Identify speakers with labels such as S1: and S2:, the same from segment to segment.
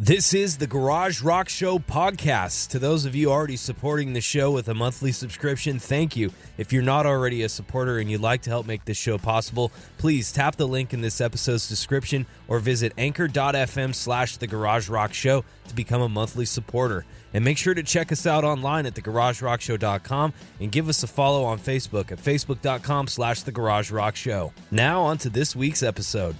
S1: This is the Garage Rock Show podcast. To those of you already supporting the show with a monthly subscription, thank you. If you're not already a supporter and you'd like to help make this show possible, please tap the link in this episode's description or visit anchor.fm slash the Garage Rock Show to become a monthly supporter. And make sure to check us out online at thegaragerockshow.com and give us a follow on Facebook at facebook.com slash the Garage Rock Show. Now on to this week's episode.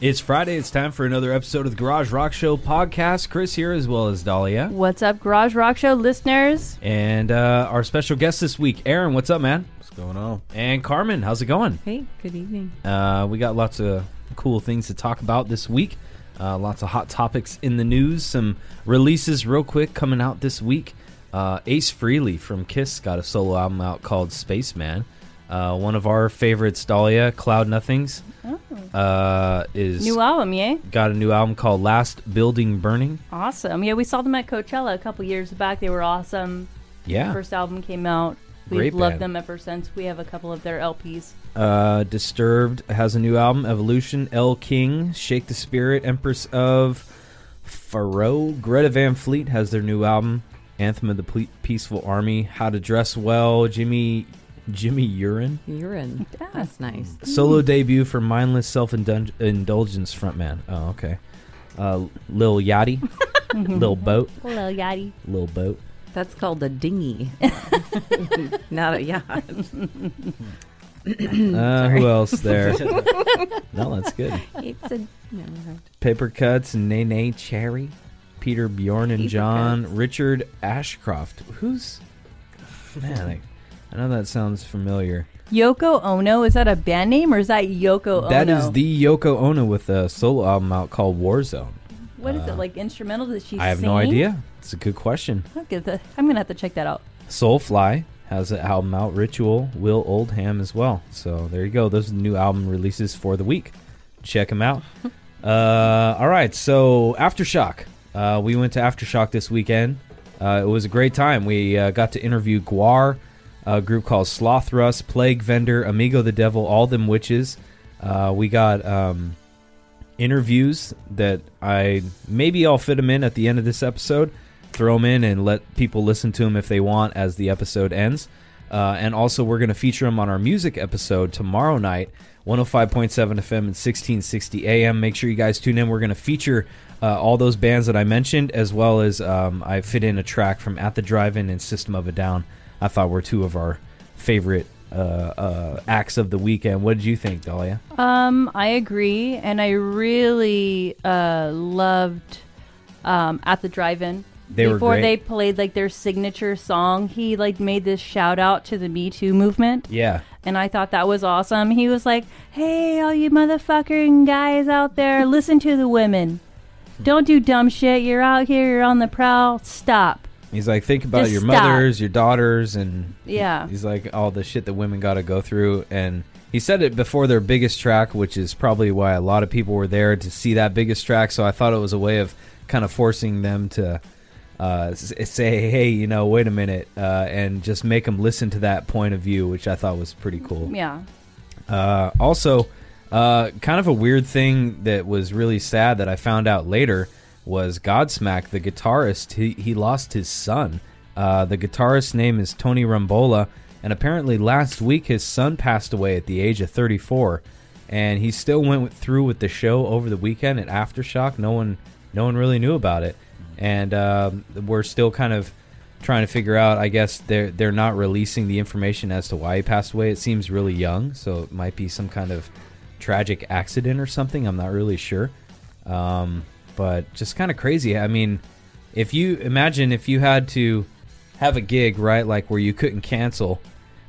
S2: It's Friday. It's time for another episode of the Garage Rock Show podcast. Chris here, as well as Dahlia.
S3: What's up, Garage Rock Show listeners?
S2: And uh, our special guest this week, Aaron. What's up, man?
S4: What's going on?
S2: And Carmen, how's it going?
S3: Hey, good evening.
S2: Uh, we got lots of cool things to talk about this week. Uh, lots of hot topics in the news. Some releases, real quick, coming out this week. Uh, Ace Freely from Kiss got a solo album out called Spaceman. Uh, one of our favorites, Dahlia, Cloud Nothings, uh, is
S3: New album, eh? yay?
S2: got a new album called Last Building Burning.
S3: Awesome. Yeah, we saw them at Coachella a couple years back. They were awesome.
S2: Yeah.
S3: First album came out. We've
S2: Great
S3: loved
S2: band.
S3: them ever since. We have a couple of their LPs.
S2: Uh, Disturbed has a new album, Evolution, El King, Shake the Spirit, Empress of Pharaoh, Greta Van Fleet has their new album, Anthem of the Ple- Peaceful Army, How to Dress Well, Jimmy Jimmy Urine,
S5: urine.
S3: Yeah.
S5: That's nice.
S2: solo
S3: Mm.
S2: debut for Mindless Self Indulg- Indulgence frontman. Oh, okay. Uh, Lil Yachty, Lil Boat,
S3: Hello, Yadi.
S2: Lil Boat.
S5: That's called a dinghy. Not a yacht.
S2: Uh, who else there? no, that's good.
S5: It's a no, right.
S2: Paper Cuts, Nene Cherry, Peter Bjorn and
S5: Paper
S2: John,
S5: Cuts.
S2: Richard Ashcroft. Who's man? I, I know that sounds familiar.
S3: Yoko Ono. Is that a band name or is that
S5: Oh,
S3: Yoko
S2: That
S3: Ono?
S2: is the Yoko Ono with a solo album out called Warzone.
S3: What is it, like instrumental? Does she
S2: uh, I have
S3: sing?
S2: no idea. It's a good question.
S3: Look at the- I'm going to have to check that out.
S2: Soulfly has an album out, Ritual, Will Oldham as well. So there you go. Those are the new album releases for the week. Check them out. uh, all right. So Aftershock. Uh, we went to Aftershock this weekend. Uh, it was a great time. We uh, got to interview Guar, a group called Slothrust, Plague Vendor, Amigo the Devil, All Them Witches. Uh, we got um, interviews that I maybe I'll fit them in at the end of this episode, throw them in, and let people listen to them if they want as the episode ends. Uh, and also, we're going to feature them on our music episode tomorrow night, 105.7 FM and 1660 AM. Make sure you guys tune in. We're going to feature uh, all those bands that I mentioned, as well as um, I fit in a track from At the Drive In and System of a Down. I thought were two of our favorite uh, uh, acts of the weekend. What did you think, Dahlia?
S3: Um, I agree, and I really uh, loved um, at the drive-in.
S2: They were
S3: Before
S2: great.
S3: they played like their signature song, he like made this shout out to the Me Too movement,
S2: Yeah.
S3: and I thought that was awesome. He was like, "Hey, all you motherfucking guys out there, listen to the women. Don't do dumb shit. You're out here. You're on the prowl. Stop."
S2: He's like, think about
S3: Just
S2: your
S3: stop.
S2: mothers, your daughters, and
S3: Yeah.
S2: He's like all the shit that women got to go through, and he said it before their biggest track, which is probably why a lot of people were there to see that biggest track. So I thought it was a way of kind of forcing them to uh, s- say, hey, you know, wait a minute, uh, and just make them listen to that point of view, which I thought was pretty cool.
S3: Yeah.
S2: Uh, also, uh, kind of a weird thing that was really sad that I found out later was Godsmack, the guitarist, he, he lost his son. Uh, the guitarist's name is Tony Rambola, and apparently last week his son passed away at the age of 34. And he still went with- through with the show over the weekend at Aftershock. No one, no one really knew about it, and um, we're still kind of trying to figure out. I guess they're they're not releasing the information as to why he passed away. It seems really young, so it might be some kind of tragic accident or something. I'm not really sure, um, but just kind of crazy. I mean, if you imagine if you had to have a gig right, like where you couldn't cancel,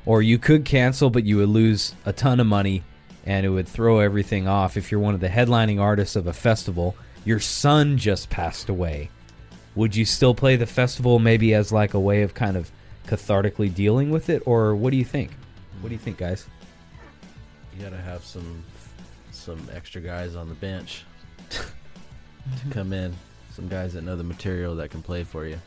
S2: or you could cancel but you would lose a ton of money, and it would throw everything off. If you're one of the headlining artists of a festival, your son just passed away would you still play the festival maybe as like a way of kind of cathartically dealing with it or what do you think what do you think guys
S4: You gotta have some some extra guys on the bench to come in. Some guys that know the material that can play for you.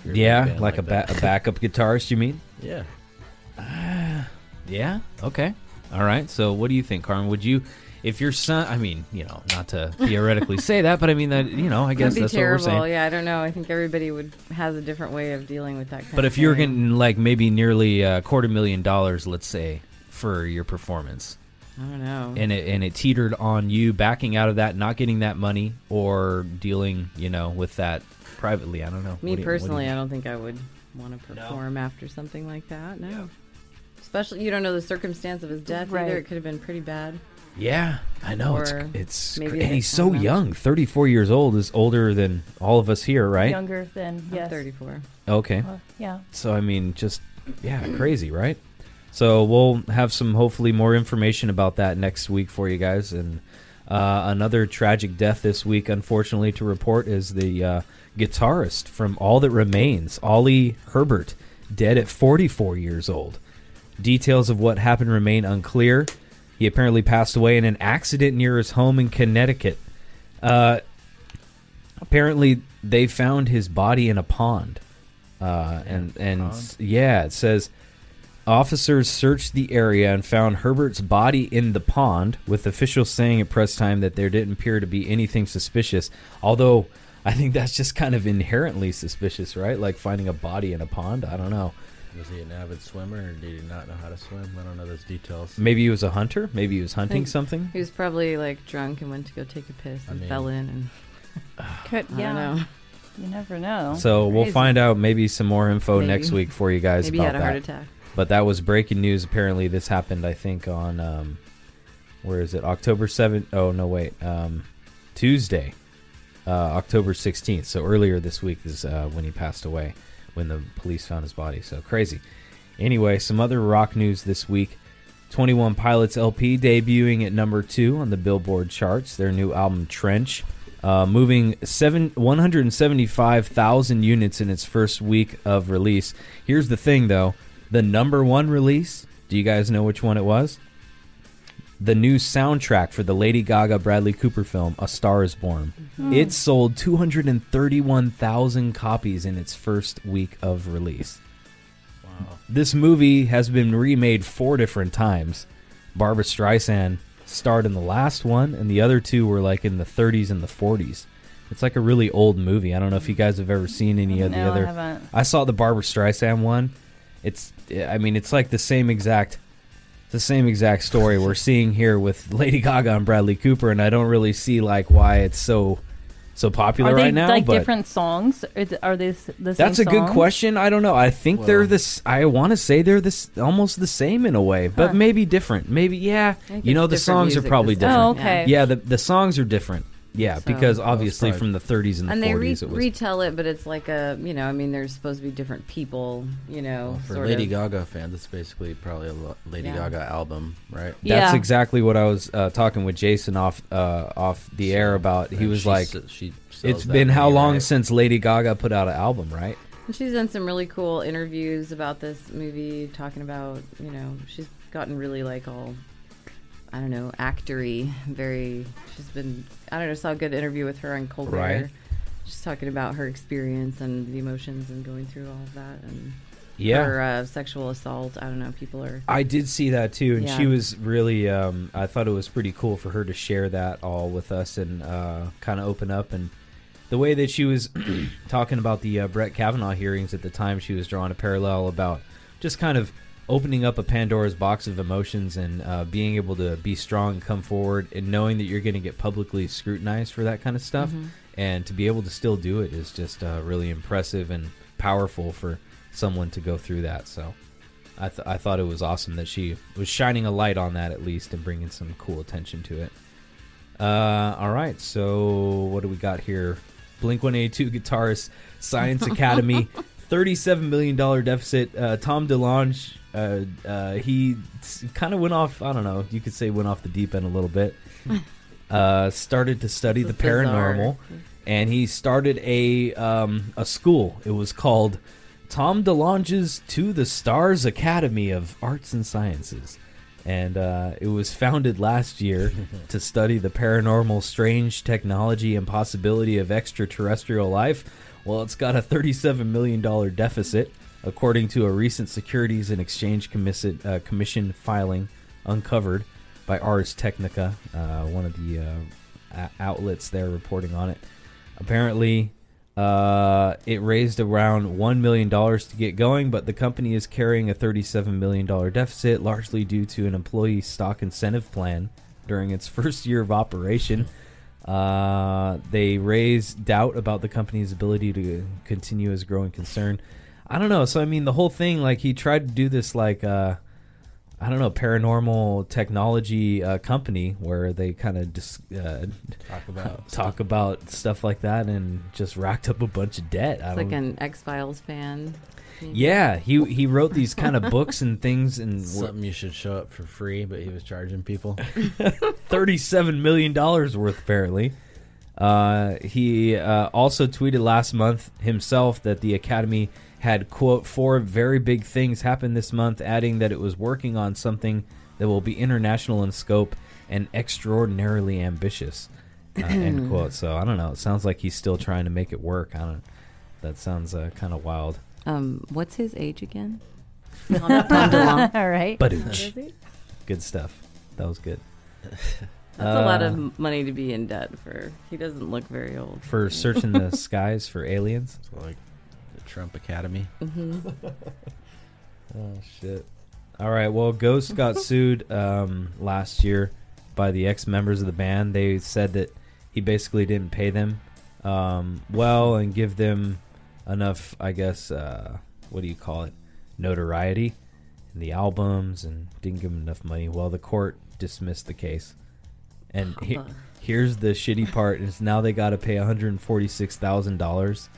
S4: If you're a big
S2: yeah
S4: band
S2: like, a, ba-
S4: that.
S2: a backup guitarist you mean
S4: Yeah.
S2: yeah okay all right so what do you think carmen would you if your son, I mean, you know, not to theoretically say that, but I mean that, you know, I guess
S5: That'd be
S2: that's
S5: terrible.
S2: what we're saying.
S5: Yeah, I don't know. I think everybody would has a different way of dealing with that. Kind
S2: But
S5: of
S2: if you're
S5: thing.
S2: getting like maybe nearly a quarter million dollars, let's say, for your performance,
S5: I don't know.
S2: and it and it teetered on you backing out of that, not getting that money, or dealing, you know, with that privately. I don't know. What
S5: Me
S2: do you- what do you
S5: personally,
S2: think?
S5: I don't think I would want to perform after something like that. No. Especially, you don't know the circumstance of his death
S3: Right.
S5: either. It could have been pretty bad.
S2: Yeah, I know. It's
S5: Or
S2: it's
S5: maybe
S2: cra-
S5: they-
S2: and he's
S5: I
S2: so
S5: don't know.
S2: young. Thirty four years old is older than all of us here, right?
S3: Younger than
S5: I'm
S3: yes.
S5: 34.
S2: Okay.
S3: Well, yeah.
S2: So I mean, just yeah, crazy, right? So we'll have some hopefully more information about that next week for you guys. And uh, another tragic death this week, unfortunately, to report is the uh, guitarist from All That Remains, Ollie Herbert, dead at 44 years old. Details of what happened remain unclear. He apparently passed away in an accident near his home in Connecticut. Uh, apparently, they found his body in a pond. Uh, and and
S4: Pond?
S2: yeah, it says officers searched the area and found Herbert's body in the pond. With officials saying at press time that there didn't appear to be anything suspicious. Although I think that's just kind of inherently suspicious, right? Like finding a body in a pond. I don't know.
S4: Was he an avid swimmer or did he not know how to swim? I don't know those details.
S2: Maybe he was a hunter. Maybe he was hunting
S5: Think-
S2: something.
S5: He was probably like drunk and went to go take a piss
S4: I
S5: and
S4: mean-
S5: fell in. And
S3: Could,
S5: I
S3: yeah.
S5: don't know.
S3: You never know.
S2: So we'll
S5: Oh, Crazy.
S2: find out maybe some more info
S5: Maybe.
S2: next week for you guys
S5: Maybe he
S2: about
S5: had a
S2: that.
S5: heart attack.
S2: But that was breaking news. Apparently, this happened. I think on um, where is it? October seventh. Oh no, wait. Um, Tuesday, uh, October sixteenth. So earlier this week is uh, when he passed away, when the police found his body. So crazy. Anyway, some other rock news this week. 21 Pilots LP debuting at number two on the Billboard charts. Their new album Trench, uh, moving seven 175,000 units in its first week of release. Here's the thing, though: the number one release. Do you guys know which one it was? The new soundtrack for the Lady Gaga Bradley Cooper film A Star Is Born. It sold 231,000 copies in its first week of release
S4: Wow.
S2: this movie has been remade four different times. Barbara Streisand starred in the last one, and the other two were like in the 30s and the 40s. It's like a really old movie. I don't know if you guys have ever seen any of the
S3: no,
S2: other.
S3: I haven't.
S2: I saw the Barbara Streisand one. It's, I mean, it's like the same exact, the same exact story we're seeing here with Lady Gaga and Bradley Cooper, and I don't really see like why it's so, so popular
S3: Are they
S2: right now.
S3: like
S2: but
S3: different songs? Are, th- are they s- the same
S2: that's a good
S3: song?
S2: question. I don't know. I think they're
S4: Well-
S2: this. I want to say they're this almost the same in a way, but
S3: Huh.
S2: maybe different. Maybe yeah.
S5: I think
S2: You know
S5: it's
S2: the
S5: different
S2: songs are
S5: music
S2: probably
S5: this time.
S2: different.
S3: Oh, okay.
S2: Yeah, the the songs are different. Yeah,
S5: So-
S2: because
S5: Well,
S4: it's
S2: obviously
S4: probably-
S2: from the 30s and the
S5: And they
S2: 40s
S5: re-
S2: it was.
S5: retell it, but it's like a, you know, I mean, there's supposed to be different people, you know.
S4: Well, for
S5: sort
S4: Lady
S5: of.
S4: Gaga fans, it's basically probably a lo- Lady
S5: Yeah.
S4: Gaga album, right?
S2: That's
S3: Yeah.
S2: exactly what I was uh, talking with Jason off uh, off the air about. He
S4: And
S2: was
S4: she
S2: like,
S4: se- she sells
S2: "It's
S4: that
S2: been how
S4: many,
S2: long
S4: right?
S2: since Lady Gaga put out an album, right?"
S5: And she's done some really cool interviews about this movie, talking about you know she's gotten really like all I don't know actory. Very she's been I don't know saw a good interview with her on Colbert.
S2: Right.
S5: She's talking about her experience and the emotions and going through all of that and
S2: Yeah.
S5: her uh, sexual assault. I don't know. People are
S2: I did see that too, and
S5: Yeah.
S2: she was really. Um, I thought it was pretty cool for her to share that all with us and uh, kind of open up. And the way that she was talking about the uh, Brett Kavanaugh hearings at the time, she was drawing a parallel about just kind of opening up a Pandora's box of emotions and uh, being able to be strong and come forward, and knowing that you're going to get publicly scrutinized for that kind of stuff, and to be able to still do it is just uh, really impressive and powerful for someone to go through that. So. I, th- I thought it was awesome that she was shining a light on that at least and bringing some cool attention to it. Uh, all right, so what do we got here? Blink 182 guitarist, Science Academy, $37 million deficit. Uh, Tom DeLonge, uh, uh, he kind of went off, I don't know, you could say went off the deep end a little bit. Uh, started to study
S5: This
S2: the
S5: is bizarre.
S2: paranormal, and he started a um, a school. It was called Tom DeLonge's To the Stars Academy of Arts and Sciences. And uh, it was founded last year to study the paranormal, strange technology, and possibility of extraterrestrial life. Well, it's got a $37 million deficit, according to a recent Securities and Exchange Commissi- uh, Commission filing uncovered. by Ars Technica, uh, one of the uh, o- outlets there reporting on it. Apparently, uh, it raised around $1 million to get going, but the company is carrying a $37 million deficit, largely due to an employee stock incentive plan during its first year of operation. Uh, they raise doubt about the company's ability to continue as a growing concern. I don't know. So, I mean, the whole thing, like, he tried to do this, like, uh, I don't know, paranormal technology uh, company where they kind of dis- uh,
S4: Talk about
S2: talk about stuff like that and just racked up a bunch of debt. I
S5: It's like
S2: don't-
S5: an X Files fan. maybe.
S2: yeah, he he wrote these kind of books and things and were-
S4: something you should show up for free, but he was charging people.
S2: thirty-seven million dollars worth apparently. Uh, he uh, also tweeted last month himself that the Academy had quote four very big things happen this month, adding that it was working on something that will be international in scope and extraordinarily ambitious. Uh, end quote. So I don't know. It sounds like he's still trying to make it work. I don't. That sounds uh, kind of wild.
S5: Um, what's his age again?
S3: All right.
S2: But
S5: Is he?
S2: good stuff. That was good.
S5: That's a lot
S2: Uh,
S5: of money to be in debt for. He doesn't look very old.
S2: for searching the skies for aliens.
S4: It's like the Trump Academy.
S5: Mm-hmm.
S2: Oh shit! All right. Well, Ghost got sued um, last year by the ex members of the band. They said that he basically didn't pay them um, well and give them enough, I guess. Uh, what do you call it? Notoriety in the albums, and didn't give them enough money. Well, the court dismissed the case. And he- here's the shitty part: is now they got to pay one hundred forty-six thousand dollars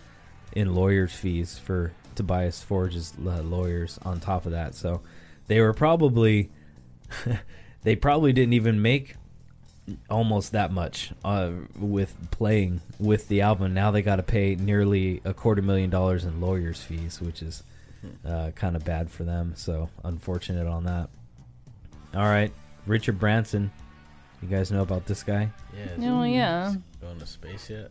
S2: in lawyers' fees for Tobias Forge's uh, lawyers on top of that. So they were probably they probably didn't even make almost that much uh, with playing with the album. Now they got to pay nearly a quarter million dollars in lawyers' fees, which is uh, kind of bad for them. So unfortunate on that. All right, Richard Branson. You guys know about this guy?
S4: Yeah. is
S3: Oh,
S4: he
S3: yeah.
S4: Going to space yet?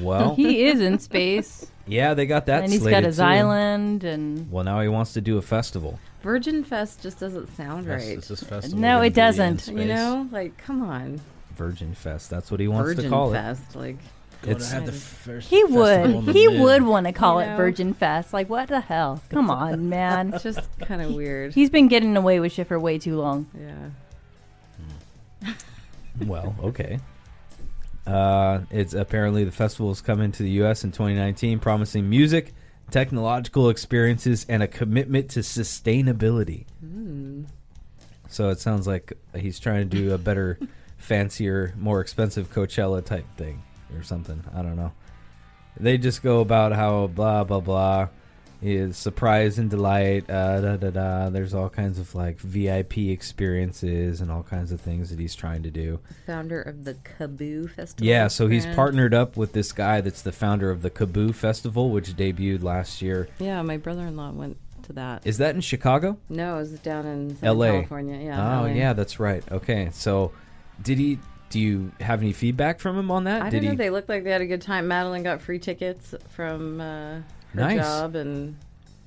S2: Well,
S3: He is in space.
S2: yeah, they got that.
S3: and he's got
S2: slated,
S3: his
S2: too.
S3: island and.
S2: Well, now he wants to do a festival.
S5: Virgin Fest just doesn't sound
S4: Fest-
S5: right.
S4: Is this festival
S3: No,
S4: gonna
S3: it
S4: be in
S3: doesn't.
S4: space?
S5: You know, like come on,
S2: Virgin Fest. That's what he wants
S5: Virgin
S2: to call
S5: Fest. Like
S2: it. It's
S5: have the
S4: first
S3: He would. He would want to call
S5: You
S3: it
S5: know?
S3: Virgin Fest. Like, what the hell? Come on, man.
S5: it's just kind of weird.
S3: He's been getting away with shit for way too long.
S5: yeah.
S2: well, okay. Uh, it's apparently the festival is coming to the U.S. in 2019, promising music, technological experiences, and a commitment to sustainability.
S5: Hmm.
S2: So it sounds like he's trying to do a better, fancier, more expensive Coachella type thing or something. I don't know. They just go about how blah blah blah is surprise and delight. Uh, da da da. There's all kinds of like VIP experiences and all kinds of things that he's trying to do.
S5: Founder of the Kaboo Festival.
S2: Yeah, so he's
S5: Grand.
S2: partnered up with this guy that's the founder of the Kaboo Festival, which debuted last year.
S5: Yeah, my brother-in-law went to that.
S2: Is that in Chicago?
S5: no, it was down in Southern
S2: LA.
S5: California. Yeah.
S2: oh,
S5: LA.
S2: yeah, that's right. Okay, so did he? Do you have any feedback from him on that?
S5: I
S2: did
S5: don't know.
S2: he?
S5: They looked like they had a good time. Madeline got free tickets from uh, her
S2: Nice.
S5: job, and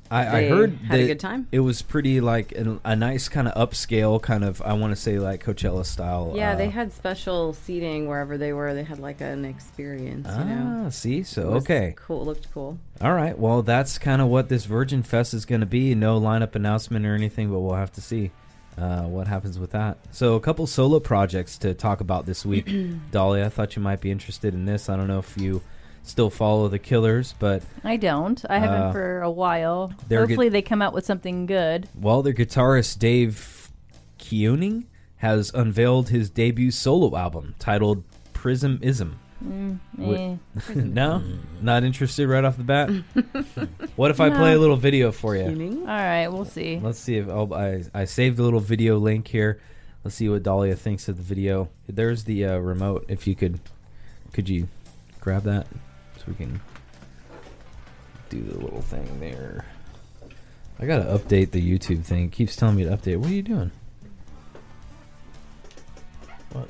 S2: I, I
S5: they
S2: heard
S5: had
S2: that
S5: a good time.
S2: it was pretty like an, a nice kind of upscale kind of I want to say like Coachella style.
S5: yeah,
S2: uh,
S5: they had special seating wherever they were. They had like an experience.
S2: Ah,
S5: you know?
S2: see, so
S5: It was
S2: okay,
S5: Cool. It looked cool.
S2: all right. Well, that's kind of what this Virgin Fest is going to be. No lineup announcement or anything, but we'll have to see uh, what happens with that. So, a couple solo projects to talk about this week. Dolly, I thought you might be interested in this. I don't know if you still follow the Killers, but
S3: I don't. I
S2: Uh,
S3: haven't for a while.
S2: they're get-
S3: Hopefully, they come out with something good.
S2: Well, their guitarist Dave Keoning has unveiled his debut solo album titled Prismism.
S3: Eh.
S2: Wh- no, not interested right off the bat. what if I play a little video for you?
S5: Evening?
S3: All right, we'll see.
S2: Let's see if oh, I I saved a little video link here. Let's see what Dahlia thinks of the video. There's the uh, remote. If you could, could you grab that so we can do the little thing there. I gotta update the YouTube thing. It keeps telling me to update. What are you doing?
S4: What?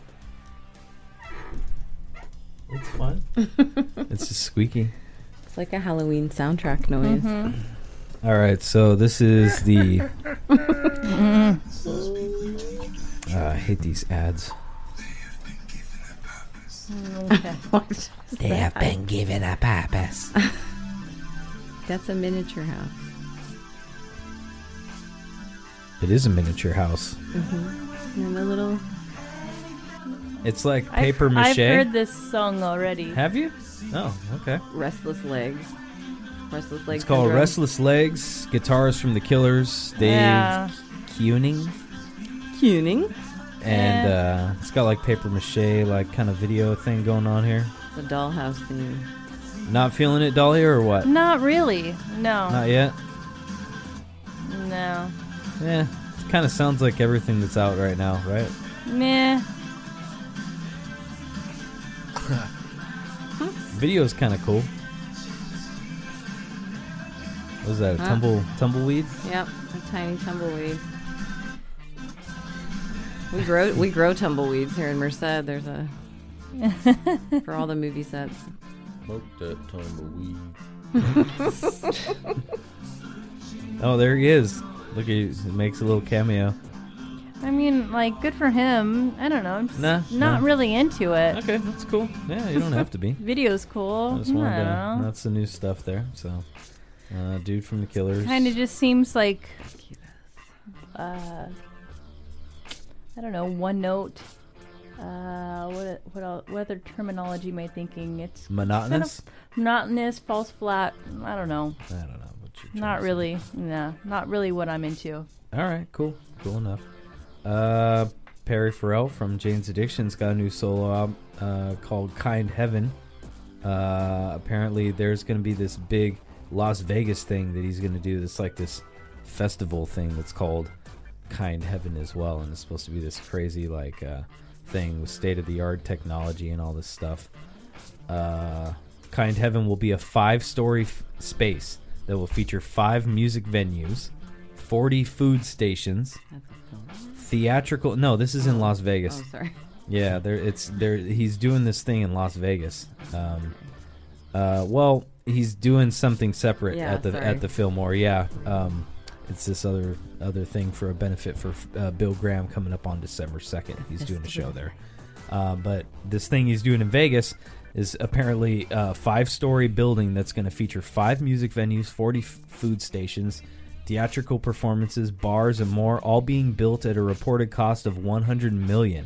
S4: It's fun.
S2: It's just squeaky.
S5: It's like a Halloween soundtrack noise.
S2: uh, All right, so this is the. Uh, I hate these ads.
S5: What?
S2: They have been given a purpose.
S5: That's a miniature house.
S2: It is a miniature house.
S5: Mm-hmm. And the little
S2: It's like
S3: I've-
S2: paper mache.
S3: I've heard this song already.
S2: Have you? Oh, okay.
S5: restless legs. Restless legs.
S2: It's called
S5: syndrome.
S2: Restless Legs. Guitarist from the Killers, Dave
S3: Yeah.
S2: Kuning,
S5: Cuning.
S2: and uh, it's got like paper mache, like kind of video thing going on here.
S5: It's a dollhouse theme.
S2: Not feeling it, Dolly, or what?
S3: Not really. No.
S2: Not yet.
S3: no.
S2: Yeah, it kind of sounds like everything that's out right now, right?
S3: Meh.
S2: Video's kind of cool. What is that? A
S5: Huh?
S2: tumble tumbleweed?
S5: Yep, a tiny tumbleweed. We grow we grow tumbleweeds here in Merced. There's a for all the movie sets.
S4: Smoked up tumbleweed.
S2: Oh, there he is. Look, he it makes a little cameo.
S3: I mean, like, good for him. I don't know. I'm just
S2: Nah,
S3: not
S2: nah.
S3: really into it.
S2: Okay, that's cool. Yeah, you don't have to be.
S3: Video's
S2: I
S3: cool.
S2: just wanted to.
S3: I don't know.
S2: That's the new stuff there. So, uh, dude from the Killers.
S3: Kind of just seems like, uh, I don't know, one note. Uh, what what el- what other terminology am I thinking? It's
S2: monotonous.
S3: monotonous, false flat. I don't know.
S2: I don't know. What you're trying
S3: Not
S2: to say.
S3: really. Nah, not really what I'm into.
S2: All right, cool, cool enough. Uh, Perry Farrell from Jane's Addiction's got a new solo album uh, called Kind Heaven. Uh, apparently, there's going to be this big Las Vegas thing that he's going to do. That's like this festival thing that's called Kind Heaven as well, and it's supposed to be this crazy like uh, thing with state of the art technology and all this stuff. Uh, kind Heaven will be a five story f- space that will feature five music venues, 40 food stations,
S5: That's a film.
S2: theatrical. No, this is in Las Vegas.
S5: Oh, sorry.
S2: Yeah, there it's there. He's doing this thing in Las Vegas. Um, uh, well, he's doing something separate
S5: Yeah,
S2: at the
S5: sorry.
S2: at the Fillmore. Yeah, um, it's this other other thing for a benefit for uh, Bill Graham coming up on December second. He's doing a show there. Uh, but this thing he's doing in Vegas is apparently a five-story building that's going to feature five music venues, 40 f- food stations, theatrical performances, bars, and more, all being built at a reported cost of 100 million.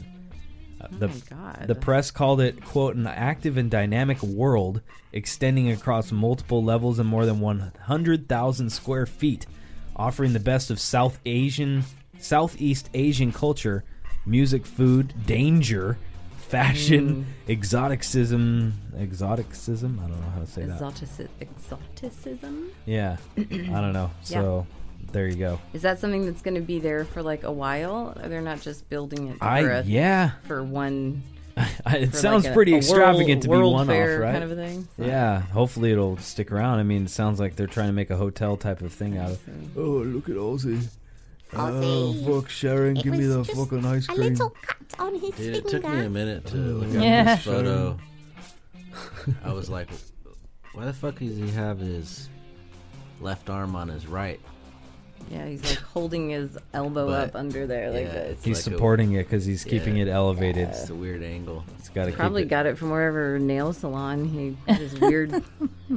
S2: Uh,
S5: Oh
S2: the
S5: my God.
S2: the press called it quote an active and dynamic world extending across multiple levels and more than 100,000 square feet, offering the best of South Asian, Southeast Asian culture, music, food, danger, fashion,
S5: Mm.
S2: exoticism, exoticism. I don't know how to say that.
S5: Exotici- exoticism.
S2: Yeah, I don't know. So there you go.
S5: Is that something that's going to be there for like a while? Or they're not just building it for
S2: I
S5: a,
S2: yeah,
S5: for one.
S2: it
S5: For
S2: sounds
S5: like a-
S2: pretty
S5: a
S2: extravagant
S5: world,
S2: to be
S5: world
S2: one
S5: fair
S2: off, right?
S5: Kind of a thing. So-
S2: Yeah, hopefully it'll stick around. I mean, it sounds like they're trying to make a hotel type of thing out of it.
S5: so-
S2: Oh, look at Ozzy. Ah,
S6: Ozzy.
S2: fuck Sharon,
S6: It
S2: give me
S6: was
S2: the
S6: just
S2: fucking ice
S6: A
S2: cream.
S6: little cut on his
S4: Dude, it
S6: finger.
S4: took me a minute to look at
S3: Yeah.
S4: this photo. I was like, why the fuck does he have his left arm on his right?
S5: Yeah, he's like holding his elbow
S4: But-
S5: up under there like
S4: yeah,
S5: this.
S4: it's
S2: He's
S4: like a-
S2: supporting it because he's keeping
S4: Yeah.
S2: it elevated.
S4: It's a weird angle.
S2: It's got to
S5: Probably
S2: keep it.
S5: got it from wherever nail salon he had his weird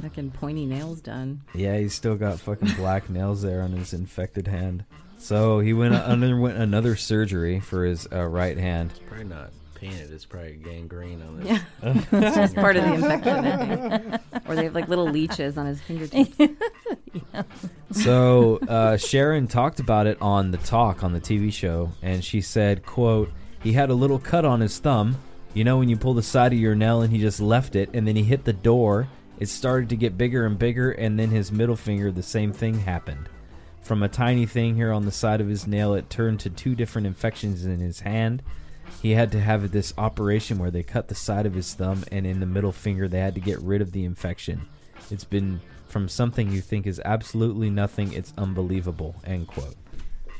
S5: fucking pointy nails done.
S2: Yeah, he's still got fucking black nails there on his infected hand. So he went uh, underwent another surgery for his uh, right hand.
S4: Probably not painted. It's probably gangrene on it.
S5: Yeah. It's just part of the infection, I think. Or they have like little leeches on his fingertips.
S2: so uh, sharon talked about it on the talk on the tv show and she said quote he had a little cut on his thumb you know when you pull the side of your nail and he just left it and then he hit the door it started to get bigger and bigger and then his middle finger the same thing happened from a tiny thing here on the side of his nail it turned to two different infections in his hand he had to have this operation where they cut the side of his thumb and in the middle finger they had to get rid of the infection it's been from something you think is absolutely nothing it's unbelievable end quote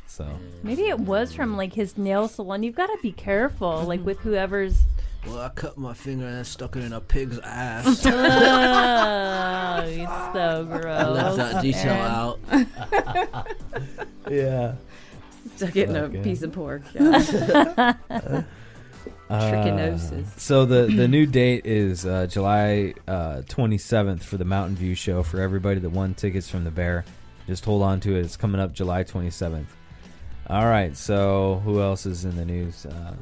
S2: so
S3: Maybe it was from like his nail salon. You've got to be careful, like with whoever's.
S4: Well, I cut my finger and I stuck it in a pig's ass.
S3: Oh, he's so gross.
S4: Left that detail
S3: Aaron.
S4: out.
S2: yeah
S5: Stuck it in a
S2: Fuck, yeah.
S5: piece of pork. Yeah. Trichinosis.
S2: Uh, So the the new date is uh, July twenty seventh for the Mountain View show for everybody that won tickets from the Bear. Just hold on to it. It's coming up July twenty seventh. All right. So who else is in the news? Uh,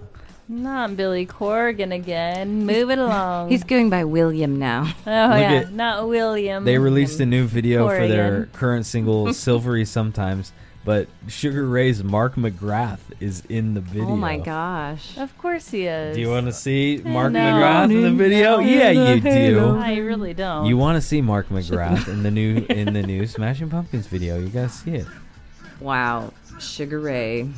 S3: Not Billy Corgan again. Move it along.
S5: He's going by William now.
S3: oh yeah,
S2: at-
S3: not William.
S2: they released a new video for their
S3: Corrigan.
S2: current single "Silvery Sometimes," but Sugar Ray's Mark McGrath is in the video.
S5: Oh my gosh.
S3: Of course he is.
S2: Do you want to see Mark
S3: no.
S2: McGrath in the video?
S3: No.
S2: Yeah, you do.
S3: I really don't.
S2: You want to see Mark McGrath in the new in the new Smashing Pumpkins video? You guys see it?
S5: Wow. Sugar Ray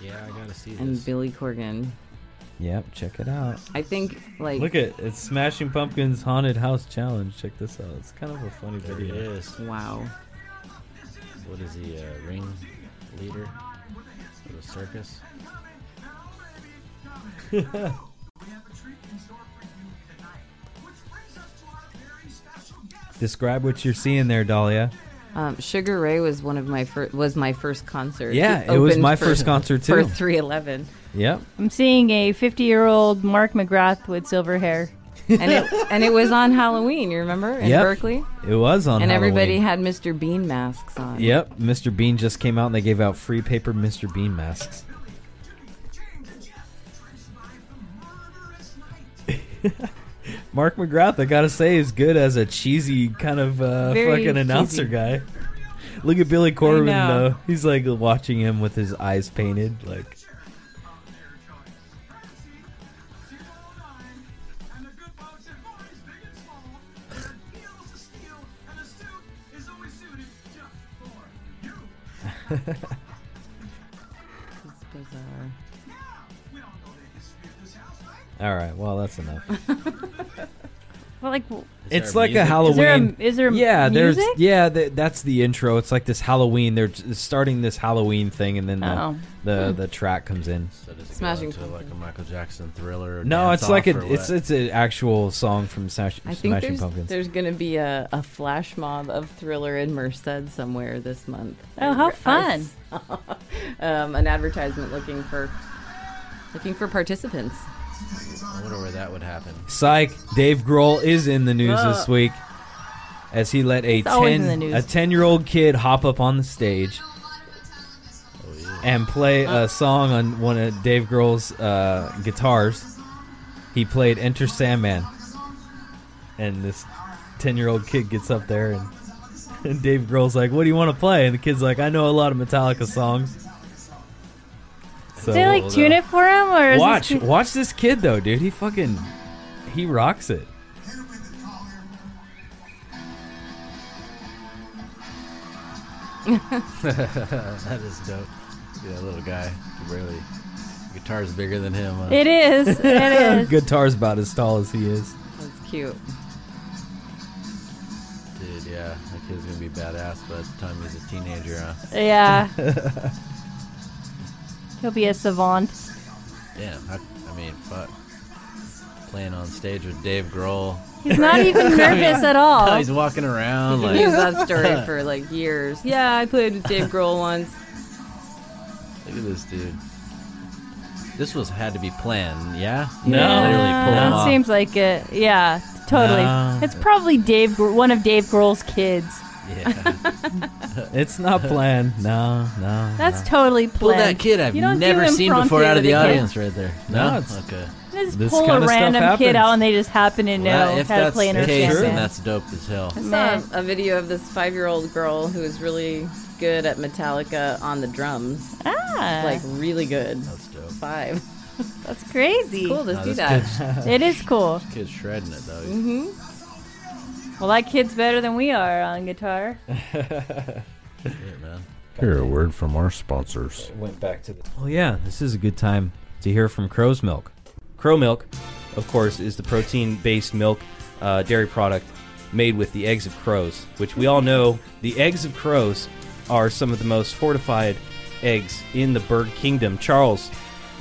S4: Yeah, I gotta see
S5: and Billy Corgan.
S2: Yep, check it out.
S5: I think like
S2: Look at it's Smashing Pumpkins Haunted House Challenge. Check this out. It's kind of a funny
S4: There he
S2: video.
S4: is.
S5: wow.
S4: What is he? A ring leader for the circus?
S2: Describe what you're seeing there, Dahlia.
S5: Um, Sugar Ray was one of my first was my first concert.
S2: Yeah,
S5: He
S2: it was
S5: opened
S2: my
S5: for-
S2: first concert
S5: for
S2: too.
S5: 311.
S2: Yep.
S3: I'm seeing a 50 year old Mark McGrath with silver hair.
S5: And it and it was on Halloween, you remember? In
S2: Yep.
S5: Berkeley?
S2: It was on
S5: and
S2: Halloween.
S5: everybody had Mr. Bean masks on.
S2: Yep, Mr. Bean just came out and they gave out free paper Mr. Bean masks. Mark McGrath, I gotta say, is good as a cheesy kind of uh,
S5: Very
S2: fucking announcer
S5: cheesy.
S2: guy. Look at Billy Corbin
S5: know.
S2: though; he's like watching him with his eyes painted. Like,
S5: It's bizarre.
S2: all right, well, that's enough.
S3: Well, like,
S4: Is
S2: it's
S4: there
S2: like a
S4: music?
S2: Halloween.
S3: is there a, is there
S2: yeah,
S3: music?
S2: there's yeah. Th- that's the intro. It's like this Halloween. They're j- starting this Halloween thing, and then the
S3: Oh.
S2: the, the track comes in.
S4: So does it
S5: Smashing
S4: Smashing go out to
S5: Pumpkins.
S4: like a Michael Jackson thriller? Or
S2: No,
S4: Dance
S2: it's like
S4: Off
S2: a
S4: or
S2: it's
S4: what?
S2: it's an actual song from Smash,
S5: I think
S2: Smashing
S5: there's,
S2: Pumpkins.
S5: there's going to be a, a flash mob of Thriller in Merced somewhere this month.
S3: Oh, how
S5: I
S3: fun.
S5: saw, um, an advertisement looking for looking for participants.
S4: I wonder where that would happen.
S2: Psych. Dave Grohl is in the news
S5: Uh.
S2: this week as he let a
S3: He's always in the
S2: ten
S3: news.
S2: a ten year old kid hop up on the stage
S4: Oh yeah.
S2: and play a song on one of Dave Grohl's uh, guitars. He played Enter Sandman, and this ten year old kid gets up there and. And Dave Grohl's like, "What do you want to play?" And the kid's like, "I know a lot of Metallica songs." So
S3: Did they like tune it for him or is
S2: Watch,
S3: This,
S2: watch this kid though, dude. He fucking, he rocks it.
S4: that is dope. Yeah, that little guy. He Barely. Guitar's bigger than him. Huh?
S3: it is. It is.
S2: Guitar's about as tall as he is.
S5: That's cute.
S4: Dude, yeah. That kid's gonna be badass by the time he's a teenager, huh?
S3: Yeah. He'll be a savant.
S4: Damn. I, I mean, fuck. Playing on stage with Dave Grohl.
S3: He's not even nervous at all.
S4: he's walking around
S5: I've
S4: like.
S5: used that story for like years. Yeah, I played with Dave Grohl once.
S4: Look at this dude. This was had to be planned, yeah?
S2: No.
S4: They really pulled him
S3: Oh, That
S4: off.
S3: seems like it. Yeah, totally.
S2: No.
S3: It's probably Dave, Gro- one of Dave Grohl's kids.
S4: yeah.
S2: It's not planned. No, no.
S3: That's totally
S4: Pull
S3: planned.
S4: that kid I've
S3: You don't do
S4: never seen before
S3: impromptu
S4: out of the
S3: with a kid.
S4: audience right there.
S2: No,
S4: No,
S2: it's-
S4: okay.
S3: They Just
S2: This
S3: pull
S2: kinda
S3: a
S2: stuff
S3: random
S2: happens.
S3: kid out and they just happen to know
S4: Well, if
S3: how to
S4: that's
S3: play an
S4: the case,
S3: instrument.
S4: then that's dope as hell.
S5: I
S3: Man.
S5: saw a video of this five-year-old girl who is really good at Metallica on the drums.
S3: Ah,
S5: Like really good.
S4: That's dope.
S5: Five.
S3: that's crazy.
S5: Cool to
S4: Nah,
S5: see
S4: this
S5: that. Mm-hmm.
S3: It is cool.
S4: Kid's shredding it though.
S3: Well, that kid's better than we are on guitar.
S4: Shit, man.
S7: Hear a word from our sponsors.
S2: went back to the. Well, yeah, this is a good time to hear from Crow's Milk. Crow Milk, of course, is the protein based milk uh, dairy product made with the eggs of crows, which we all know the eggs of crows are some of the most fortified eggs in the bird kingdom. Charles,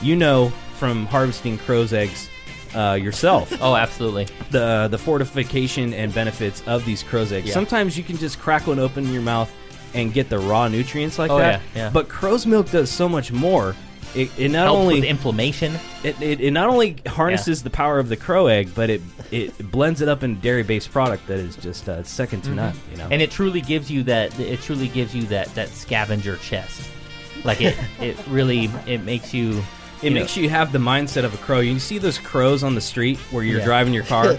S2: you know from harvesting crow's eggs uh, yourself.
S8: Oh, absolutely.
S2: the the fortification and benefits of these crow's eggs.
S8: Yeah.
S2: Sometimes you can just crack one open in your mouth and get the raw nutrients like
S8: Oh,
S2: that.
S8: yeah, yeah.
S2: But crow's milk does so much more. It, it not
S8: Helps
S2: only
S8: with inflammation.
S2: it, it, it not only harnesses the power of the crow egg, but it it blends it up in dairy based product that is just uh, second to none. You know,
S8: Mm-hmm. and it truly gives you that it truly gives you that that scavenger chest like it it really it makes you
S2: it makes you have the mindset of a crow. You see those crows on the street where you're
S8: Yeah.
S2: driving your car,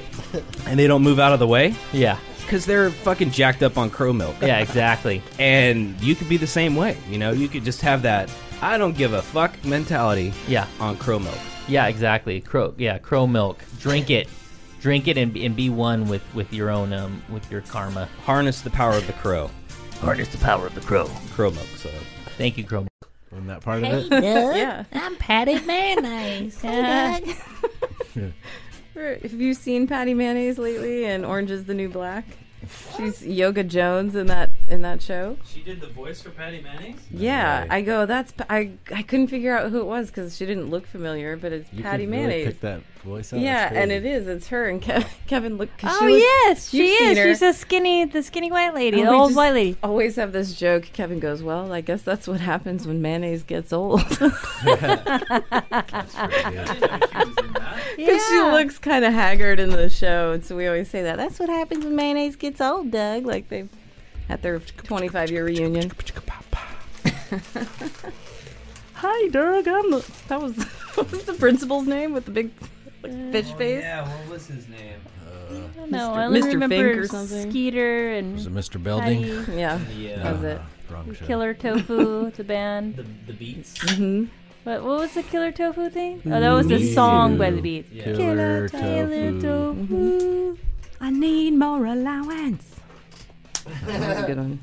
S2: and they don't move out of the way
S8: you yeah
S2: because they're fucking jacked up on crow milk.
S8: yeah exactly
S2: and you could be the same way. You know, you could just have that I don't give a fuck mentality.
S8: Yeah.
S2: on crow milk.
S8: yeah exactly crow yeah crow milk drink it drink it and, be- and be one with with your own um with your karma
S2: Harness the power of the crow.
S8: harness the power of the crow
S2: Crow milk. So
S8: thank you crow
S4: On that part of
S6: Hey,
S4: it,
S6: Doug.
S5: Yeah.
S6: I'm Patty Mayonnaise. Hey, Doug.
S5: Have you seen Patty Mayonnaise lately? And Orange is the New Black. She's Yoga Jones in that in that show.
S2: she did the voice for Patty Mayonnaise.
S5: yeah,
S4: way.
S5: I go. That's Pa- I. I couldn't figure out who it was because she didn't look familiar, but it's
S4: you
S5: Patty
S4: could really
S5: Mayonnaise.
S4: pick that voice out.
S5: yeah,
S4: That's
S5: and it
S4: crazy.
S5: is. It's her and Kev- Kevin. Look, 'cause
S3: Oh
S5: she looks-
S3: yes, she
S5: you've seen
S3: is.
S5: her.
S3: She's the skinny, the skinny white lady,
S5: And
S3: the
S5: we
S3: old
S5: just
S3: white lady.
S5: Always have this joke. Kevin goes, "Well, I guess that's what happens when mayonnaise gets old." Because she
S3: Yeah.
S5: looks kind of haggard in the show, and so we always say that. That's what happens when mayonnaise gets old, Doug. Like they at their 25 year reunion. Hi, Doug. I'm the, that was what was the principal's name with the big like,
S3: Uh,
S5: fish face.
S2: Oh, what was his name? Uh,
S3: I don't know.
S5: Mr.
S3: I only
S5: Mr.
S3: remember
S5: Fink or something.
S3: Skeeter
S4: Was it
S3: and
S4: Mr. Belding?
S3: Patty,
S5: Yeah,
S2: Yeah.
S5: that was it.
S4: Wrong show.
S3: Killer Tofu, the band.
S8: the, the beats
S5: hmm
S3: What, what was the Killer Tofu thing? Oh, that was the song by the
S4: Ooh.
S3: Beats.
S2: Yeah.
S4: Killer
S3: Killer
S4: tofu.
S3: Tofu.
S5: Mm-hmm. I need more allowance. that was a good one.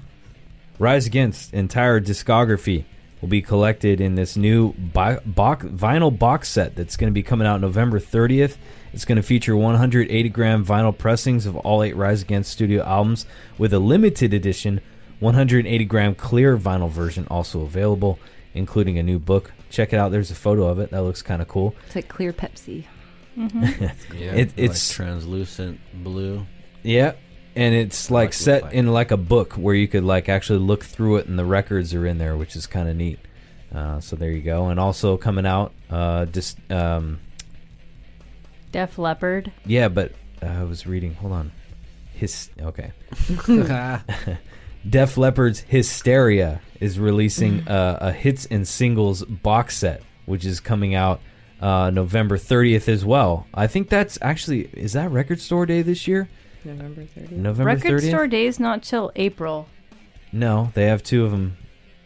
S2: Rise Against entire discography will be collected in this new bi- box, vinyl box set that's going to be coming out November 30th. It's going to feature 180 gram vinyl pressings of all eight Rise Against studio albums with a limited edition 180 gram clear vinyl version also available, including a new book. Check it out. There's a photo of it. That looks kind of cool.
S5: It's like clear Pepsi. Mm-hmm.
S4: Yeah,
S2: It-
S4: like
S2: it's-
S4: translucent blue.
S2: Yeah, and it's like
S4: Like
S2: set
S4: look like.
S2: in like a book where you could like actually look through it, and the records are in there, which is kind of neat. Uh, so there you go. And also coming out, uh, just um,
S3: Def Leppard.
S2: yeah, but uh, I was reading. Hold on, his okay. Def Leppard's Hysteria is releasing uh, a hits and singles box set, which is coming out uh, November 30th as well. I think that's actually is that Record Store Day this year?
S5: November 30th.
S2: November
S3: Record
S2: 30th?
S3: store days not till April.
S2: No, they have two of them,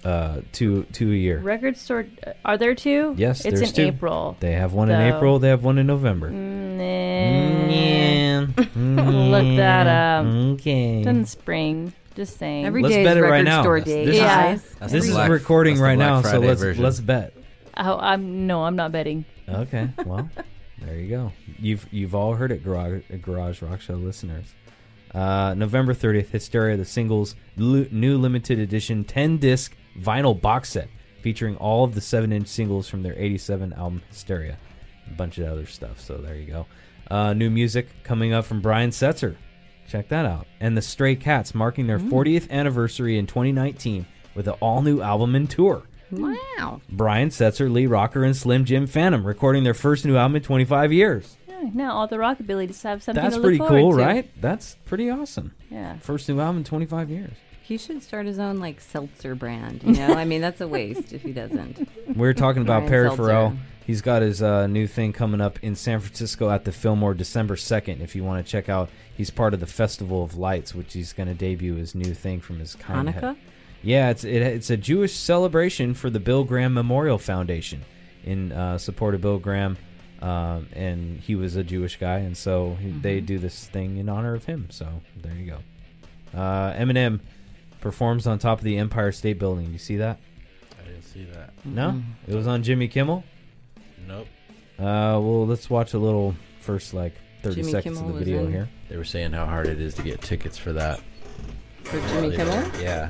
S2: uh, two two a year.
S3: Record store are there two?
S2: Yes,
S3: it's
S2: there's
S3: in
S2: two.
S3: April.
S2: They have one in
S3: So- Mm.
S2: April. They have one in November.
S3: Nah.
S5: Mm-hmm.
S2: Mm.
S3: Look that up.
S2: Okay.
S3: Then spring. Just saying.
S5: Every
S2: Let's
S5: day
S2: bet
S5: is
S2: it right
S5: record
S2: now.
S5: store
S2: That's-
S5: day.
S4: this
S3: is-
S5: guys.
S4: That's
S2: This
S4: the
S2: is
S4: Black-
S2: recording
S4: that's the
S2: right
S4: Black
S2: now, so
S4: Friday
S2: let's
S4: version.
S2: let's bet.
S3: oh, I'm no, I'm not betting.
S2: Okay. Well, there you go. You've you've all heard it, garage, garage rock show listeners. Uh, November 30th, Hysteria, the singles, lu- new limited edition 10 disc vinyl box set featuring all of the 7 inch singles from their 87 album Hysteria. A bunch of other stuff, so there you go. Uh, new music coming up from Brian Setzer. Check that out. And the Stray Cats marking their 40th anniversary in 2019 with an all new album and tour.
S9: Hmm.
S5: Wow.
S2: Brian Setzer, Lee Rocker, and Slim Jim Phantom recording their first new album in 25 years.
S3: Yeah, now all the rockabilly just have something
S2: That's
S3: to look
S2: pretty
S3: forward
S2: cool,
S3: to.
S2: right? That's pretty awesome.
S3: Yeah.
S2: First new album in 25 years.
S5: He should start his own like seltzer brand. You know, I mean that's a waste if he doesn't.
S2: We We're talking about Perry
S5: Brian
S2: Farrell.
S5: Seltzer.
S2: He's got his uh, new thing coming up in San Francisco at the Fillmore December 2nd. If you want to check out, he's part of the Festival of Lights, which he's going to debut his new thing from his kind head.
S5: Hanukkah.
S2: Yeah, it's it, it's a Jewish celebration for the Bill Graham Memorial Foundation in uh, support of Bill Graham, um, and he was a Jewish guy, and so he, they do this thing in honor of him. So there you go. Uh, Eminem performs on top of the Empire State Building. You see that?
S4: I didn't see that.
S2: No, it was on Jimmy Kimmel.
S4: Nope.
S2: Uh, well, let's watch a little first, like thirty
S5: Jimmy
S2: seconds
S5: Kimmel
S2: of the
S5: was
S2: video
S5: in-
S2: here.
S4: They were saying how hard it is to get tickets for that.
S5: For Jimmy Kimmel.
S4: Yeah.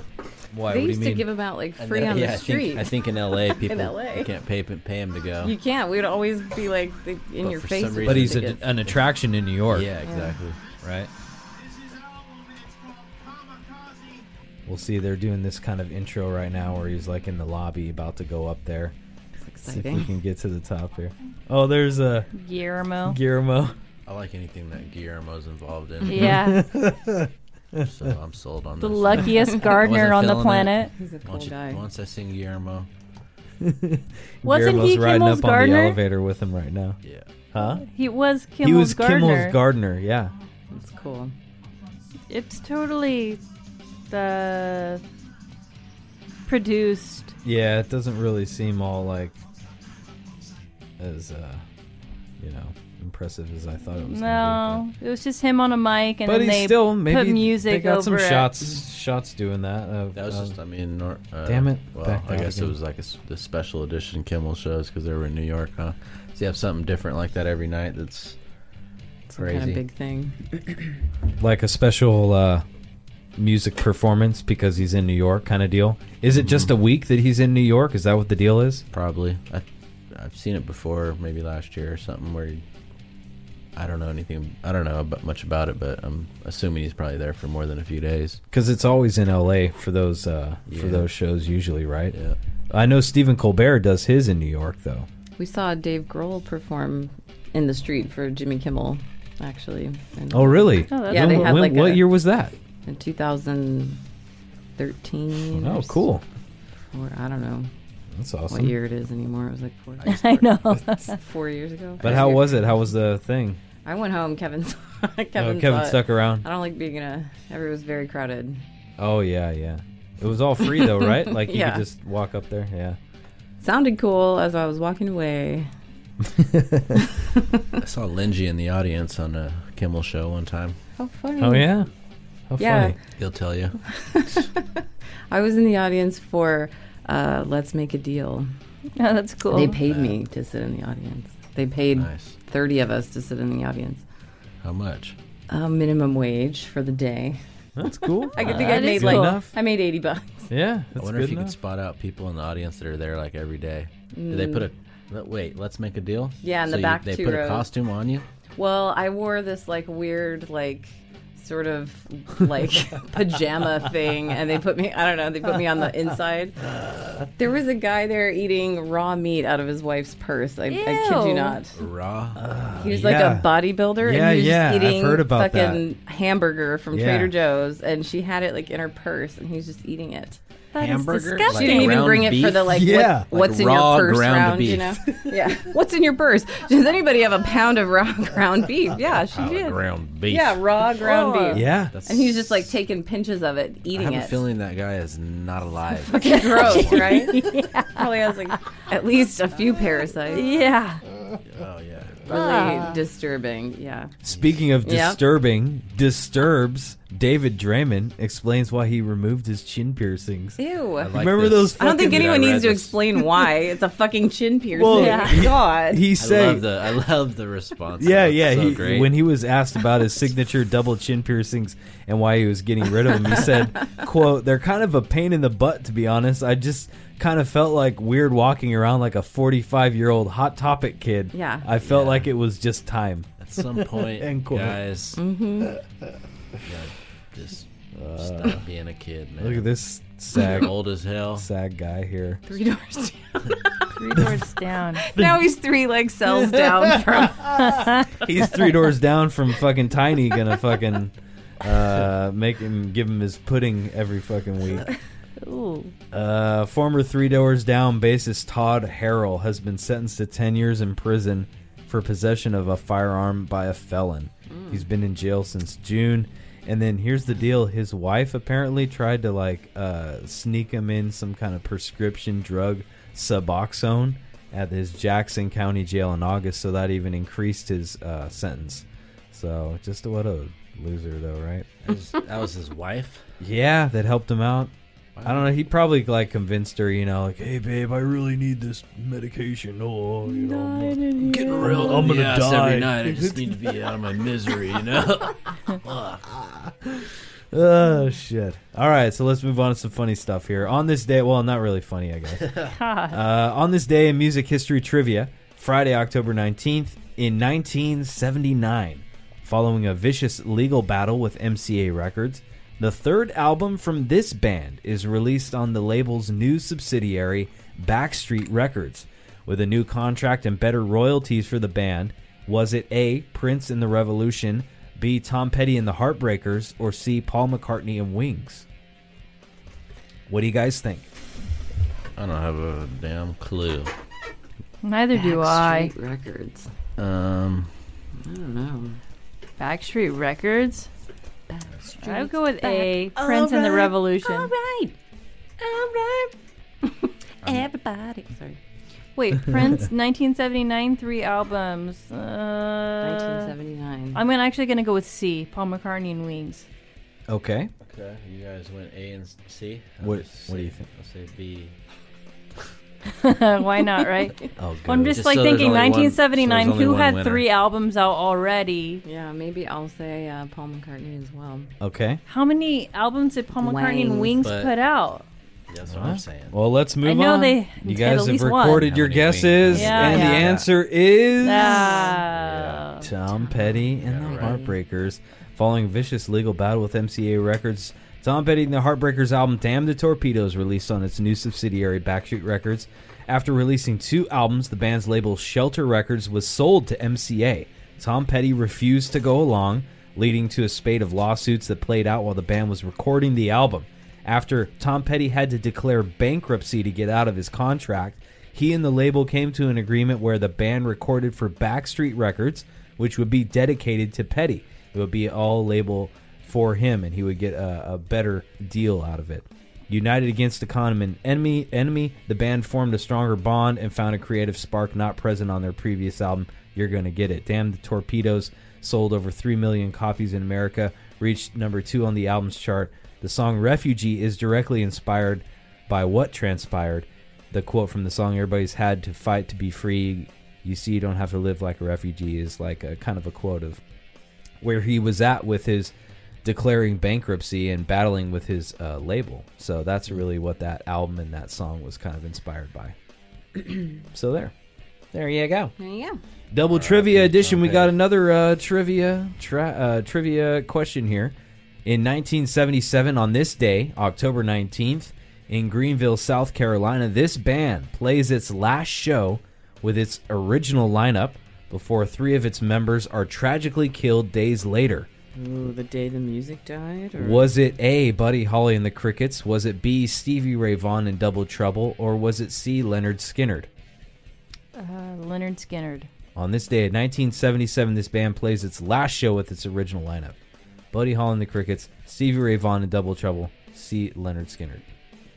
S2: Why?
S5: They used to give him out like
S4: And
S5: free
S4: then-
S5: on
S4: yeah,
S5: the
S4: I
S5: street.
S4: think, I think in LA people
S5: LA.
S4: you can't pay pay him to go.
S5: You can't. We'd always be like the, in
S4: But
S5: your
S4: for
S5: face.
S4: some
S5: with
S2: but
S4: reason-
S2: he's a,
S5: tickets.
S2: an attraction in New York,
S4: yeah, exactly.
S2: right? We'll see. They're doing this kind of intro right now where he's like in the lobby about to go up there.
S5: It's
S2: See if we
S5: exciting.
S2: can get to the top here. Oh, there's a
S3: Guillermo.
S2: Guillermo.
S4: I like anything that Guillermo's involved in.
S3: Yeah,
S4: So I'm sold on
S3: the
S4: this.
S3: luckiest gardener on the
S4: feeling it.
S3: planet.
S5: He's a cool
S4: Once, you-
S5: guy.
S4: once I sing Guillermo,
S3: Wasn't
S2: Guillermo's
S3: he
S2: riding
S3: Kimmel's
S2: up on the
S3: gardener?
S2: elevator with him right now.
S4: yeah.
S2: Huh?
S3: He was Kimmel's
S2: he was
S3: gardener.
S2: Kimmel's gardener. Yeah.
S5: It's cool.
S3: it's totally the produced.
S2: Yeah. It doesn't really seem all like as uh, you know impressive as I thought it was. Gonna be, but-
S3: No, it was just him on a mic, and
S2: but
S3: then
S2: he's
S3: they
S2: still maybe
S3: put music
S2: they got
S3: over
S2: some
S3: it.
S2: shots shots doing that. Uh,
S4: That was
S2: uh,
S4: just, I mean, nor, uh,
S2: damn it,
S4: Well,
S2: back
S4: I
S2: out
S4: guess
S2: again.
S4: it was like a s the special edition Kimmel shows because they were in New York, huh? So you have something different like that every night. That's
S5: Some kind
S4: Crazy.
S5: of big thing.
S2: like a special uh, music performance because he's in New York kind of deal. Is it just a week that he's in New York? Is that what the deal is?
S4: Mm-hmm. probably I, I've seen it before, maybe last year or something. Where you, I don't know anything. I don't know about much about it, but I'm assuming he's probably there for more than a few days.
S2: Because it's always in L.A. for those uh, for
S4: Yeah.
S2: those shows usually, right?
S4: Yeah.
S2: I know Stephen Colbert does his in New York though.
S5: We saw Dave Grohl perform in the street for Jimmy Kimmel, actually. And
S2: Oh, really?
S3: Oh, that's
S5: Yeah,
S2: When-
S5: they had
S2: when-
S5: like
S2: what
S5: a-
S2: year was that?
S5: in 2013. or
S2: Oh,
S5: s-
S2: cool.
S5: Or I don't know
S2: That's
S5: what
S2: awesome.
S5: year it is anymore. It was like four,
S3: I know.
S5: four years ago.
S2: But how was it? How was the thing?
S5: I went home. Kevin saw, Kevin,
S2: Oh, Kevin
S5: saw it.
S2: stuck around.
S5: I don't like being in a. Everyone was very crowded.
S2: Oh yeah, yeah. It was all free though, right? Like you
S5: Yeah.
S2: could just walk up there. Yeah.
S5: Sounded cool as I was walking away.
S4: I saw Linji in the audience on a Kimmel show one time.
S5: How funny.
S2: Oh yeah. How
S5: Yeah.
S2: funny.
S4: He'll tell you.
S5: I was in the audience for uh, Let's Make a Deal.
S3: Oh, that's cool.
S5: They paid me to sit in the audience. They paid
S4: Nice.
S5: 30 of us to sit in the audience.
S4: How much?
S5: Uh, minimum wage for the day.
S2: That's cool.
S4: Uh,
S5: I could think
S3: That
S5: I made
S3: is
S2: cool.
S5: like
S2: Enough.
S5: I made 80 bucks.
S2: Yeah. That's
S4: I wonder
S2: good
S4: if you
S2: enough.
S4: could spot out people in the audience that are there like every day. Did they put a le- wait? Let's make a deal.
S5: Mm. Yeah, in
S4: so
S5: the
S4: you-
S5: back
S4: They
S5: two
S4: put
S5: rows.
S4: a costume on you.
S5: Well, I wore this like weird like sort of like pajama thing and they put me I don't know, they put me on the inside. There was a guy there eating raw meat out of his wife's purse. I, I kid you
S3: Ew.
S5: not.
S4: Raw.
S5: He was
S2: yeah.
S5: like a bodybuilder
S2: Yeah,
S5: and he was
S2: yeah, I've
S5: just eating
S2: heard about
S5: fucking hamburger from
S2: Yeah.
S5: Trader Joe's and she had it like in her purse and he was just eating it.
S3: That is
S2: Hamburger, like-
S5: She
S3: disgusting.
S5: didn't even
S4: ground
S5: bring it for
S4: beef?
S5: the like
S2: Yeah.
S5: what, what's in
S4: raw
S5: your purse
S4: ground
S5: round, you
S4: beef.
S5: know? Yeah. What's in your purse? Does anybody have a pound of raw ground beef? Yeah, she
S4: Pile of
S5: did.
S4: ground beef.
S5: Yeah, raw ground
S3: Oh.
S5: beef.
S2: Yeah.
S4: That's-
S5: And he's just like taking pinches of it,
S4: I
S5: eating
S4: have
S5: it.
S4: a feeling that guy is not alive.
S5: Fucking gross, right? Probably has like at least a few parasites.
S3: yeah.
S4: oh yeah. Ah.
S5: Really disturbing. Yeah.
S2: Speaking of
S5: Yeah.
S2: disturbing, disturbs David Draymond explains why he removed his chin piercings.
S5: Ew.
S4: I like
S2: Remember
S4: this.
S2: those?
S5: I don't think
S2: fucking-
S5: anyone
S4: I read
S5: needs to
S4: this.
S5: explain why. It's a fucking chin piercing.
S2: Well,
S3: Yeah.
S5: God.
S2: He
S4: I
S2: said.
S4: love the I love the response.
S2: yeah,
S4: That's
S2: yeah.
S4: So
S2: he,
S4: great.
S2: when he was asked about his signature double chin piercings and why he was getting rid of them, he said, "quote They're kind of a pain in the butt, to be honest. I just kind of felt like weird walking around like a 45 year old hot topic kid.
S5: Yeah.
S2: I felt like it was just time.
S4: at some point,
S2: End quote.
S4: guys, yeah, just stop being a kid, man.
S2: Uh, Look at this
S4: You're
S2: sag,
S4: old as hell.
S2: sag guy here.
S5: Three doors down.
S3: Three doors down.
S5: Now he's three like cells down from
S2: He's three doors down from fucking Tiny. Gonna fucking uh, make him give him his pudding every fucking week.
S3: Ooh.
S2: Uh, former Three Doors Down bassist Todd Harrell has been sentenced to 10 years in prison for possession of a firearm by a felon. He's been in jail since June. And then here's the deal his wife apparently tried to like uh, sneak him in some kind of prescription drug suboxone at his Jackson County jail in August, so that even increased his uh, sentence. So just what a loser, though, right?
S4: That was- that was his wife.
S2: Yeah, that helped him out. I don't know. He probably like convinced her, you know, like, hey, babe, I really need this medication. Oh, you know, I'm, getting real. I'm gonna
S4: Yes,
S2: die.
S4: every night. I just need to be out of my misery, you know.
S2: Oh shit! All right, so let's move on to some funny stuff here. On this day, well, not really funny, I guess. uh, on this day in music history trivia, Friday, October nineteenth, in nineteen seventy nine, following a vicious legal battle with MCA Records, The third album from this band is released on the label's new subsidiary, Backstreet Records. With a new contract and better royalties for the band, was it A. Prince and the Revolution, B. Tom Petty and the Heartbreakers, or C. Paul McCartney and Wings? What do you guys think?
S4: I don't have a damn clue.
S3: Neither do I.
S5: Backstreet Records.
S4: Um,
S5: I don't know.
S3: Backstreet Records.
S5: Backstreet.
S3: I would go with A. Prince and the Revolution.
S6: All right. All right. Everybody.
S5: Sorry.
S3: Wait, Prince, 1979, three albums. Uh,
S5: 1979.
S3: I'm gonna actually gonna go with C. Paul McCartney and Wings.
S2: Okay.
S4: okay, you guys went A and C. I'll
S2: What-
S4: just
S2: what do
S4: say-
S2: you think?
S4: I'll say B.
S3: Why not, right?
S2: Oh,
S3: Well, I'm
S2: good.
S3: just,
S4: Just
S3: like
S4: so there's
S3: thinking
S4: only one- so there's
S3: 1979.
S4: only
S3: who
S4: one
S3: had
S4: winner.
S3: three albums out already?
S5: yeah, maybe I'll say uh, Paul McCartney as well.
S2: Okay.
S3: How many albums did Paul McCartney and Wings
S5: Wings,
S4: but-
S3: put out?
S4: That's what I'm saying.
S2: Well, let's move
S3: know
S2: on.
S3: they
S2: you
S3: did
S2: guys
S3: at
S2: have
S3: least one.
S2: recorded
S4: How
S2: your
S4: many wings?
S2: guesses,
S3: Yeah.
S2: and the
S3: Yeah.
S2: answer is
S3: Ah.
S2: Um, Tom Petty and the
S5: Petty.
S2: Heartbreakers. Following vicious legal battle with MCA Records, Tom Petty and the Heartbreakers album "Damn the Torpedoes" released on its new subsidiary Backstreet Records. After releasing two albums, the band's label Shelter Records was sold to MCA. Tom Petty refused to go along, leading to a spate of lawsuits that played out while the band was recording the album. After Tom Petty had to declare bankruptcy to get out of his contract, he and the label came to an agreement where the band recorded for Backstreet Records, which would be dedicated to Petty. It would be all label for him, and he would get a, a better deal out of it. United against a common enemy, enemy, the band formed a stronger bond and found a creative spark not present on their previous album. You're gonna get it. Damn the Torpedoes sold over three million copies in America, reached number two on the album's chart. The song "Refugee" is directly inspired by what transpired. The quote from the song "Everybody's had to fight to be free." You see, you don't have to live like a refugee is like a kind of a quote of where he was at with his declaring bankruptcy and battling with his uh, label. So that's really what that album and that song was kind of inspired by. so there. There you go.
S5: There you go.
S2: Double trivia edition. We
S4: Tom
S2: got
S4: Petty.
S2: another uh, trivia tra- uh, trivia question here. In 1977, on this day, October 19th, in Greenville, South Carolina, this band plays its last show with its original lineup before three of its members are tragically killed days later.
S5: Ooh, the day the music died? Or?
S2: Was it A, Buddy Holly and the Crickets? Was it B, Stevie Ray Vaughan and Double Trouble? Or was it C, Leonard Skinnard?
S3: Uh, Leonard Skinnerd.
S2: On this day in 1977, this band plays its last show with its original lineup. Buddy Holly and the Crickets, Stevie Ray Vaughan and Double Trouble, C, Leonard Skinnard.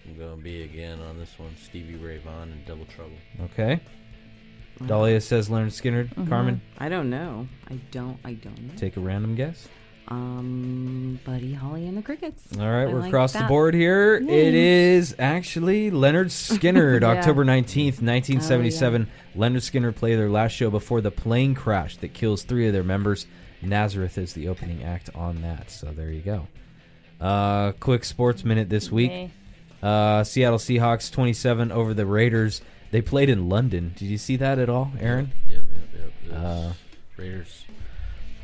S4: I'm going B again on this one. Stevie Ray Vaughan and Double Trouble.
S2: Okay. Dahlia says Leonard Skinnard.
S5: Mm-hmm.
S2: Carmen,
S5: I don't know. I don't. I don't know.
S2: take a random guess.
S5: Um, Buddy Holly and the Crickets.
S2: All right,
S5: I
S2: we're
S5: like
S2: across the
S5: that.
S2: board here. It is actually Leonard Skinner,
S3: Yeah.
S2: October 19th, 1977.
S5: Oh,
S2: Leonard Skinner played their last show before the plane crash that kills three of their members. Nazareth is the opening act on that. So there you go. Uh, quick sports minute this week.
S3: Okay.
S2: Uh, Seattle Seahawks 27 over the Raiders. They played in London. Did you see that at all, Aaron?
S4: Yep, yep, yep. It was
S2: Uh,
S4: Raiders.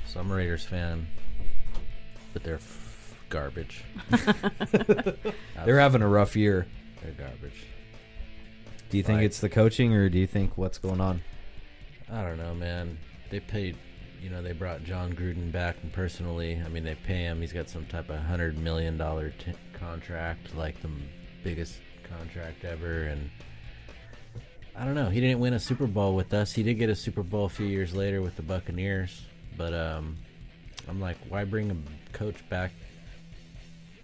S4: So I'm a Raiders fan, but they're f- garbage.
S2: They're having a rough year.
S4: They're garbage.
S2: Do you think
S4: Right.
S2: it's the coaching or do you think what's going on?
S4: I don't know, man. They paid, you know, they brought John Gruden back, and personally, I mean, they pay him. He's got some type of hundred million dollar t- contract, like the m- biggest contract ever, and I don't know. He didn't win a Super Bowl with us. He did get a Super Bowl a few years later with the Buccaneers, but um, I'm like, why bring a coach back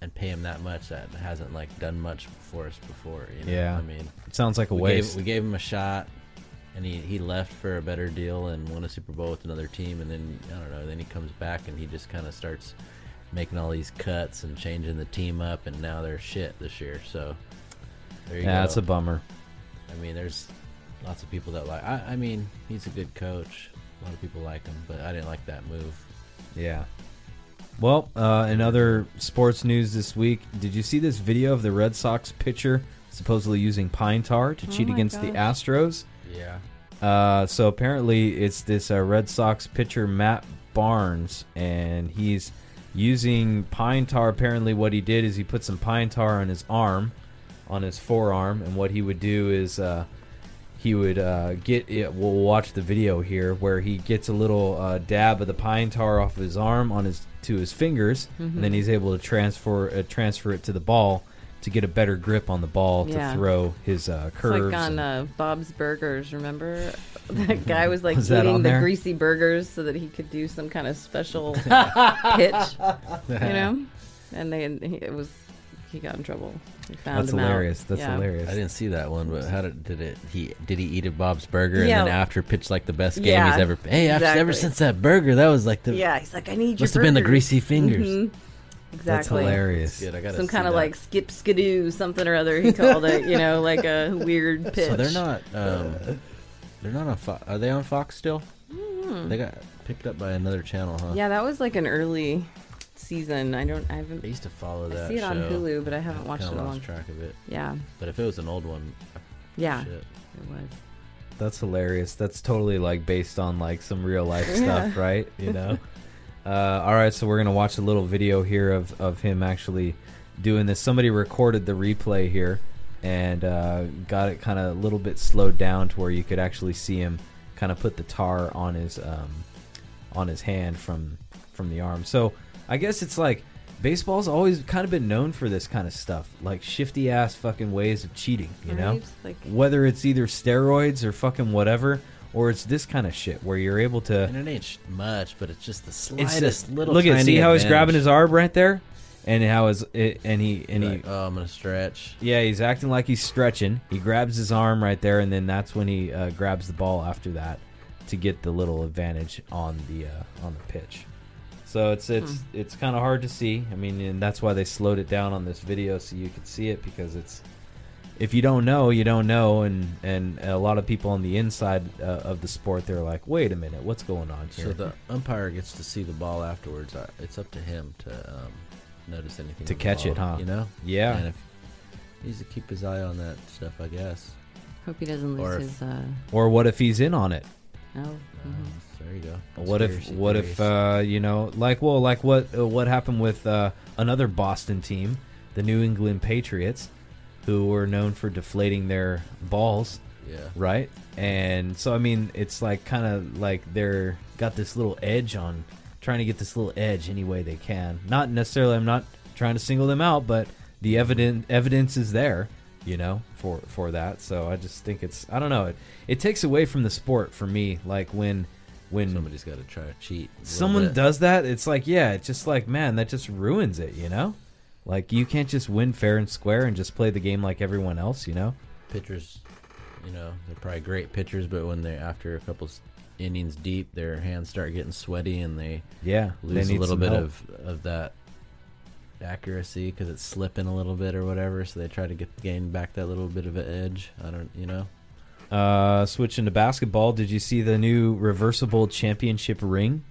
S4: and pay him that much that hasn't like done much for us before? You know?
S2: Yeah.
S4: I mean,
S2: It sounds like a
S4: we
S2: waste.
S4: gave, we gave him a shot, and he, he left for a better deal and won a Super Bowl with another team. And then I don't know. Then he comes back and he just kind of starts making all these cuts and changing the team up, and now they're shit this year. So there you
S2: yeah,
S4: go.
S2: that's a bummer.
S4: I mean, there's lots of people that like. I, I mean, he's a good coach. A lot of people like him, but I didn't like that move.
S2: Yeah. Well, uh, in other sports news this week, did you see this video of the Red Sox pitcher supposedly using pine tar to cheat
S5: my
S2: against the Astros?
S4: Yeah.
S2: Uh, so apparently, it's this uh, Red Sox pitcher Matt Barnes, and he's using pine tar. Apparently, what he did is he put some pine tar on his arm, on his forearm, and what he would do is uh, he would uh, get it. We'll watch the video here where he gets a little uh, dab of the pine tar off of his arm on his to his fingers, and
S5: Mm-hmm.
S2: then he's able to transfer uh, transfer it to the ball to get a better grip on the ball
S5: Yeah.
S2: to throw his uh,
S5: It's
S2: curves.
S5: like on
S2: and- Mm-hmm.
S5: uh, Bob's Burgers, remember? That guy was like
S2: Was that
S5: eating
S2: on
S5: the
S2: there?
S5: greasy burgers so that he could do some kind of special pitch, you know? And they, and he, it was, he got in trouble. They found
S2: that's
S5: him out.
S2: hilarious. That's
S5: Yeah.
S2: hilarious.
S4: I didn't see that one, but how did, did it? He did he eat a Bob's Burger
S5: Yeah.
S4: and then after pitched like the best game
S5: Yeah,
S4: he's ever. Hey, after, ever
S5: exactly.
S4: since that burger, that was like the
S5: Yeah, he's like, I need your
S4: must have been the
S5: burgers."
S4: greasy fingers.
S5: Mhm.
S2: That's
S5: Exactly.
S2: hilarious.
S4: Good, I gotta
S5: Some
S4: see
S5: kind of
S4: that.
S5: like skip skidoo, something or other, he called it, you know, like a weird pitch.
S4: So they're not. Um, they're not on. Fo- are they on Fox still? They got picked up by another channel, huh?
S5: Mm-hmm. Yeah, that was like an early season. I don't, I haven't,
S4: I used to follow
S5: I
S4: that.
S5: see it on
S4: show.
S5: Hulu, but I haven't watched it
S4: Kinda
S5: in a
S4: lost
S5: long time.
S4: track of it.
S5: Yeah,
S4: But if it was an old one,
S5: yeah,
S4: shit.
S5: it was.
S2: That's hilarious. That's totally like based on like some real life stuff, right? You know. uh, all right, so we're gonna watch a little video here of of him actually doing this. Somebody recorded the replay here and uh, got it kind of a little bit slowed down to where you could actually see him kind of put the tar on his um, on his hand from from the arm. So I guess it's like baseball's always kind of been known for this kind of stuff, like shifty ass fucking ways of cheating. You know
S5: Right? Like,
S2: whether it's either steroids or fucking whatever, or it's this kind of shit where you're able
S4: And
S2: to.
S4: it ain't sh- much, but it's just the
S2: It's
S4: slightest
S2: just
S4: little.
S2: look at
S4: tiny
S2: see how he's
S4: advantage.
S2: grabbing his arm right there, and how his it, and he and
S4: You're
S2: he
S4: like, oh, I'm gonna stretch.
S2: yeah he's acting like he's stretching. He grabs his arm right there, and then that's when he uh, grabs the ball after that to get the little advantage on the uh, on the pitch. So it's it's it's kind of hard to see. I mean, and that's why they slowed it down on this video so you could see it because it's if you don't know, you don't know, and and a lot of people on the inside uh, of the sport they're like, wait a minute, what's going on here?
S4: So the umpire gets to see the ball afterwards. I- It's up to him to um, notice anything
S2: To
S4: with the
S2: catch it,
S4: ball,
S2: huh?
S4: You know,
S2: yeah,
S4: And if he needs to keep his eye on that stuff, I guess.
S5: hope he doesn't
S4: Or
S5: lose
S4: if-
S5: his. Uh,
S2: or what if he's in on it?
S5: oh,
S4: Um,
S5: mhm.
S4: There you go.
S2: What if
S4: Conspiracy
S2: what if
S4: theories.
S2: uh, you know like well like what uh, what happened with uh, another Boston team, the New England Patriots, who were known for deflating their balls
S4: yeah.
S2: right? And so I mean, it's like kind of like they're got this little edge on trying to get this little edge any way they can. Not necessarily I'm not trying to single them out, but the evident evidence is there, you know, for for that. So I just think it's I don't know, it it takes away from the sport for me like when when
S4: Somebody's got to try to cheat. a little
S2: someone
S4: bit.
S2: does that, it's like yeah, it's just like man, that just ruins it, you know? Like you can't just win fair and square and just play the game like everyone else, you know?
S4: Pitchers, you know, they're probably great pitchers, but when they're after a couple s- innings deep, their hands start getting sweaty and they
S2: Yeah, they
S4: lose a
S2: need
S4: little
S2: some
S4: bit
S2: help.
S4: of of that accuracy because it's slipping a little bit or whatever. So they try to get gain back that little bit of an edge. I don't, you know.
S2: Uh, switching to basketball, did you see the new reversible championship ring?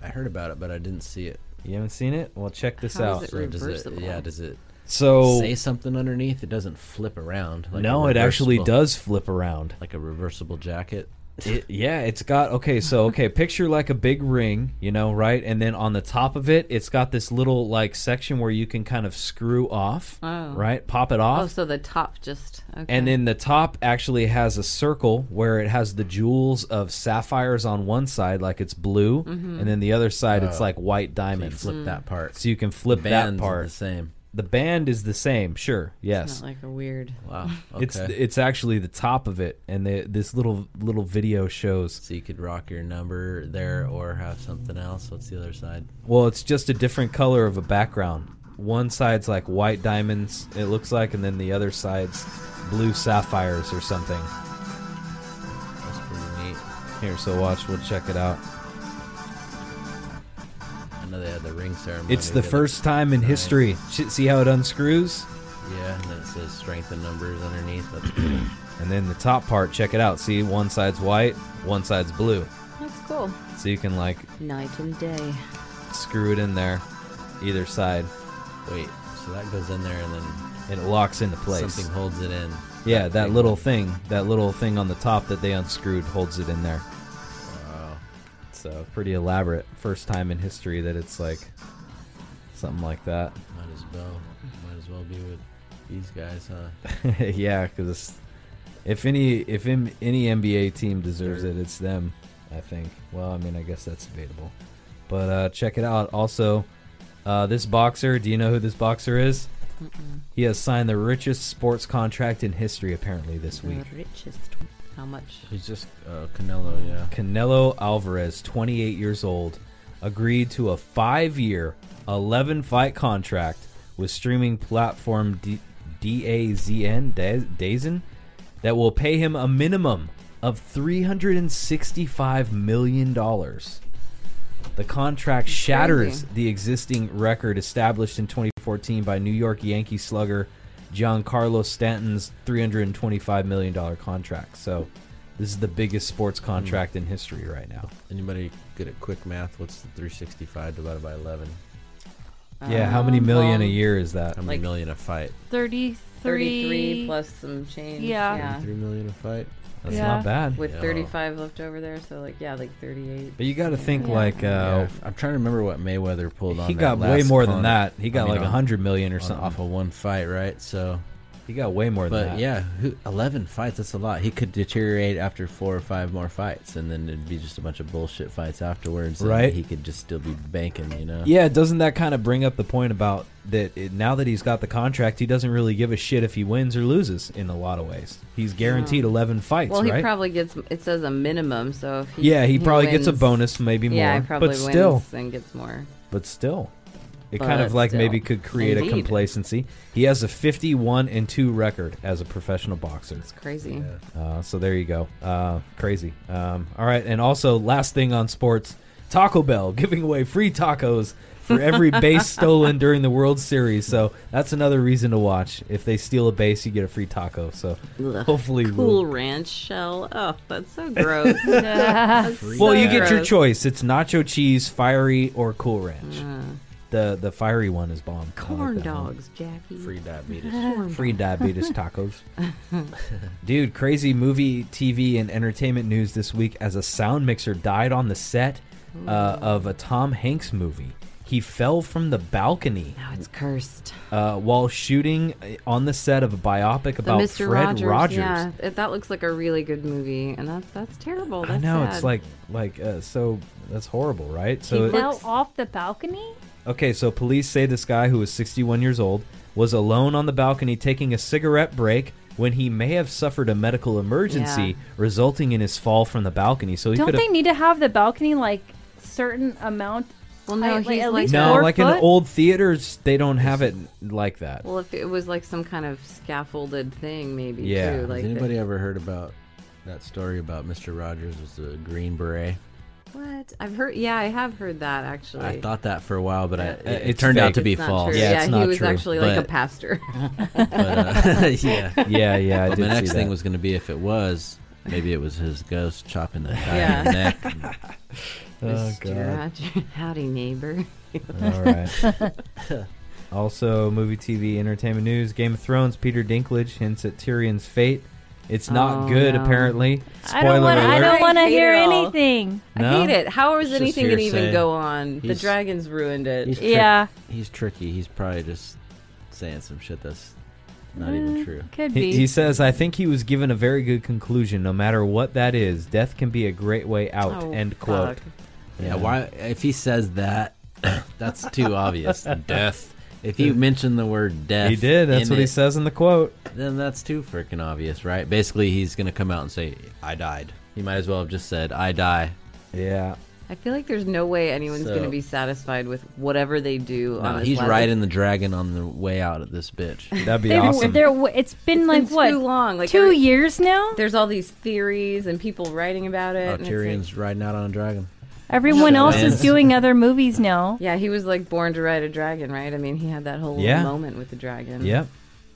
S4: I heard about it, but I didn't see it.
S2: You haven't seen it? Well, check this
S5: How
S2: out.
S5: is it
S4: So does it?
S5: Reversible.
S4: Yeah, does it
S2: So,
S4: say something underneath? It doesn't flip around. a
S2: no, it actually
S4: reversible-
S2: does flip around.
S4: Like a reversible jacket.
S2: It, yeah, it's got okay. So, okay, picture like a big ring, you know, right? And then on the top of it, it's got this little like section where you can kind of screw off,
S5: Oh.
S2: right? Pop it off.
S5: oh, so the top just. Okay.
S2: And then the top actually has a circle where it has the jewels of sapphires on one side, like it's blue,
S5: Mm-hmm.
S2: and then the other side it's like white
S4: Oh. You
S2: diamonds.
S4: flip that part.
S2: so you can flip that
S4: Bands are
S2: part.
S4: the same.
S2: The band is the same, sure.
S5: It's
S2: Yes.
S5: not like a weird.
S4: Wow. Okay.
S2: It's it's actually the top of it and the, this little little video shows.
S4: so you could rock your number there or have something else. What's the other side?
S2: Well, it's just a different color of a background. One side's like white diamonds it looks like and then the other side's blue sapphires or something.
S4: That's pretty neat.
S2: Here, so watch, we'll check it out.
S4: I know they had the ring ceremony.
S2: It's the
S4: other-
S2: first time in
S4: Right.
S2: history. Sh- See how it unscrews?
S4: Yeah, and then it says strength and numbers underneath. That's pretty.
S2: And then the top part, check it out. See, one side's white, one side's blue.
S5: That's cool.
S2: So you can like
S5: Night and day.
S2: screw it in there either side
S4: Wait, so that goes in there and then
S2: and it locks into place.
S4: something holds it in.
S2: Yeah, that
S4: big
S2: little
S4: one.
S2: thing, that little thing on the top that they unscrewed holds it in there.
S4: Wow.
S2: So pretty elaborate. First time in history that it's like something like that.
S4: Might as well. Might as well be with these guys, huh?
S2: yeah, because if any if im- any NBA team deserves it, it's them. I think. Well, I mean, I guess that's debatable, but uh, check it out. Also, uh, this boxer. Do you know who this boxer is? He has signed the richest sports contract in history, apparently, this week.
S5: The richest. How much?
S4: He's just uh, Canelo, yeah.
S2: Canelo Alvarez, 28 years old, agreed to a five year, 11 fight contract with streaming platform D- DAZN, Da- DAZN that will pay him a minimum of $365 million. The contract shatters the existing record established in 2014 by New York Yankee slugger Giancarlo Stanton's $325 million contract. So. This is the biggest sports
S4: Hmm.
S2: contract in history right now.
S4: Anybody good at quick math? What's the 365 divided by 11?
S2: yeah, how many million a
S5: Um, well,
S2: year is that?
S4: How many
S5: Like-
S4: million a fight?
S3: 33.
S5: 33 plus some change.
S3: Yeah.
S5: yeah.
S4: Three million a fight?
S2: That's
S3: Yeah.
S2: not bad.
S5: With
S4: Yeah.
S5: 35 left over there, so like, yeah, like 38.
S2: But you got to think
S3: Yeah.
S2: like uh,
S4: Yeah, I'm trying to remember what Mayweather pulled on.
S2: he
S4: that
S2: got way
S4: last
S2: more than
S4: con-
S2: that. He
S4: I
S2: got
S4: mean,
S2: like a
S4: on-
S2: hundred million or
S4: on-
S2: something.
S4: off of one fight, right? So,
S2: He got way more than
S4: but
S2: that.
S4: yeah, who, 11 fights, that's a lot. He could deteriorate after four or five more fights, and then it'd be just a bunch of bullshit fights afterwards. and
S2: Right.
S4: He could just still be banking, you know?
S2: Yeah, doesn't that kind of bring up the point about that it, now that he's got the contract, he doesn't really give a shit if he wins or loses in a lot of ways. He's guaranteed 11 fights,
S5: well, he
S2: right?
S5: probably gets, it says a minimum, so if he.
S2: yeah, he, probably gets a
S5: wins-
S2: bonus, maybe more.
S5: Yeah, he probably
S2: but
S5: wins
S2: still,
S5: and gets more.
S2: but still it kind
S5: But
S2: of like
S5: still.
S2: maybe could create a
S5: Indeed.
S2: complacency he has a 51 and 2 record as a professional boxer
S5: It's crazy.
S2: uh, so there you go uh, crazy um, all right and also last thing on sports taco bell giving away free tacos for every base stolen during the world series so that's another reason to watch if they steal a base you get a free taco so
S5: Ugh,
S2: hopefully
S5: Cool
S2: we'll-
S5: ranch shell. Oh, that's so gross. That's
S2: well
S5: so
S2: you get your
S5: gross.
S2: choice it's nacho cheese fiery or cool ranch
S5: Uh.
S2: the the fiery one is bomb I like
S5: Corn
S2: that one.
S5: dogs, Jackie.
S4: Free diabetes.
S2: Free diabetes tacos. Dude, crazy movie, TV, and entertainment news this week as a sound mixer died on the set uh, of a Tom Hanks movie. He fell from the balcony
S5: Now it's cursed.
S2: uh, while shooting uh, on the set of a biopic
S5: The
S2: about
S5: Mr.
S2: Fred
S5: Rogers.
S2: Rogers.
S5: Yeah, it, that looks like a really good movie, and that's that's terrible. That's
S2: I know
S5: sad.
S2: it's like like uh, so that's horrible, right? So
S3: He
S2: it-
S3: fell off the balcony?
S2: Okay, so police say this guy who was 61 years old was alone on the balcony taking a cigarette break when he may have suffered a medical emergency
S5: Yeah.
S2: resulting in his fall from the balcony. So he
S3: Don't
S2: could
S3: they
S2: have
S3: need to have the balcony like certain amount?
S5: Well, no,
S3: I-
S5: he's
S3: at
S5: like-
S3: least
S2: No,
S3: four
S2: like
S3: foot?
S2: in old theaters they don't have it like that.
S5: Well, if it was like some kind of scaffolded thing, maybe.
S2: Yeah.
S5: Too,
S2: Has
S5: like
S4: Has
S5: that-
S4: anybody ever heard about that story about Mr. Rogers was a Green Beret?
S5: What? I've heard. Yeah, I have heard that actually.
S4: I thought that for a while, but I, it, it
S2: it's
S4: turned
S2: fake.
S4: out to be
S5: It's not
S4: false.
S5: True.
S2: Yeah, it's
S5: he
S2: not
S5: was
S2: true,
S5: actually like a
S4: but-
S5: pastor.
S4: But, uh, yeah.
S2: Yeah, yeah, I
S4: But
S2: did
S4: the next
S2: see
S4: thing
S2: that.
S4: was going to be if it was, maybe it was his ghost chopping the guy
S5: Yeah.
S4: in the neck. uh,
S5: Mr. Roger. Howdy, neighbor.
S2: All right. also, movie, TV, entertainment news. Game of Thrones. Peter Dinklage hints at Tyrion's fate. It's not
S5: Oh,
S2: good,
S5: no.
S2: apparently.
S3: I don't want. I don't
S5: alert.
S3: want to
S5: Hate
S3: hear
S5: it all.
S3: anything.
S2: No?
S5: I hate it. How is
S4: It's just
S5: anything gonna even
S4: hearsay.
S5: go on? the
S4: He's-
S5: dragons ruined it.
S4: he's-
S3: Yeah,
S4: He's tricky. He's probably just saying some shit that's not even true.
S3: could be.
S2: He, he says, I think he was given a very good conclusion. No matter what that is, death can be a great way out.
S5: Oh,
S2: end quote.
S5: fuck.
S4: Yeah, why? If he says that, that's too obvious. death. If you mention the word death,
S2: He did. That's
S4: in
S2: what he
S4: it,
S2: says in the quote.
S4: Then that's too freaking obvious, right? Basically, he's gonna come out and say, "I died." He might as well have just said, "I die."
S2: Yeah.
S5: I feel like there's no way anyone's
S4: So-
S5: gonna be satisfied with whatever they do.
S4: No,
S5: on this
S4: he's
S5: last-
S4: riding the dragon on the way out of this bitch.
S2: That'd be
S3: They're-
S2: awesome.
S3: they're- it's been
S5: It's
S3: like
S5: been
S3: what?
S5: Too long. Like
S3: two
S5: every-
S3: years now.
S5: There's all these theories and people writing about it.
S4: Oh,
S5: and it's like-
S4: Tyrion's riding out on a dragon.
S3: Everyone else is
S4: man.
S3: doing other movies now.
S5: yeah, he was like born to ride a dragon, right? I mean, he had that whole little
S2: Yeah.
S5: moment with the dragon.
S2: Yep.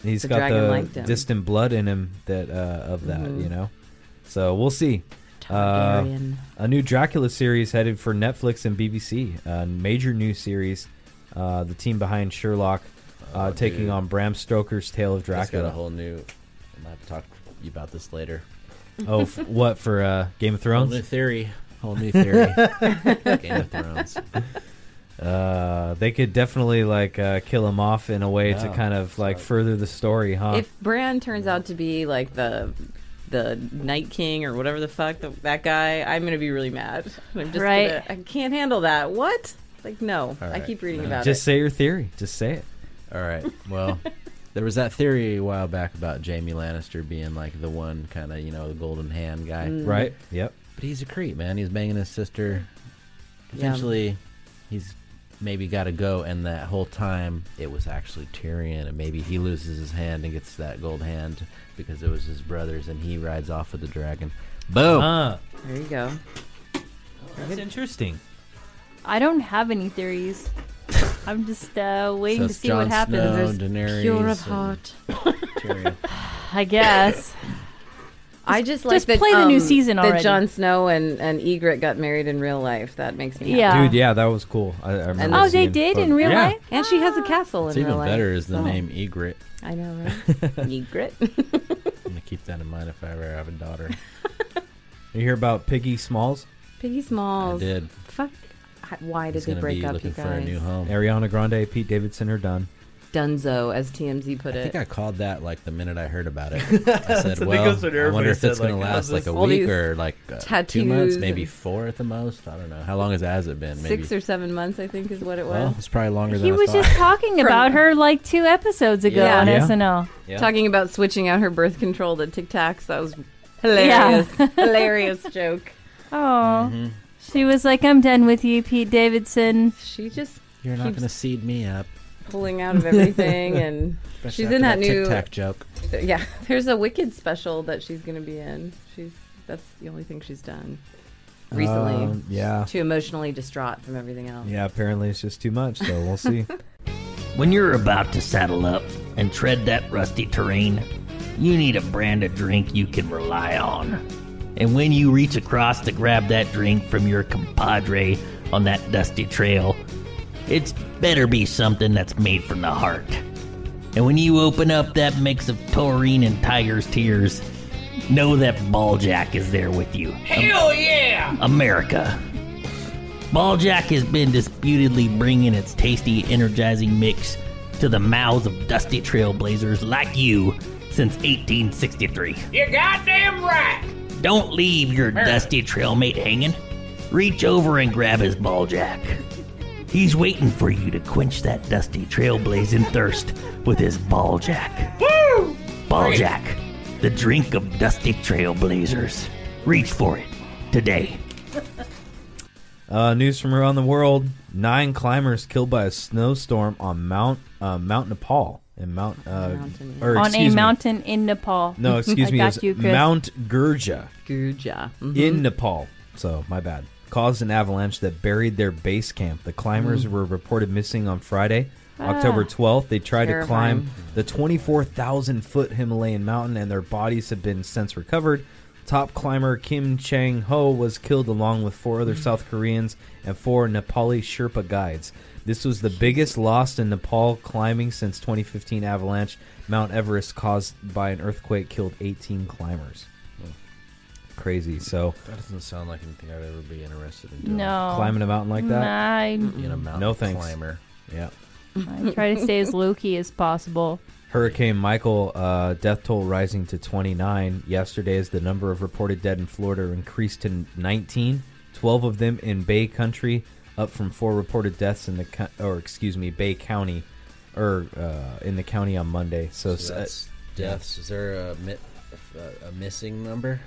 S2: He's
S5: The
S2: got
S5: dragon liked
S2: the
S5: him. Mm-hmm.
S2: distant blood in him that uh, of that, you know? So we'll see. Uh,
S5: Targaryen.
S2: a new Dracula series headed for Netflix and BBC. A major new series. Uh, the team behind Sherlock uh,
S4: Oh,
S2: taking
S4: dude.
S2: on Bram Stoker's Tale of
S4: That's got a
S2: Dracula.
S4: whole new. I might have to talk to you about this later.
S2: oh, f- what for uh, Game of Thrones?
S4: theory. Whole new theory. Game of Thrones.
S2: Uh, they could definitely like uh, kill him off in a way to
S4: Yeah.
S2: kind of like further the story, huh?
S5: If Bran turns out to be like the the Night King or whatever the fuck the, that guy, I'm gonna be really mad. I'm just
S3: Right.
S5: gonna- I can't handle that. What? Like no. I keep reading about
S2: Just
S5: it.
S2: say your theory. Just say it.
S4: All right. Well, there was that theory a while back about Jamie Lannister being like the one kind of, you know, the golden hand guy.
S2: Right? Yep.
S4: But he's a creep, man. He's banging his sister.
S5: Yeah.
S4: Eventually, he's maybe got to go, and that whole time it was actually Tyrion, and maybe he loses his hand and gets that gold hand because it was his brother's, and he rides off with the dragon. Boom!
S2: Ah,
S5: There you go.
S2: that's interesting.
S3: I don't have any theories. I'm just uh, waiting
S4: So
S3: to
S4: it's
S3: see
S4: Jon
S3: what happens.
S4: Snow,
S3: There's-
S4: Daenerys,
S5: Pure of
S4: and
S5: heart.
S4: Tyrion.
S3: I guess.
S5: I just like
S3: just
S5: that,
S3: play the new
S5: um,
S3: season already.
S5: That Jon Snow and, and Egret got married in real life. That makes me happy.
S3: Yeah.
S2: Dude, yeah, that was cool. I, I remember.
S5: And
S3: oh, they
S2: seeing
S3: did in
S2: photos.
S3: real
S2: Yeah.
S3: life.
S5: And she has a castle in
S4: What's
S5: real
S4: even
S5: life.
S4: better is the
S5: So-
S4: name Egret.
S5: I know, right? Egret.
S4: I'm gonna keep that in mind if I ever have a daughter.
S2: You hear about Piggy Smalls?
S5: Piggy
S4: I
S5: Smalls.
S4: did.
S5: Fuck. Why did
S4: He's
S5: they
S4: gonna
S5: break
S4: be
S5: up, you
S4: looking for a new
S5: guys?
S4: home.
S2: Ariana Grande, Pete Davidson are done.
S5: Dunzo, as TMZ put
S4: I
S5: it.
S4: think I called that like the minute I heard about it. I said,
S2: think
S4: "Well,
S2: that's what
S4: I
S2: everybody
S4: wonder if
S2: said,
S4: it's going
S2: like,
S4: to
S2: how's
S4: last like a
S5: this- All
S4: week
S5: these
S4: or like uh, two months,
S5: tattoos
S4: maybe
S5: and-
S4: four at the most. I don't know. How long has has it been? Maybe
S5: Six or seven months, I think, is what it
S4: well,
S5: was.
S4: it's probably longer than
S3: He
S4: I
S3: was
S4: thought.
S3: just talking about her like two episodes ago
S5: Yeah.
S3: on
S2: Yeah.
S3: SNL.
S2: Yeah.
S5: Talking about switching out her birth control to Tic Tacs. That was hilarious. hilarious joke.
S3: Oh,
S2: Mm-hmm.
S3: she was like, "I'm done with you, Pete Davidson."
S5: She just
S4: You're not
S5: keeps-
S4: going to seed me up.
S5: pulling out of everything and
S4: especially
S5: She's
S4: after
S5: in that new-
S4: Tic Tac joke.
S5: yeah there's a wicked special that she's going to be in she's that's the only thing she's done recently
S2: Um, yeah.
S5: too emotionally distraught from everything else
S2: Yeah, apparently it's just too much, so we'll see.
S10: When you're about to saddle up and tread that rusty terrain, you need a brand of drink you can rely on. And when you reach across to grab that drink from your compadre on that dusty trail, it's better be something that's made from the heart. And when you open up that mix of taurine and tiger's tears, know that Balljack is there with you. Hell yeah! America. Balljack has been disputedly bringing its tasty, energizing mix to the mouths of dusty trailblazers like you since 1863. You're goddamn right! Don't leave your dusty trailmate hanging. Reach over and grab his Balljack. He's waiting for you to quench that dusty trailblazing thirst with his Balljack. Woo! Balljack, the drink of dusty trailblazers. Reach for it today.
S2: Uh, news from around the world: Nine climbers killed by a snowstorm on Mount uh, Mount Nepal and Mount uh,
S5: Mountain, yeah.
S2: or,
S3: on a
S2: excuse me.
S3: mountain in Nepal.
S2: No, excuse
S3: I
S2: me, it
S3: got
S2: was
S3: you, Chris. Mm-hmm.
S2: Mount Gurja
S5: Guja. Mhm.
S2: in Nepal. So my bad. Caused an avalanche that buried their base camp. The climbers
S3: Mm.
S2: were reported missing on Friday,
S3: Ah.
S2: October 12th. They tried to
S5: Terrifying.
S2: climb the 24,000 foot Himalayan mountain, and their bodies have been since recovered. Top climber Kim Chang Ho was killed along with four
S4: Mm.
S2: other South Koreans and four Nepali Sherpa guides. This was the biggest loss in Nepal climbing since 2015 avalanche. Mount Everest caused by an earthquake killed 18 climbers. Crazy. So
S4: That doesn't sound like anything I'd ever be interested in doing.
S3: no
S2: climbing a mountain like that.
S3: I,
S4: Being a mountain
S2: No thanks.
S4: climber.
S2: Yeah.
S3: I try to stay as low key as possible.
S2: Hurricane Michael uh, death toll rising to 29 yesterday as the number of reported dead in Florida increased to 19, 12 of them in Bay Country, up from four reported deaths in the co- or excuse me Bay County, or uh, in the county on Monday. So,
S4: So
S2: uh,
S4: that's deaths. Is there a, mi- a, a missing number?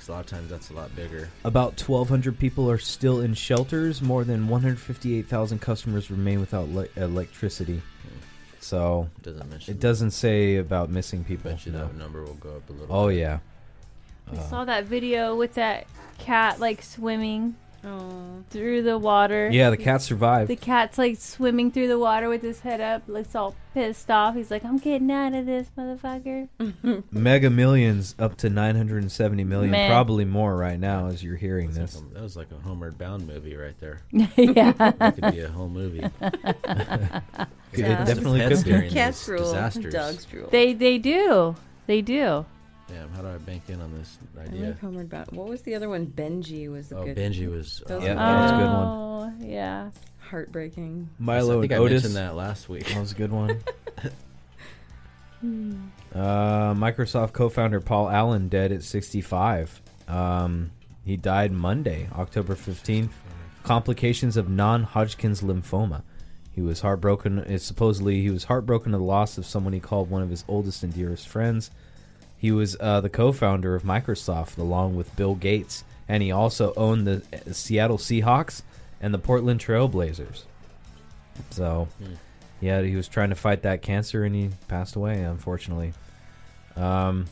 S4: 'Cause a lot of times that's a lot bigger.
S2: about 1,200 people are still in shelters. More than 158,000 customers remain without le- electricity. So
S4: Hmm. Doesn't mention.
S2: it doesn't say about missing people.
S4: Bet you
S2: no.
S4: that number will go up a little.
S2: Oh
S4: bit.
S2: yeah.
S3: I
S2: Oh.
S3: saw that video with that cat like swimming
S5: Oh.
S3: through the water.
S2: Yeah, the cat survived.
S3: The cat's like swimming through the water with his head up, looks all pissed off. He's like, I'm getting out of this, motherfucker.
S2: Mega Millions up to 970 million,
S3: Man.
S2: probably more right now as you're hearing
S4: That's
S2: this.
S4: like a- that was like a Homeward Bound movie right there.
S3: yeah.
S4: That could be a whole movie.
S2: It definitely
S4: Pets
S2: could be.
S4: during these
S5: cats rule
S4: Disasters.
S5: dogs rule
S3: They they do. They do.
S4: Damn, how do I bank in on this
S5: I
S4: idea?
S5: like Homeward Bound. what was the other one benji was the
S4: Oh,
S5: good
S4: Benji was.
S5: Those
S2: uh, Yeah,
S5: are
S2: that was a good
S3: Oh, yeah.
S5: heartbreaking.
S2: Milo
S4: I think
S2: and
S4: I
S2: Otis.
S4: mentioned that last week.
S2: That was a good one.
S5: Hmm.
S2: uh, Microsoft co-founder Paul Allen dead at 65. Um, he died Monday, October 15th. Complications of non-Hodgkin's lymphoma. He was heartbroken. It's supposedly he was heartbroken at the loss of someone he called one of his oldest and dearest friends. He was uh, the co-founder of Microsoft, along with Bill Gates, and he also owned the uh, Seattle Seahawks and the Portland Trailblazers. So, yeah, he was trying to fight that cancer and he passed away, unfortunately. Um,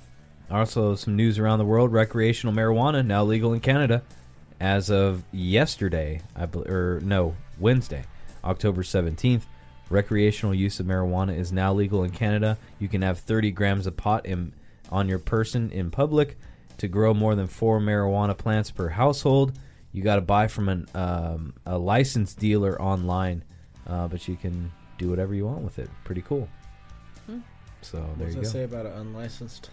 S2: also, some news around the world: recreational marijuana now legal in Canada as of yesterday, I bel or no, Wednesday, October seventeenth. Recreational use of marijuana is now legal in Canada. You can have 30 grams of pot in, on your person in public. To grow more than four marijuana plants per household, you got to buy from an, um, a licensed dealer online, uh, but you can do whatever you want with it. Pretty cool.
S5: Hmm.
S2: So
S4: What
S2: there
S4: does
S2: you
S4: it
S2: go.
S4: say about an unlicensed?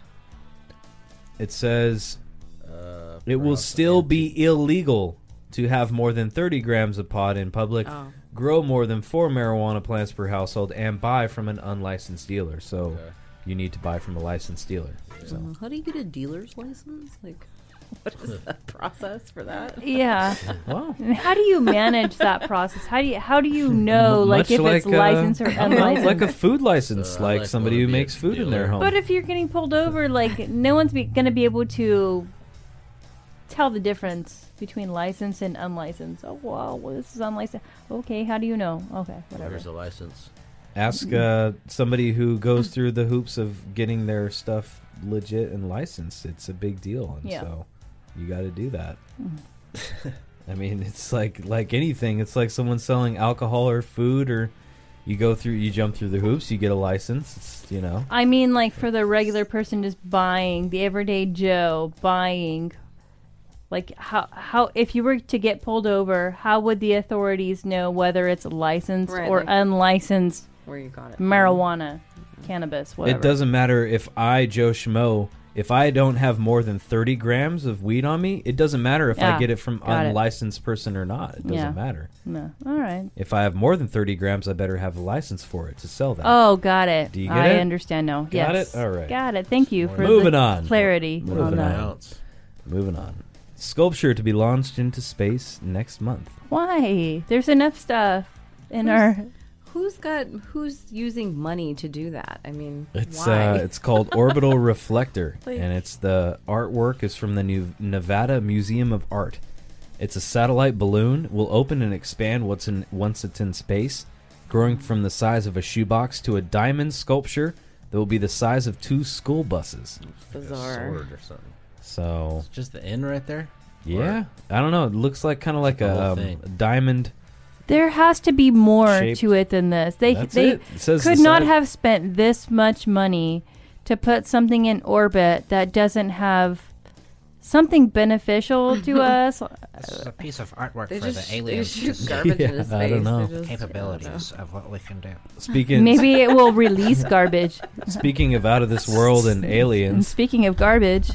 S2: It says
S4: Uh,
S2: it will
S4: perhaps
S2: still
S4: anti-
S2: be illegal to have more than 30 grams of pod in public,
S5: Oh.
S2: grow more than four marijuana plants per household, and buy from an unlicensed dealer. So
S4: Okay.
S2: you need to buy from a licensed dealer. So.
S5: Uh, How do you get a dealer's license? Like, what is the process for that?
S3: Yeah.
S2: Wow.
S3: And how do you manage that process? How do you how do you know like
S2: Much
S3: if it's
S2: like, uh,
S3: licensed or
S2: I don't know,
S3: unlicensed?
S2: like a food license,
S4: So I
S2: like,
S4: Uh, like
S2: somebody
S4: wanna
S2: who
S4: be a
S2: makes food in their home.
S4: dealer.
S3: but if you're getting pulled over, like no one's be- going to be able to tell the difference between licensed and unlicensed. Oh wow, well this is unlicensed. Okay, how do you know? Okay, whatever.
S4: There's a license.
S2: Ask uh, somebody who goes through the hoops of getting their stuff legit and licensed. It's a big deal, and
S3: Yeah.
S2: so you got to do that. I mean, it's like like anything. It's like someone selling alcohol or food, or you go through, you jump through the hoops, you get a license. It's, you know,
S3: I mean, like for the regular person just buying, the everyday Joe buying. Like how how if you were to get pulled over, how would the authorities know whether it's licensed
S5: Right,
S3: or
S5: like-
S3: unlicensed
S5: Where you got it? from.
S3: marijuana, cannabis, whatever?
S2: it doesn't matter if I Joe Schmo. If I don't have more than 30 grams of weed on me, it doesn't matter if I
S3: Yeah,
S2: get it from
S3: got it.
S2: unlicensed person or not. It doesn't
S3: Yeah.
S2: matter.
S3: No. All right.
S2: If I have more than 30 grams, I better have a license for it to sell that.
S3: Oh, got it.
S2: Do you get
S3: I
S2: it?
S3: understand now.
S2: Got
S3: yes.
S2: it? All right.
S3: Got it. Thank you for
S2: Moving
S3: the
S2: on.
S3: clarity
S2: Moving
S3: on
S4: an
S3: that.
S4: ounce.
S2: Moving on. Sculpture to be launched into space next month.
S3: Why? There's enough stuff in
S5: There's-
S3: our
S5: Who's got? Who's using money to do that? I mean,
S2: It's
S5: why?
S2: uh, it's called Orbital Reflector,
S5: Like-
S2: and it's the artwork is from the new Nevada Museum of Art. It's a satellite balloon. Will open and expand once in once it's in space, growing from the size of a shoebox to a diamond sculpture that will be the size of two school buses.
S5: bizarre.
S4: Sword or something.
S2: So
S4: It's just the end right there.
S2: yeah, I don't know. It looks like kind of like
S4: The whole
S2: a, um,
S4: thing.
S2: diamond.
S3: There has to be more
S2: Shape.
S3: to it than this. They
S2: That's
S3: they
S2: it. It says
S3: could
S2: the
S3: not
S2: size-
S3: have spent this much money to put something in orbit that doesn't have something beneficial to us.
S11: This is a piece of artwork
S5: Uh, They
S11: for
S5: just
S11: the
S5: sh- they
S11: aliens to
S5: shoot
S11: see
S5: garbage into space.
S2: Yeah, I don't know.
S5: They're just-
S11: the
S5: I don't know.
S11: capabilities of what we can do.
S2: Speaking
S3: Maybe it will release garbage.
S2: speaking of out of this world and
S3: And
S2: aliens,
S3: speaking of garbage,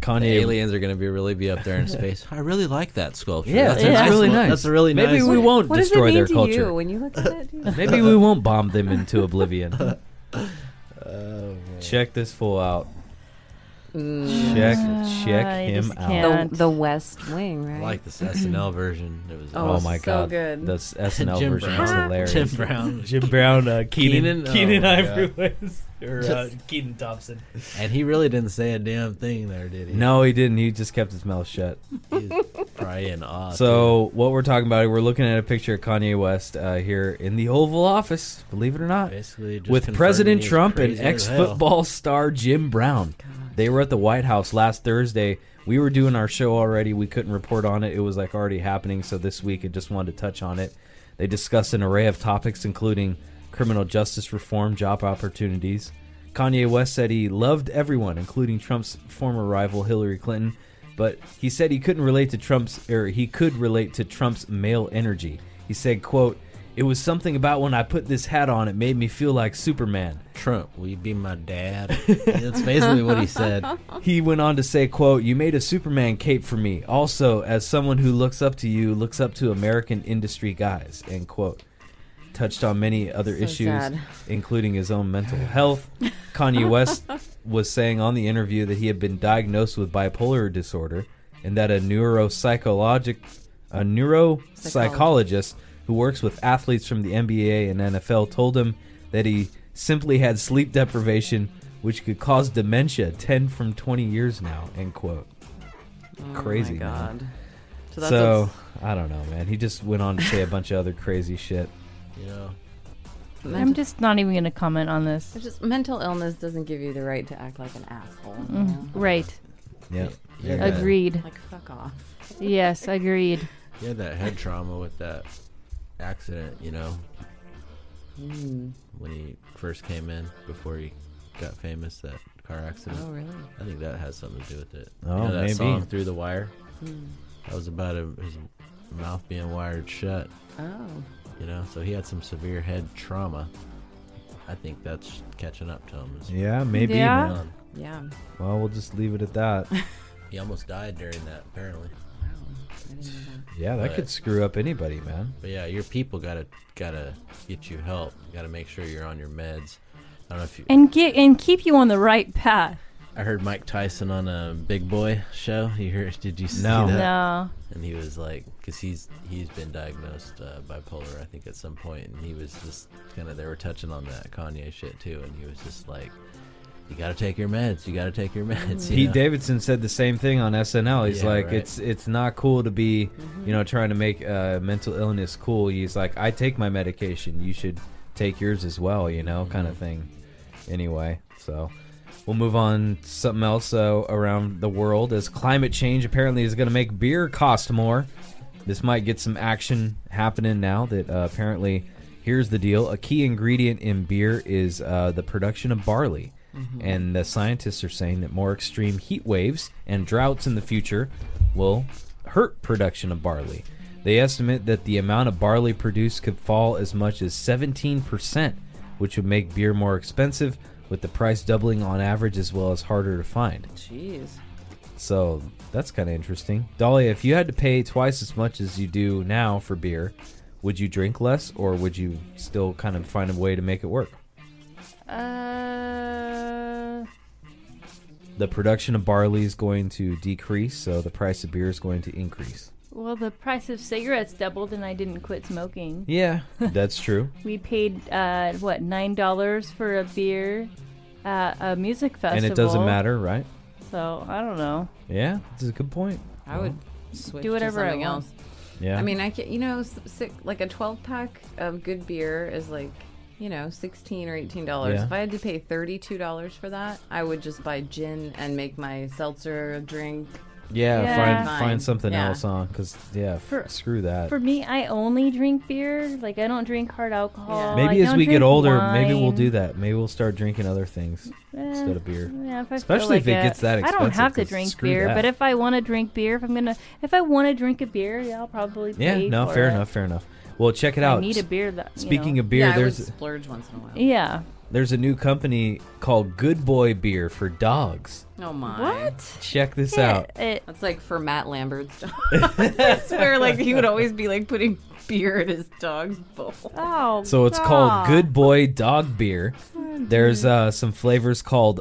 S2: Kanye
S4: The aliens are going to be really be up there in space. I really like that sculpture.
S2: Yeah,
S4: that's,
S2: that's
S4: a nice
S2: really
S4: one.
S2: nice.
S4: That's a really nice.
S2: Maybe we
S4: one.
S2: won't
S5: What does it
S2: destroy
S5: mean
S2: their
S5: to
S2: culture.
S5: you when you look at it? Do you-
S2: Maybe we won't bomb them into oblivion.
S4: Oh,
S2: check this fool out. Check
S5: Ah,
S2: check
S3: I
S2: him
S3: Ah, just
S2: out.
S3: can't.
S5: the, the West Wing, right?
S4: I like this SNL version. It was
S5: Oh,
S2: Oh my
S5: so
S2: god,
S5: good.
S2: this SNL
S4: Jim
S2: version is
S4: Brown.
S2: hilarious.
S4: Jim Brown.
S2: Jim Brown, uh, Keenan,
S4: Keenan? Oh my God.
S2: West, or uh, Keenan Thompson.
S4: and he really didn't say a damn thing there, did he?
S2: No, he didn't. He just kept his mouth shut.
S4: He's probably in awe.
S2: So what we're talking about, we're looking at a picture of Kanye West uh, here in the Oval Office. Believe it or
S4: dude.
S2: not,
S4: basically just
S2: with
S4: confirming
S2: President
S4: he's
S2: Trump and
S4: crazy as hell.
S2: ex-football star Jim Brown. They were at the White House last Thursday. We were doing our show already. We couldn't report on it. It was like already happening. So this week, I just wanted to touch on it. They discussed an array of topics, including criminal justice reform, job opportunities. Kanye West said he loved everyone, including Trump's former rival Hillary Clinton. But he said he couldn't relate to Trump's, or he could relate to Trump's male energy. He said, "quote It was something about when I put this hat on, it made me feel like Superman.
S4: Trump, will you be my dad? That's basically what he said.
S2: He went on to say, quote, You made a Superman cape for me. Also, as someone who looks up to you, looks up to American industry guys, end quote. Touched on many other
S5: So
S2: issues,
S5: sad.
S2: including his own mental health. Kanye West was saying on the interview that he had been diagnosed with bipolar disorder and that a neuropsychologic a neuropsychologist who works with athletes from the NBA and NFL told him that he simply had sleep deprivation which could cause dementia 10 from 20 years now end quote crazy
S5: Oh my
S2: man.
S5: God. So
S2: so,
S5: that's
S2: i don't know man he just went on to say a bunch of other crazy shit
S4: yeah
S3: I'm just not even going to comment on this.
S5: It's just mental illness doesn't give you the right to act like an asshole. you
S3: Mm,
S5: know?
S3: Right.
S2: yeah
S4: Yeah.
S3: Agreed.
S5: Like fuck off.
S3: Yes, agreed.
S4: He had that head trauma with that accident, you know,
S5: Mm.
S4: when he first came in before he got famous, that car accident.
S5: Oh really?
S4: I think that has something to do with it.
S2: Oh,
S4: you know that
S2: maybe.
S4: song "Through the Wire."
S5: Hmm.
S4: That was about him- his mouth being wired shut.
S5: Oh.
S4: You know, so he had some severe head trauma. I think that's catching up to him. It's
S2: yeah maybe
S3: Yeah.
S2: man.
S4: done.
S5: Yeah. Wow.
S2: well we'll just leave it at that
S4: He almost died during that, apparently.
S5: I didn't know that.
S2: yeah that
S4: But-
S2: could screw up anybody man
S4: But yeah, your people gotta gotta get you help. You gotta make sure you're on your meds. I don't know if you.
S3: And get and keep you on the right path.
S4: I heard Mike Tyson on a Big Boy show. You heard? Did you see
S2: No.
S4: that?
S3: No.
S4: and he was like because he's he's been diagnosed uh, bipolar i think at some point and he was just kind of they were touching on that kanye shit too and he was just like you gotta take your meds you gotta take your meds you
S2: Pete
S4: know?
S2: Davidson said the same thing on SNL. He's
S4: Yeah,
S2: like,
S4: right.
S2: it's it's not cool to be, you know, trying to make uh, mental illness cool. He's like, I take my medication. You should take yours as well, you
S4: Mm-hmm.
S2: know, kind of thing. Anyway, so we'll move on to something else uh, around the world as climate change apparently is going to make beer cost more. This might get some action happening now that uh, apparently, here's the deal a key ingredient in beer is uh, the production of barley. And the scientists are saying that more extreme heat waves and droughts in the future will hurt production of barley. They estimate that the amount of barley produced could fall as much as 17%, which would make beer more expensive, with the price doubling on average as well as harder to find.
S5: Jeez.
S2: So that's kind of interesting. Dahlia, if you had to pay twice as much as you do now for beer, would you drink less or would you still kind of find a way to make it work?
S3: Uh,
S2: The production of barley is going to decrease, so the price of beer is going to increase.
S3: well, the price of cigarettes doubled, and I didn't quit smoking.
S2: Yeah, that's true.
S3: We paid uh, what nine dollars for a beer at a music festival,
S2: and it doesn't matter, right?
S3: So I don't know.
S2: Yeah, that's a good point.
S5: I would switch
S3: Do whatever
S5: to
S3: I
S5: something
S3: want.
S5: else.
S2: Yeah.
S5: I mean, I can. You know, s- sick, like a twelve pack of good beer is like. You know, sixteen or eighteen dollars.
S2: Yeah.
S5: If I had to pay thirty-two dollars for that, I would just buy gin and make my seltzer drink.
S2: yeah,
S3: Yeah.
S2: find
S5: Fine.
S2: find something
S5: Yeah.
S2: else on cuz yeah, f-
S3: For-
S2: screw that.
S3: For me, I only drink beer. Like I don't drink hard alcohol.
S5: Yeah.
S2: maybe
S3: Oh, I
S2: as
S3: don't
S2: we get
S3: drink
S2: older, maybe we'll
S3: wine.
S2: do that. Maybe we'll start drinking other things
S3: Eh,
S2: instead of beer.
S3: yeah, if I feel
S2: Especially if
S3: like
S2: it gets that
S3: I don't
S2: expensive,
S3: have to
S2: 'cause
S3: drink
S2: screw
S3: beer,
S2: that.
S3: but if I want to drink beer, if I'm gonna, if I want to drink a beer, yeah, I'll probably.
S2: Yeah,
S3: pay
S2: no,
S3: for
S2: fair
S3: it.
S2: enough, fair enough. Well, check it
S3: I
S2: out.
S3: need a
S2: S-
S3: beer. That, you
S2: Speaking
S3: know.
S2: of beer,
S5: yeah, I would
S2: there's
S5: splurge once in a while.
S3: Yeah.
S2: there's a new company called Good Boy Beer for dogs.
S5: Oh my!
S3: What?
S2: Check this out.
S3: Yeah, it-
S5: That's like for Matt Lambert's dog. I swear, like he would always be like putting beer in his dog's bowl.
S3: oh.
S2: So it's
S3: God.
S2: called Good Boy Dog Beer. There's uh, some flavors called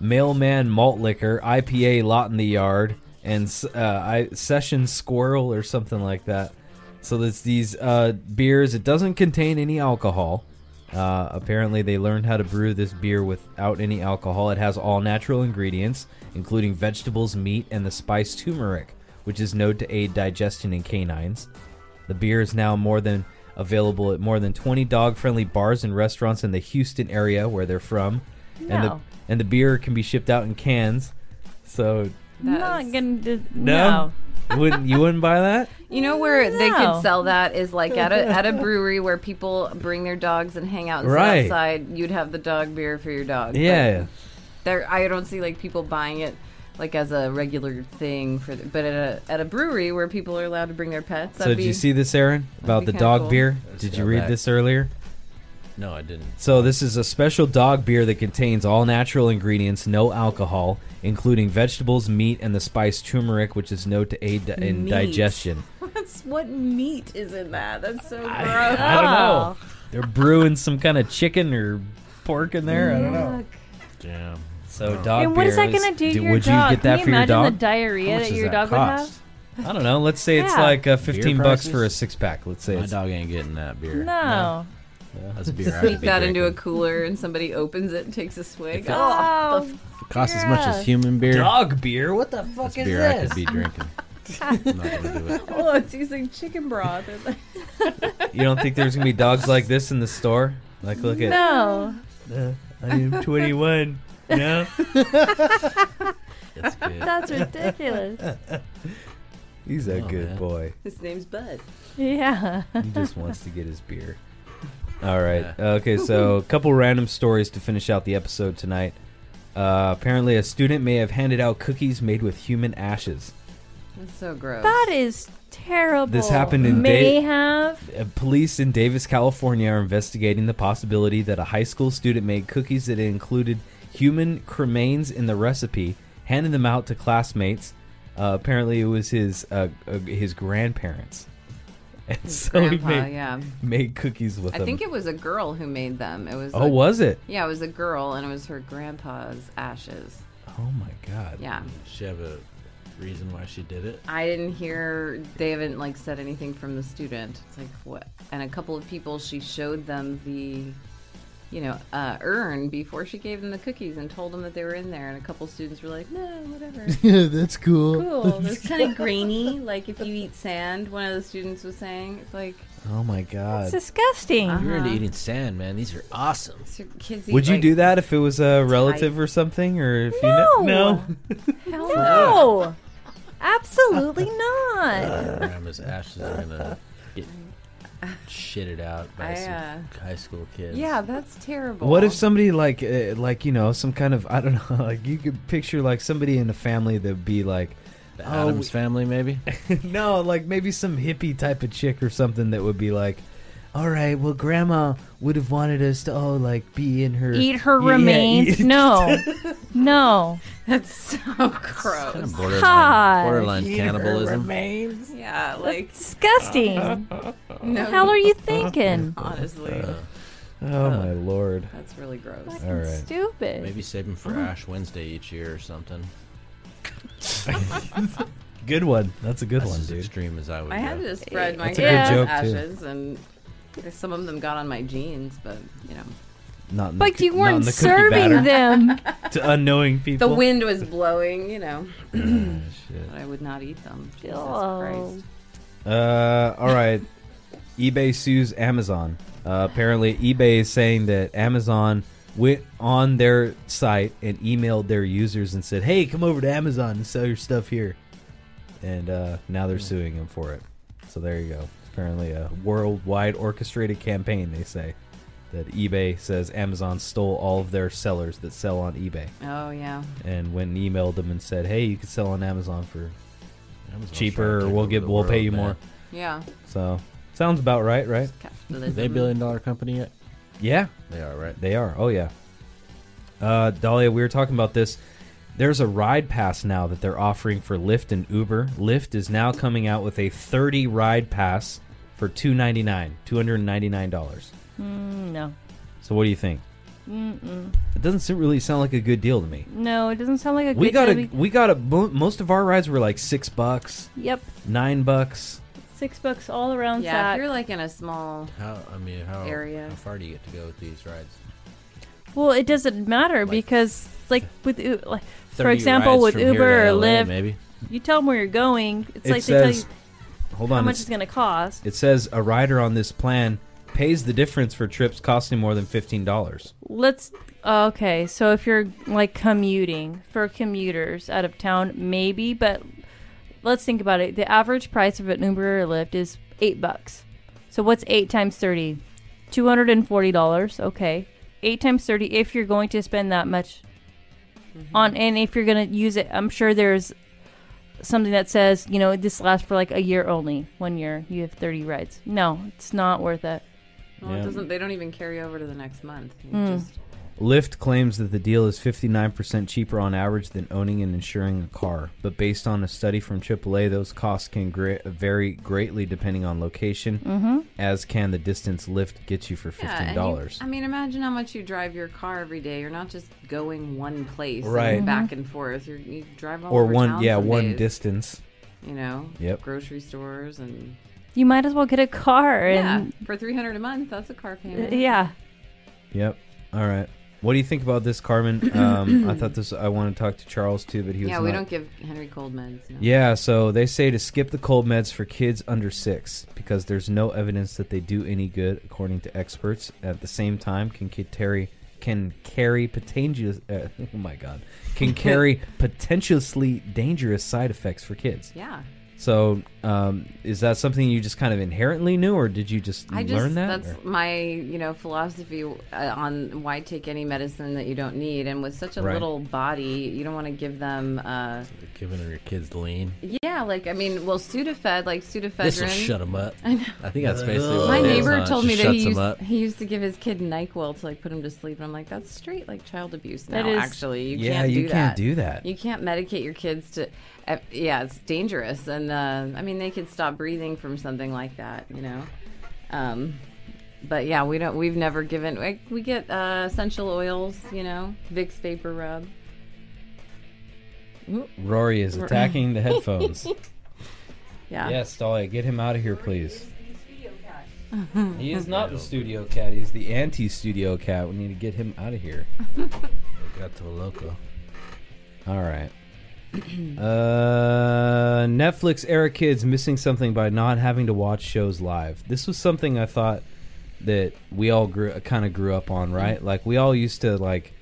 S2: Mailman Malt Liquor, IPA Lot in the Yard, and s- uh, I, Session Squirrel or something like that. So there's these uh, beers. It doesn't contain any alcohol. Uh, apparently, they learned how to brew this beer without any alcohol. It has all natural ingredients, including vegetables, meat, and the spice turmeric, which is known to aid digestion in canines. The beer is now more than available at more than 20 dog-friendly bars and restaurants in the Houston area where they're from. And the
S3: No.
S2: and the beer can be shipped out in cans. So
S5: That
S3: not
S5: is-
S3: gonna. do-
S2: no. wouldn't you wouldn't buy that?
S5: You know where they
S3: No.
S5: could sell that is like at a at a brewery where people bring their dogs and hang out and sit
S2: Right.
S5: outside. You'd have the dog beer for your dog. But
S2: Yeah.
S5: there, I don't see like people buying it. like as a regular thing for, the, but at a at a brewery where people are allowed to bring their pets.
S2: So
S5: that'd
S2: did
S5: be-
S2: you see this, Aaron,
S5: that'd
S2: about
S5: be
S2: the
S5: kinda
S2: dog
S5: cool.
S2: beer?
S4: Let's
S2: Did
S4: go
S2: you read
S4: back.
S2: this earlier?
S4: No, I didn't.
S2: So this is a special dog beer that contains all natural ingredients, no alcohol, including vegetables, meat, and the spice turmeric, which is known to aid di- in
S5: Meat.
S2: digestion.
S5: That's what meat is in that. That's so gross.
S2: I don't
S5: Oh.
S2: know. They're brewing some kind of chicken or pork in there. I don't know.
S4: Damn.
S2: So dog
S3: and what is
S2: beer
S3: that going to do to
S2: d-
S3: your
S2: would
S3: dog?
S2: you get that
S3: Can
S2: for
S3: you
S2: your
S3: imagine
S2: dog?
S3: the diarrhea
S2: much
S3: that
S2: does
S3: your
S2: that
S3: dog
S2: cost? I don't know. Let's say it's
S3: Yeah.
S2: like uh,
S4: Beer
S2: fifteen bucks
S4: prices?
S2: for a six pack. Let's say
S4: My
S2: it's
S4: dog ain't getting that
S3: would have?
S4: beer.
S3: No.
S4: That's beer. I
S5: Sneak
S4: should be
S5: that into a
S4: drinking.
S5: cooler and somebody opens it and takes a swig.
S4: If it-
S5: Oh, the
S4: It costs as much as human beer.
S2: dog beer. What the
S4: That's
S2: fuck is
S4: beer I
S2: this?
S4: could be drinking. I'm not gonna do it.
S5: Oh, it's using chicken broth. in there.
S2: You don't think there's gonna be dogs like this in the store? Like, look at
S3: No.
S4: Uh,
S2: I am 21. No,
S4: That's good.
S3: That's ridiculous.
S2: he's a
S4: Oh,
S2: good
S4: man.
S2: boy.
S5: His name's Bud.
S3: yeah.
S2: He just wants to get his beer. All right. Okay. So, a couple random stories to finish out the episode tonight. Uh, apparently, a student may have handed out cookies made with human ashes.
S5: That's so gross.
S3: That is terrible.
S2: This happened in
S3: May
S2: day-
S3: have.
S2: Uh, Police in Davis, California, are investigating the possibility that a high school student made cookies that included human cremains in the recipe, handed them out to classmates. Uh, apparently, it was his uh, uh, his grandparents, and so
S5: Grandpa,
S2: he made,
S5: yeah.
S2: made cookies with
S5: I
S2: them.
S5: think it was a girl who made them. It was.
S2: oh,
S5: a-
S2: was it?
S5: Yeah, it was a girl, and it was her grandpa's ashes.
S2: Oh my god!
S5: Yeah,
S4: Did she have a reason why she did it?
S5: I didn't hear. They haven't like said anything from the student. It's like what? And a couple of people, she showed them the, you know, uh, urn before she gave them the cookies and told them that they were in there. And a couple of students were like, no, whatever.
S11: yeah, that's
S2: Oh
S5: cool. It's kind of grainy, like if you eat sand. One of the students was saying, "It's like
S4: Oh my
S2: Uh,
S4: god.
S3: It's disgusting.
S4: You're into
S5: Uh-huh.
S4: eating sand, man. These are awesome.
S5: so kids." Eat,
S2: Would you
S5: like,
S2: do that if it was a relative or something, or if you know?
S3: No.
S2: No.
S5: hell
S3: No. Absolutely
S2: Uh,
S3: not.
S4: Grandma's ashes are gonna get shitted out by
S5: I,
S4: some
S5: uh,
S4: high school kids.
S5: Yeah, that's terrible.
S2: What if somebody like uh, like you know some kind of I don't know like you could picture like somebody in a family that'd be like
S4: The
S2: Oh,
S4: Adams
S2: we-
S4: family, maybe.
S2: no like maybe some hippie type of chick or something that would be like all right well grandma would have wanted us to all like be in her
S3: Eat her
S2: Yeah,
S3: remains.
S2: eat-
S3: No. No.
S5: That's so
S4: Kind
S5: gross.
S4: of borderline,
S3: God.
S4: borderline cannibalism.
S5: Yeah, like
S3: Disgusting.
S2: Uh,
S5: no.
S3: The hell are you thinking?
S5: honestly,
S4: Uh,
S2: oh my lord
S5: that's really gross. Uh-huh.
S2: all right
S3: Stupid.
S4: Maybe save them for Ash Wednesday each year or something.
S2: good one that's a good
S4: That's
S2: one
S4: as
S2: dude
S4: extreme as I would.
S5: I
S4: go.
S5: had to just spread my
S2: That's a good
S5: grandma's
S2: joke, too.
S5: ashes, and some of them got on my jeans, but you know,
S2: not in the
S3: But
S2: coo-
S3: you
S2: not in
S3: weren't
S2: the cookie
S3: serving
S2: batter
S3: them.
S2: to unknowing people
S5: the wind was blowing. You know,
S4: Ah, shit.
S5: but I would not eat them. Jesus
S3: Oh.
S5: Christ.
S2: Uh, all right. eBay sues Amazon. Uh, apparently, eBay is saying that Amazon went on their site and emailed their users and said, "Hey, come over to Amazon and sell your stuff here." And uh, now they're suing them for it. So there you go. Apparently, a worldwide orchestrated campaign. They say that eBay says Amazon stole all of their sellers that sell on eBay,
S5: Oh yeah.
S2: and went and emailed them and said, "Hey, you can sell on Amazon for
S4: Amazon's
S2: cheaper,
S4: trying to
S2: or
S4: take
S2: we'll
S4: over
S2: get
S4: the
S2: we'll pay
S4: world,
S2: you
S4: man.
S2: more."
S5: Yeah.
S2: So sounds about right, right?
S4: Are
S5: Capitalism.
S4: they a billion dollar company yet?
S2: Yeah,
S4: They are, right?
S2: they are. Oh yeah. Uh, Dahlia, we were talking about this. There's a ride pass now that they're offering for Lyft and Uber. Lyft is now coming out with a 30 ride pass for 2.99, 299 dollars.
S3: Mm, no.
S2: So what do you think?
S3: Mm-mm.
S2: It doesn't seem- really sound like a good deal to me.
S3: No, it doesn't sound like a
S2: We
S3: good
S2: got a
S3: deal.
S2: we got a mo- most of our rides were like six bucks,
S3: Yep.
S2: nine bucks.
S3: Six bucks all around
S5: Yeah,
S3: sack.
S5: if you're like in a small
S4: How I mean, how
S5: Area.
S4: how far do you get to go with these rides?
S3: Well, it doesn't matter
S4: Like-
S3: because, like, with U- like, for
S4: 30
S3: example,
S4: rides
S3: with
S4: from here
S3: Uber
S4: to
S3: or
S4: LA,
S3: Lyft,
S4: maybe.
S3: you tell them where you're going. It's
S2: It
S3: like they tell
S2: says,
S3: you
S2: hold
S3: how
S2: on,
S3: much
S2: it's-
S3: it's going to cost.
S2: it says a rider on this plan pays the difference for trips costing more than fifteen dollars.
S3: Let's. Okay, so if you're like commuting for commuters out of town, maybe, but let's think about it. The average price of an Uber or Lyft is eight bucks. So what's eight times thirty? Two hundred and forty dollars. Okay, eight times thirty. If you're going to spend that much on and if you're gonna use it i'm sure there's something that says you know this lasts for like a year only one year you have 30 rides no it's not worth it
S5: Well,
S2: Yeah.
S5: it doesn't. They don't even carry over to the next month. You
S3: Mm.
S5: just
S2: Lyft claims that the deal is 59% cheaper on average than owning and insuring a car, but based on a study from AAA, those costs can gra- vary greatly depending on location,
S3: Mm-hmm.
S5: Mhm.
S2: as can the distance Lyft gets you for
S5: Yeah,
S2: $15.
S5: and you- I mean, imagine how much you drive your car every day. You're not just going one place, and
S2: Right.
S3: Mm-hmm.
S5: Back and forth. You're, you drive all
S2: or
S5: over
S2: one,
S5: town
S2: yeah,
S5: some
S2: one
S5: days,
S2: distance.
S5: You know,
S2: Yep.
S5: grocery stores and
S3: you might as well get a car
S5: yeah,
S3: and
S5: for three hundred a month, that's a car payment.
S3: yeah
S2: Yep. All right. What do you think about this, Carmen? Um, I thought this. I want to talk to Charles too, but he was
S5: yeah. We
S2: not-
S5: don't give Henry cold meds. No.
S2: Yeah, so they say to skip the cold meds for kids under six because there's no evidence that they do any good, according to experts. At the same time, can carry can carry potentious uh, oh my god can carry potentially dangerous side effects for kids.
S5: Yeah.
S2: So, um, is that something you just kind of inherently knew, or did you just,
S5: I just
S2: learn that?
S5: that's
S2: or-
S5: my you know philosophy uh, on why take any medicine that you don't need, and with such a
S4: Right.
S5: little body, you don't want to give them. Uh,
S4: Giving your kids lean.
S5: yeah, like I mean, well, Sudafed, like Sudafedrin.
S4: This will shut them up.
S5: I know.
S4: I think that's basically what
S5: my
S4: it is,
S5: neighbor
S2: Uh,
S4: huh? It
S5: told
S4: just
S5: me that
S4: shuts
S5: he
S4: 'em
S5: used,
S4: up.
S5: he used to give his kid Nyquil to like put him to sleep, and I'm like, that's straight like child abuse now.
S2: That is-
S5: actually, you
S2: Yeah,
S5: can't do
S2: you
S5: that.
S2: can't do that.
S5: You can't medicate your kids to. Uh, yeah, it's dangerous, and uh, I mean they could stop breathing from something like that, you know. Um, but yeah, we don't. We've never given. Like, we get uh, essential oils, you know, Vicks vapor rub. Oop.
S2: Rory is attacking the headphones.
S5: Yeah.
S2: Yes, Dahlia, get him out of here, please. He is not the studio cat. He's the anti-studio cat. We need to get him out of here.
S4: Got to loco.
S2: All right. Uh, Netflix era kids missing something by not having to watch shows live. This was something I thought that we all grew kind of grew up on, right? Like we all used to like,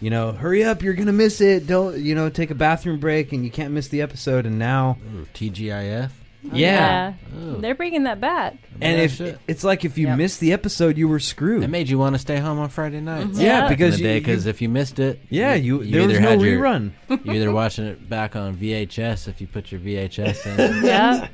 S2: you know, hurry up, you're gonna miss it. Don't you know? Take a bathroom break, and you can't miss the episode. And now,
S4: TGIF.
S3: Oh,
S2: yeah. Oh.
S3: they're bringing that back
S2: And if it's like if you missed the episode, you were screwed. It
S4: made you want to stay home on Friday
S5: Mm-hmm.
S4: nights.
S2: Yeah, because you, you-
S4: because if you missed it,
S2: Yeah, you- there was no
S4: your-
S2: rerun.
S4: you either watching it back on VHS if you put your VHS in.
S3: Yeah.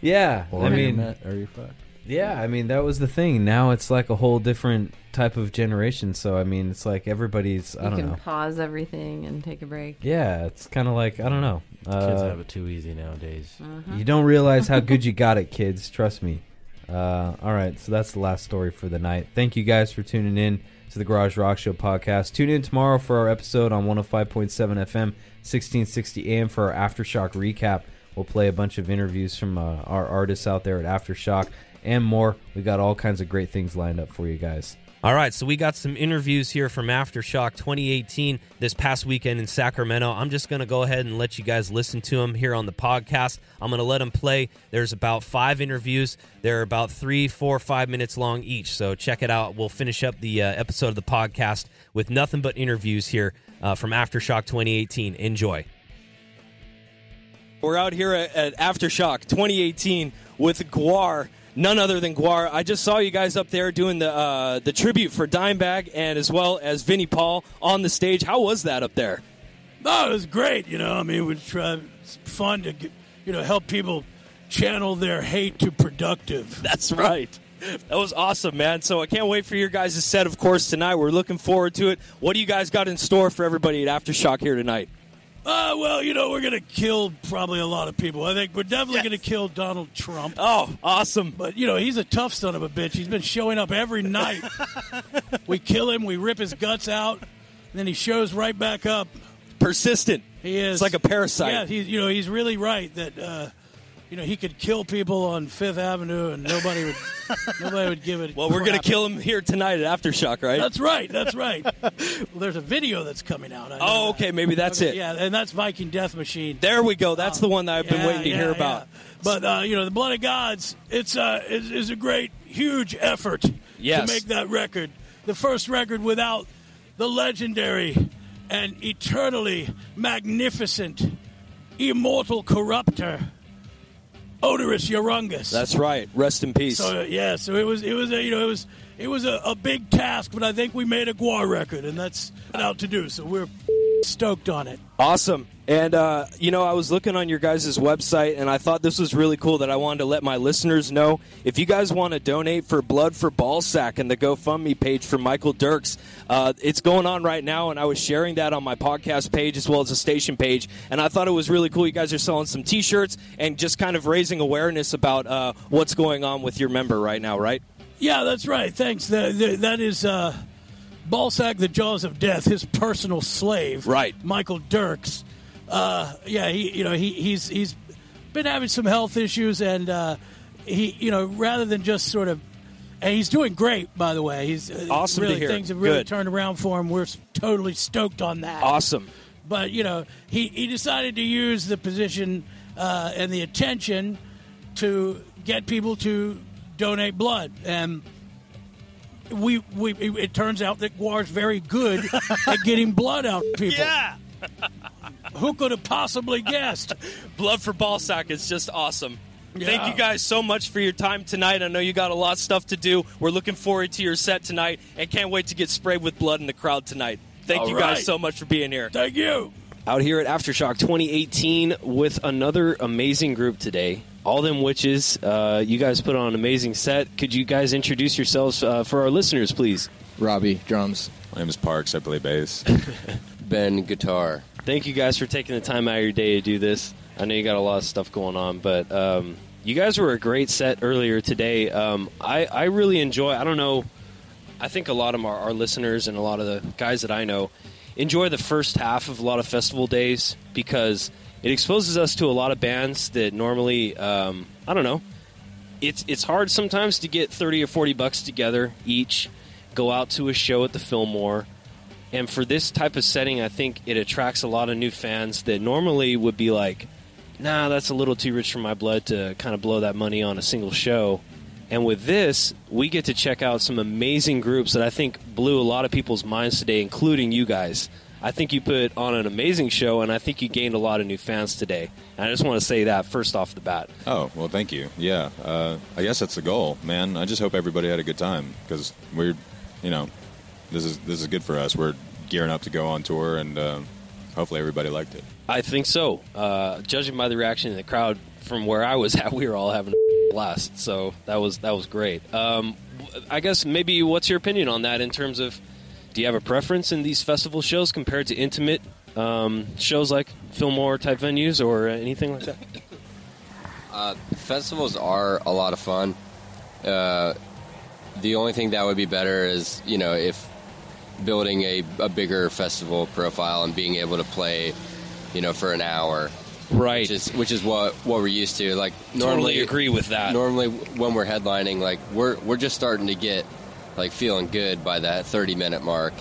S2: yeah.
S4: Or
S2: I
S4: you're
S2: mean,
S4: met, or you're fucked.
S2: Yeah, I mean that was the thing. Now it's like a whole different type of generation. So I mean, it's like everybody's. I
S5: you
S2: don't
S5: can
S2: know.
S5: pause everything and take a break.
S2: Yeah, it's kind of like I don't know. Uh,
S4: Kids have it too easy nowadays.
S5: Uh-huh.
S2: You don't realize how good you got it, kids. Trust me. Uh, all right, so that's the last story for the night. Thank you guys for tuning in to the Garage Rock Show podcast. Tune in tomorrow for our episode on 105.7 FM, 1660 AM for our Aftershock recap. We'll play a bunch of interviews from uh, our artists out there at Aftershock and more. We got all kinds of great things lined up for you guys.
S9: All right, so we got some interviews here from Aftershock 2018 this past weekend in Sacramento. I'm just going to go ahead and let you guys listen to them here on the podcast. I'm going to let them play. There's about five interviews. They're about three, four, five minutes long each. So check it out. We'll finish up the uh, episode of the podcast with nothing but interviews here uh, from Aftershock 2018. Enjoy. We're out here at, at Aftershock 2018 with Guar, none other than Guar. I just saw you guys up there doing the uh, the tribute for Dimebag and as well as Vinnie Paul on the stage. How was that up there?
S12: No, it was great. You know, I mean, it was try, it's fun to get, you know help people channel their hate to productive.
S9: That's right. That was awesome, man. So I can't wait for your guys' set, of course, tonight. We're looking forward to it. What do you guys got in store for everybody at Aftershock here tonight?
S12: Uh, well, you know, we're gonna kill probably a lot of people. I think we're definitely gonna kill Donald Trump.
S9: Oh, awesome!
S12: But you know, he's a tough son of a bitch. He's been showing up every night. we kill him, we rip his guts out, and then he shows right back up.
S9: Persistent.
S12: He is.
S9: It's like a parasite.
S12: Yeah, he's you know he's really right that uh, you know he could kill people on Fifth Avenue and nobody would nobody would give it.
S9: Well, we're gonna kill him here tonight at Aftershock, right?
S12: That's right. That's right. well, there's a video that's coming out. I know
S9: Oh, okay, maybe that's
S12: Okay,
S9: it.
S12: Yeah, and that's Viking Death Machine.
S9: There we go. That's the one that I've been
S12: yeah,
S9: waiting to
S12: yeah,
S9: hear about.
S12: yeah. But uh, you know, the Blood of Gods. It's uh, is, is a great, huge effort
S9: Yes.
S12: to make that record, the first record without the legendary and eternally magnificent, immortal corrupter, Odorous Urungus.
S9: That's right. Rest in peace.
S12: So uh, yeah, so it was it was a, you know it was it was a, a big task, but I think we made a Guar record, and that's out to do. So we're stoked on it.
S9: Awesome. And, uh, you know, I was looking on your guys' website and I thought this was really cool that I wanted to let my listeners know. If you guys want to donate for Blood for Ballsack and the GoFundMe page for Michael Dirks, uh, it's going on right now. And I was sharing that on my podcast page as well as the station page. And I thought it was really cool. You guys are selling some t shirts and just kind of raising awareness about uh, what's going on with your member right now, right?
S12: Yeah, that's right. Thanks. The, the, that is uh, Ballsack, the Jaws of Death, his personal slave,
S9: Right.
S12: Michael Dirks. Uh, yeah, he you know he, he's he's been having some health issues, and uh, he you know rather than just sort of, and he's doing great by the way. He's uh,
S9: Awesome to
S12: Really,
S9: hear.
S12: things have really
S9: Good.
S12: turned around for him. We're s- totally stoked on that.
S9: Awesome.
S12: But you know he he decided to use the position uh, and the attention to get people to donate blood and we, we it, it turns out that Guar's very good at getting blood out of people. Yeah. Who could have possibly guessed?
S9: Blood for Ballsack is just awesome. Thank
S12: Yeah.
S9: you guys so much for your time tonight. I know you got a lot of stuff to do. We're looking forward to your set tonight and can't wait to get sprayed with blood in the crowd tonight. Thank
S12: All
S9: you
S12: right.
S9: guys so much for being here.
S12: Thank you.
S9: Out here at Aftershock 2018 with another amazing group today. All Them Witches. Uh, you guys put on an amazing set. Could you guys introduce yourselves uh, for our listeners, please?
S13: Robbie, drums. My name is Parks. I play bass. ben, guitar.
S9: Thank you guys for taking the time out of your day to do this. I know you got a lot of stuff going on, but um, you guys were a great set earlier today. Um, I, I really enjoy, I don't know, I think a lot of our, our listeners and a lot of the guys that I know enjoy the first half of a lot of festival days because it exposes us to a lot of bands that normally, um, I don't know, it's it's hard sometimes to get 30 or 40 bucks together each go out to a show at the Fillmore and for this type of setting I think it attracts a lot of new fans that normally would be like nah that's a little too rich for my blood to kind of blow that money on a single show and with this we get to check out some amazing groups that I think blew a lot of people's minds today including you guys I think you put on an amazing show and I think you gained a lot of new fans today and I just want to say that first off the bat
S13: Oh, well, thank you. Yeah, uh, I guess that's the goal, man. I just hope everybody had a good time because we're, you know, this is this is good for us. We're gearing up to go on tour, and uh, hopefully everybody liked it.
S9: I think so. Uh, judging by the reaction in the crowd from where I was at, we were all having a blast. So that was that was great. Um, I guess maybe what's your opinion on that in terms of do you have a preference in these festival shows compared to intimate um, shows like Fillmore type venues or anything like that?
S14: Uh, festivals are a lot of fun. Uh, the only thing that would be better is, you know, if building a, a bigger festival profile and being able to play, you know, for an hour.
S9: Right.
S14: Which is, which is what, what we're used to. Like,
S9: Totally
S14: normally.
S9: agree with that.
S14: Normally, when we're headlining, like, we're, we're just starting to get, like, feeling good by that 30 minute mark.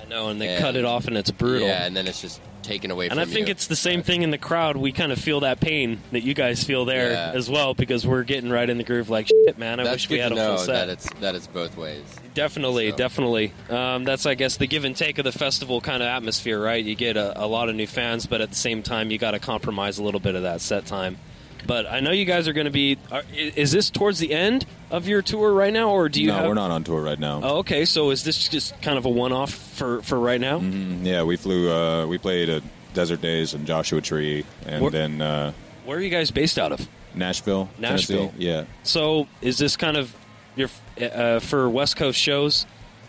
S9: I know, and they cut it off and it's brutal.
S14: Yeah, and then it's just taken away
S9: And
S14: from
S9: I think
S14: you.
S9: it's the same thing in the crowd. We kind of feel that pain that you guys feel there
S14: Yeah.
S9: as well because we're getting right in the groove. Like shit, man. I
S14: That's
S9: wish
S14: good
S9: we had
S14: to
S9: a
S14: know
S9: full set.
S14: That it's, that it's both ways.
S9: Definitely, definitely. Um, that's, I guess, the give and take of the festival kind of atmosphere, right? You get a, a lot of new fans, but at the same time, you got to compromise a little bit of that set time. But I know you guys are going to be. Are, i- is this towards the end of your tour right now, or do you?
S13: no,
S9: have-
S13: we're not on tour right now.
S9: Oh, okay. So is this just kind of a one-off for for right now?
S13: Mm-hmm. Yeah, we flew. Uh, we played at Desert Days and Joshua Tree, and
S9: Where-
S13: then uh,
S9: Where are you guys based out of?
S13: Nashville.
S9: Nashville.
S13: Tennessee. Yeah.
S9: So is this kind of your uh, for West Coast shows?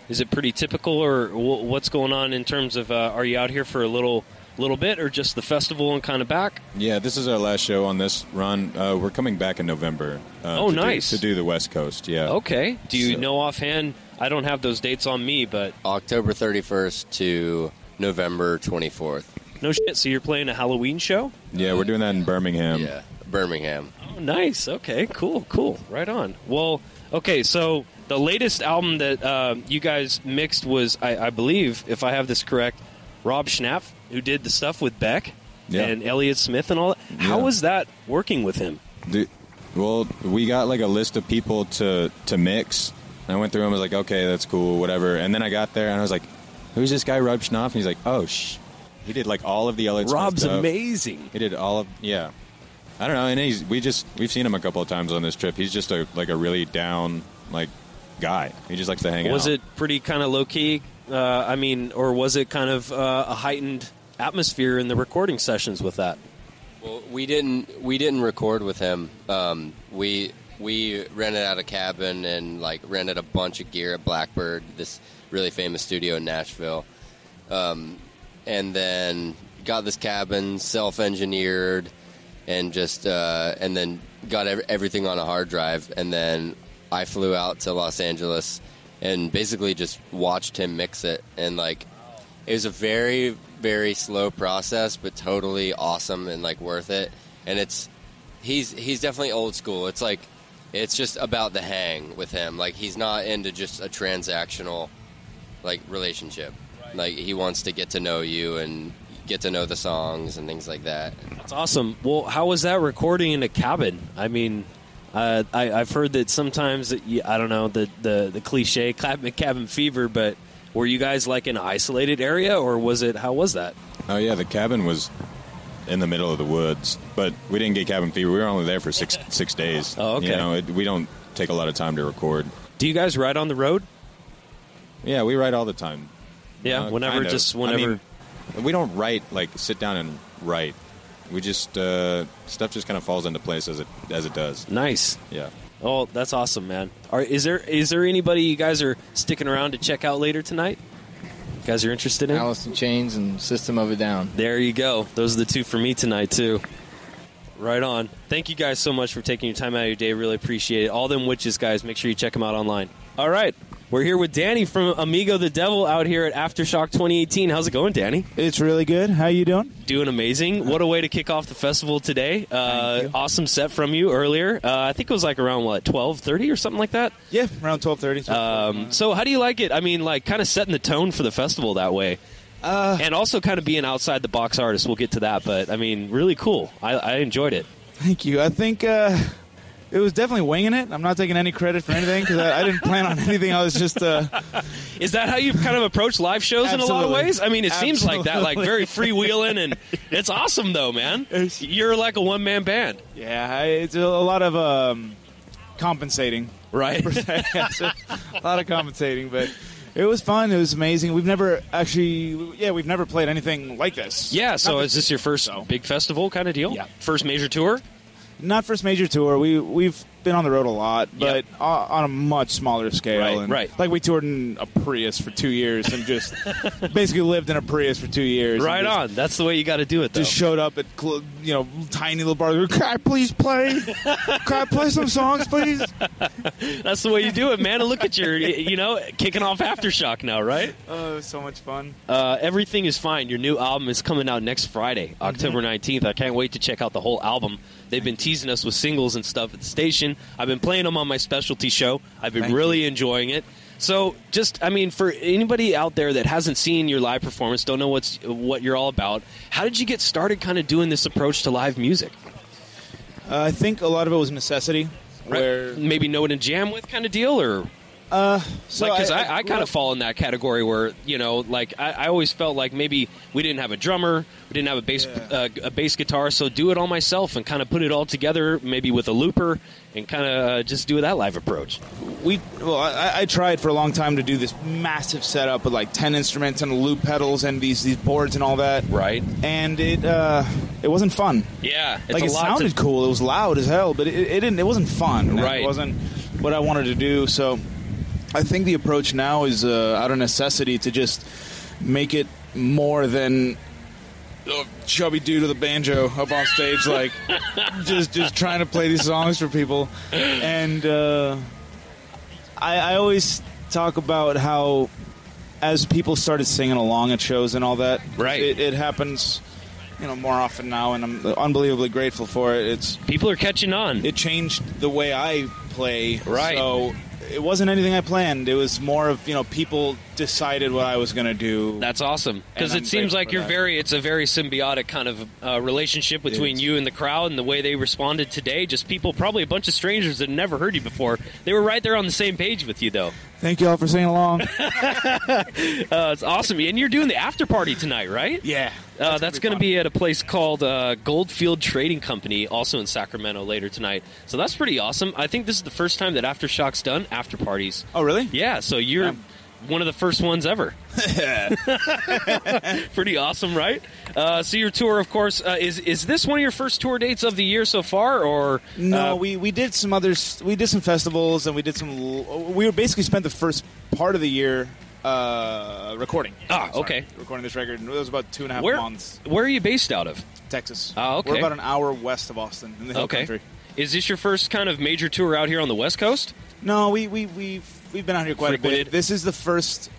S9: Is it pretty typical, or wh- what's going on in terms of? Uh, are you out here for a little little bit, or just the festival and kind of back?
S13: Yeah, this is our last show on this run. Uh, we're coming back in November. Uh,
S9: Oh,
S13: to do-
S9: nice.
S13: to do the West Coast. Yeah.
S9: Okay. Do you
S13: So-
S9: know offhand? I don't have those dates on me, but
S14: October 31st to November 24th.
S9: no shit. So you're playing a Halloween show?
S13: Yeah, we're doing that in Birmingham.
S14: Yeah, Birmingham.
S9: Oh, nice. Okay. Cool. Cool. Right on. Well, okay. So the latest album that uh, you guys mixed was, I, I believe, if I have this correct, Rob Schnapp, who did the stuff with Beck
S13: Yeah.
S9: and Elliott Smith and all that. How
S13: Yeah.
S9: was that working with him?
S13: Dude, well, we got like a list of people to to mix. And I went through them. I was like, okay, that's cool, whatever. And then I got there and I was like, who's this guy, Rob Schnapp? And he's like, oh, sh. He did like all of the Elliott. Smith
S9: Rob's
S13: stuff.
S9: amazing.
S13: He did all of yeah. I don't know. And he's we just we've seen him a couple of times on this trip. He's just a like a really down like guy. He just likes to hang out.
S9: was it pretty kind of low key? Uh, I mean, or was it kind of uh, a heightened atmosphere in the recording sessions with that?
S14: Well, we didn't we didn't record with him. Um, we we rented out a cabin and like rented a bunch of gear at Blackbird, this really famous studio in Nashville, um, and then got this cabin self-engineered and just uh, and then got ev- everything on a hard drive and then I flew out to Los Angeles and basically just watched him mix it and like it was a very very slow process but totally awesome and like worth it and it's he's he's definitely old school it's like it's just about the hang with him like he's not into just a transactional like relationship like he wants to get to know you and get to know the songs and things like that
S9: That's awesome. Well, how was that recording in a cabin? I mean, uh, I, I've heard that sometimes that you, I don't know the the, the cliche cabin, cabin fever, but were you guys like in an isolated area or was it how was that?
S13: Oh yeah, the cabin was in the middle of the woods, but we didn't get cabin fever. We were only there for six six days.
S9: Oh, okay.
S13: You know, it, we don't take a lot of time to record.
S9: Do you guys ride on the road?
S13: Yeah, we write all the time.
S9: Yeah,
S13: Uh,
S9: whenever,
S13: kind of.
S9: just
S13: I
S9: whenever.
S13: mean, we don't write like sit down and write. We just uh, stuff just kind of falls into place as it as it does.
S9: Nice.
S13: Yeah.
S9: Oh, that's awesome, man. Are, is there is there anybody you guys are sticking around to check out later tonight? You guys are interested in?
S15: Alice in Chains and System of a Down.
S9: There you go. Those are the two for me tonight too. Right on. Thank you guys so much for taking your time out of your day. Really appreciate it. All them witches guys, make sure you check them out online. All right. We're here with Danny from Amigo the Devil out here at Aftershock 2018. How's it going, Danny?
S16: It's really good. How you doing?
S9: Doing amazing. What a way to kick off the festival today. Uh, awesome set from you earlier. Uh, I think it was like around, what, 12.30 or something like that?
S16: Yeah, around 12.30.
S9: Um, so how do you like it? I mean, like kind of setting the tone for the festival that way.
S16: Uh,
S9: and also kind of being outside the box artist. We'll get to that. But, I mean, really cool. I, I enjoyed it.
S16: Thank you. I think uh, it was definitely winging it. I'm not taking any credit for anything because I, I didn't plan on anything. I was just uh,
S9: Is that how you kind of approach live shows in a lot of
S16: Absolutely.
S9: ways? I mean, it seems like that, like very
S16: Absolutely.
S9: freewheeling, and it's awesome though, man. You're like a one man band.
S16: yeah, I, it's a, a lot of um, compensating,
S9: right?
S16: a lot of compensating, but it was fun. It was amazing. We've never actually, yeah, we've never played anything like this.
S9: Yeah. So
S16: Not
S9: is this your first big festival kind of deal? Yeah. First major tour?
S16: not first major tour. We we've been on the road a lot, but o- on a much smaller scale.
S9: Right,
S16: and
S9: right.
S16: Like we toured in a Prius for two years and just basically lived in a Prius for two years. and
S9: Right
S16: just-
S9: on. That's the way you got to do it. Though.
S16: Just showed up at cl- you know tiny little bar. Can I please play? Can I play some songs, please?
S9: That's the way you do it, man. And look at your, you know, kicking off aftershock now, right?
S16: Oh, it was so much fun.
S9: Uh, everything is fine. Your new album is coming out next Friday, October 19th. I can't wait to check out the whole album. They've been teasing us with singles and stuff at the station. I've been playing them on my specialty show. I've been
S16: Thank
S9: really enjoying it. So, just I mean, for anybody out there that hasn't seen your live performance, don't know what's what you're all about. How did you get started, kind of doing this approach to live music?
S16: Uh, I think a lot of it was necessity. Where
S9: maybe no one to jam with, kind of deal, or
S16: uh, so
S9: So because I,
S16: I-
S9: I, kind of fall in that category where you know, like I, I always felt like maybe we didn't have a drummer, we didn't have a bass uh, a bass guitar, so do it all myself and kind of put it all together, maybe with a looper, and kind of uh, just do that live approach.
S16: we well I, I tried for a long time to do this massive setup with like 10 instruments and loop pedals and these these boards and all that
S9: right
S16: and it uh it wasn't fun
S9: Yeah, it's
S16: like
S9: a
S16: it
S9: lot to-
S16: sounded cool it was loud as hell but it, it didn't it wasn't fun And
S9: Right.
S16: it wasn't what i wanted to do so i think the approach now is uh, out of necessity to just make it more than a chubby dude with a banjo up on stage like just just trying to play these songs for people and uh I, I always talk about how as people started singing along at shows and all that, right? It, it happens, you know, more often now, and I'm unbelievably grateful for it. It's
S9: people are catching on.
S16: It changed the way I play, right? So it wasn't anything I planned. It was more of you know people decided what I was going to do.
S9: That's awesome Because
S16: And
S9: it
S16: I'm
S9: seems
S16: grateful
S9: like
S16: for
S9: you're
S16: that.
S9: very, it's a very symbiotic kind of uh, relationship between
S16: is.
S9: you and the crowd and the way they responded today. Just people, probably a bunch of strangers that never heard you before. They were right there on the same page with you, though.
S16: Thank you all for singing along.
S9: Uh, it's awesome. And you're doing the after party tonight, right?
S16: Yeah.
S9: Uh, that's going to be at a place called uh, Goldfield Trading Company, also in Sacramento later tonight. So that's pretty awesome. I think this is the first time that Aftershock's done after parties.
S16: Oh, really?
S9: Yeah. So you're one of the first ones ever. Pretty awesome, right? Uh, so your tour, of course, uh, is is this one of your first tour dates of the year so far, or
S16: No,
S9: uh,
S16: we, we did some others. We did some festivals, and we did some. l- We were basically spent the first part of the year uh, recording.
S9: Ah,
S16: Sorry,
S9: okay.
S16: recording this record. and It was about two and a half
S9: where
S16: months.
S9: where are you based out of?
S16: Texas.
S9: Oh, okay.
S16: We're about an hour west of Austin in the hill
S9: okay.
S16: country.
S9: Is this your first kind of major tour out here on the West Coast?
S16: No, we we we've we've been out here quite a bit. This is the first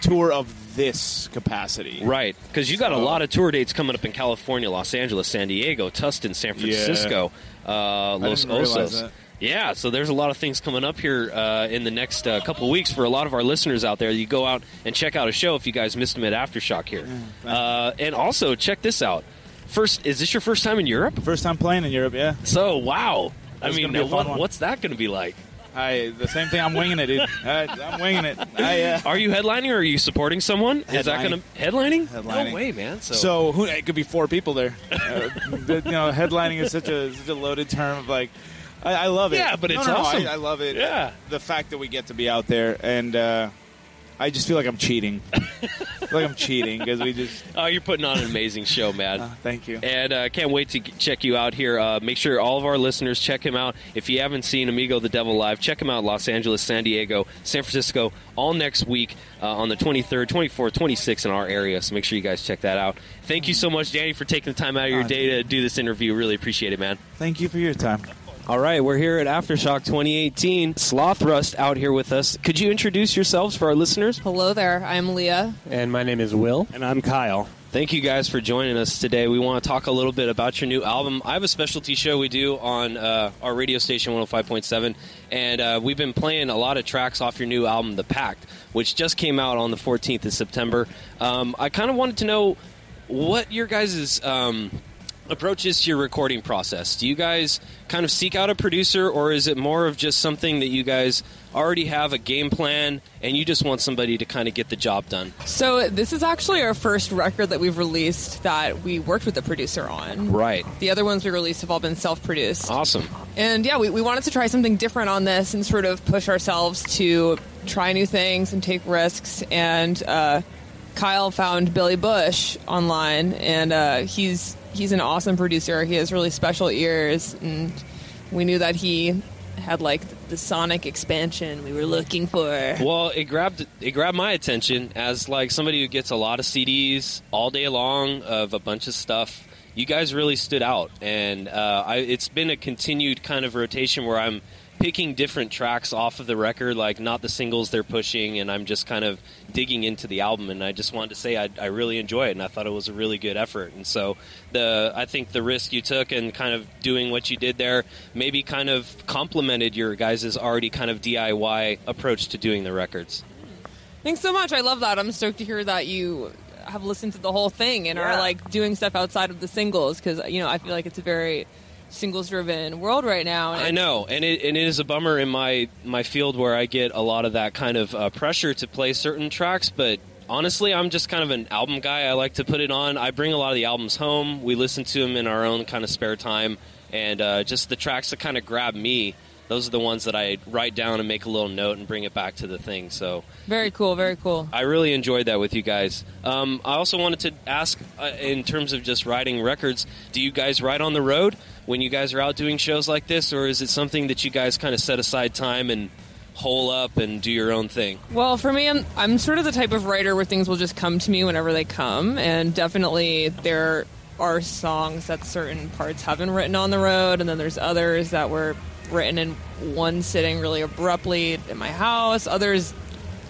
S16: tour of this capacity.
S9: Right, because you got a
S16: So-
S9: lot of tour dates coming up in California, Los Angeles, San Diego, Tustin, San
S16: Yeah.
S9: Francisco, uh, Los
S16: didn't realize
S9: Osos.
S16: that.
S9: Yeah, so there's a lot of things coming up here uh, in the next uh, couple weeks for a lot of our listeners out there. You go out and check out a show if you guys missed them at Aftershock here, uh, and also check this out. First, is this your first time in Europe?
S16: First time playing in Europe, yeah.
S9: So wow, I
S16: It's
S9: mean,
S16: gonna be a fun
S9: what,
S16: one.
S9: what's that going to be like?
S16: I the same thing. I'm winging it, dude. I, I'm winging it. I, uh,
S9: Are you headlining or are you supporting someone? Is that going to headlining?
S16: Headlining.
S9: No way, man. So,
S16: So who, it could be four people there. Uh, but, you know, headlining is such a such a loaded term of like. I, I love it.
S9: Yeah, but
S16: No,
S9: it's
S16: no, no,
S9: awesome.
S16: I, I love it.
S9: Yeah.
S16: the fact that we get to be out there, and uh, I just feel like I'm cheating. I feel like I'm cheating because we just
S9: Oh, you're putting on an amazing show, man.
S16: thank you.
S9: And uh, can't wait to g- check you out here. Uh, make sure all of our listeners check him out. If you haven't seen Amigo the Devil live, check him out Los Angeles, San Diego, San Francisco, all next week uh, on the 23rd, 24th, 26th in our area. So make sure you guys check that out. Thank you so much, Danny, for taking the time out of your
S16: Oh,
S9: day to do this interview. Really appreciate it, man.
S16: thank you for your time.
S9: All right, we're here at Aftershock 2018. Slothrust out here with us. Could you introduce yourselves for our listeners?
S17: Hello there, I'm Leah.
S9: And my name is Will. And I'm Kyle. Thank you guys for joining us today. We want to talk a little bit about your new album. I have a specialty show we do on uh, our radio station 105.7, and uh, we've been playing a lot of tracks off your new album, The Pact, which just came out on the 14th of September. Um, I kind of wanted to know what your guys' um, approach is to your recording process. Do you guys kind of seek out a producer, or is it more of just something that you guys already have a game plan and you just want somebody to kind of get the job done?
S17: So, this is actually our first record that we've released that we worked with a producer on.
S9: Right.
S17: The other ones we released have all been self produced.
S9: Awesome.
S17: And yeah, we, we wanted to try something different on this and sort of push ourselves to try new things and take risks. And uh, Kyle found Billy Bush online, and uh, he's he's an awesome producer. He has really special ears, and we knew that he had like the sonic expansion we were looking for.
S9: Well, it grabbed it grabbed my attention as like somebody who gets a lot of CDs all day long of a bunch of stuff. You guys really stood out, and uh, I, it's been a continued kind of rotation where I'm picking different tracks off of the record, like not the singles they're pushing, and I'm just kind of digging into the album. And I just wanted to say I, I really enjoy it, and I thought it was a really good effort. And so the I think the risk you took and kind of doing what you did there maybe kind of complemented your guys' already kind of DIY approach to doing the records.
S17: Thanks so much. I love that. I'm stoked to hear that you have listened to the whole thing and are like doing stuff outside of the singles because you know I feel like it's a very singles driven world right now. and
S9: I know, and it, and it is a bummer in my my field where I get a lot of that kind of uh, pressure to play certain tracks, but. Honestly, I'm just kind of an album guy. I like to put it on. I bring a lot of the albums home. We listen to them in our own kind of spare time, and uh, just the tracks that kind of grab me. Those are the ones that I write down and make a little note and bring it back to the thing. So
S17: Very cool. Very cool.
S9: I really enjoyed that with you guys. Um, I also wanted to ask, uh, in terms of just writing records, do you guys write on the road when you guys are out doing shows like this, or is it something that you guys kind of set aside time and hole up and do your own thing?
S17: Well, for me, I'm I'm sort of the type of writer where things will just come to me whenever they come, and definitely there are songs that certain parts have been written on the road, and then there's others that were written in one sitting really abruptly in my house. Others,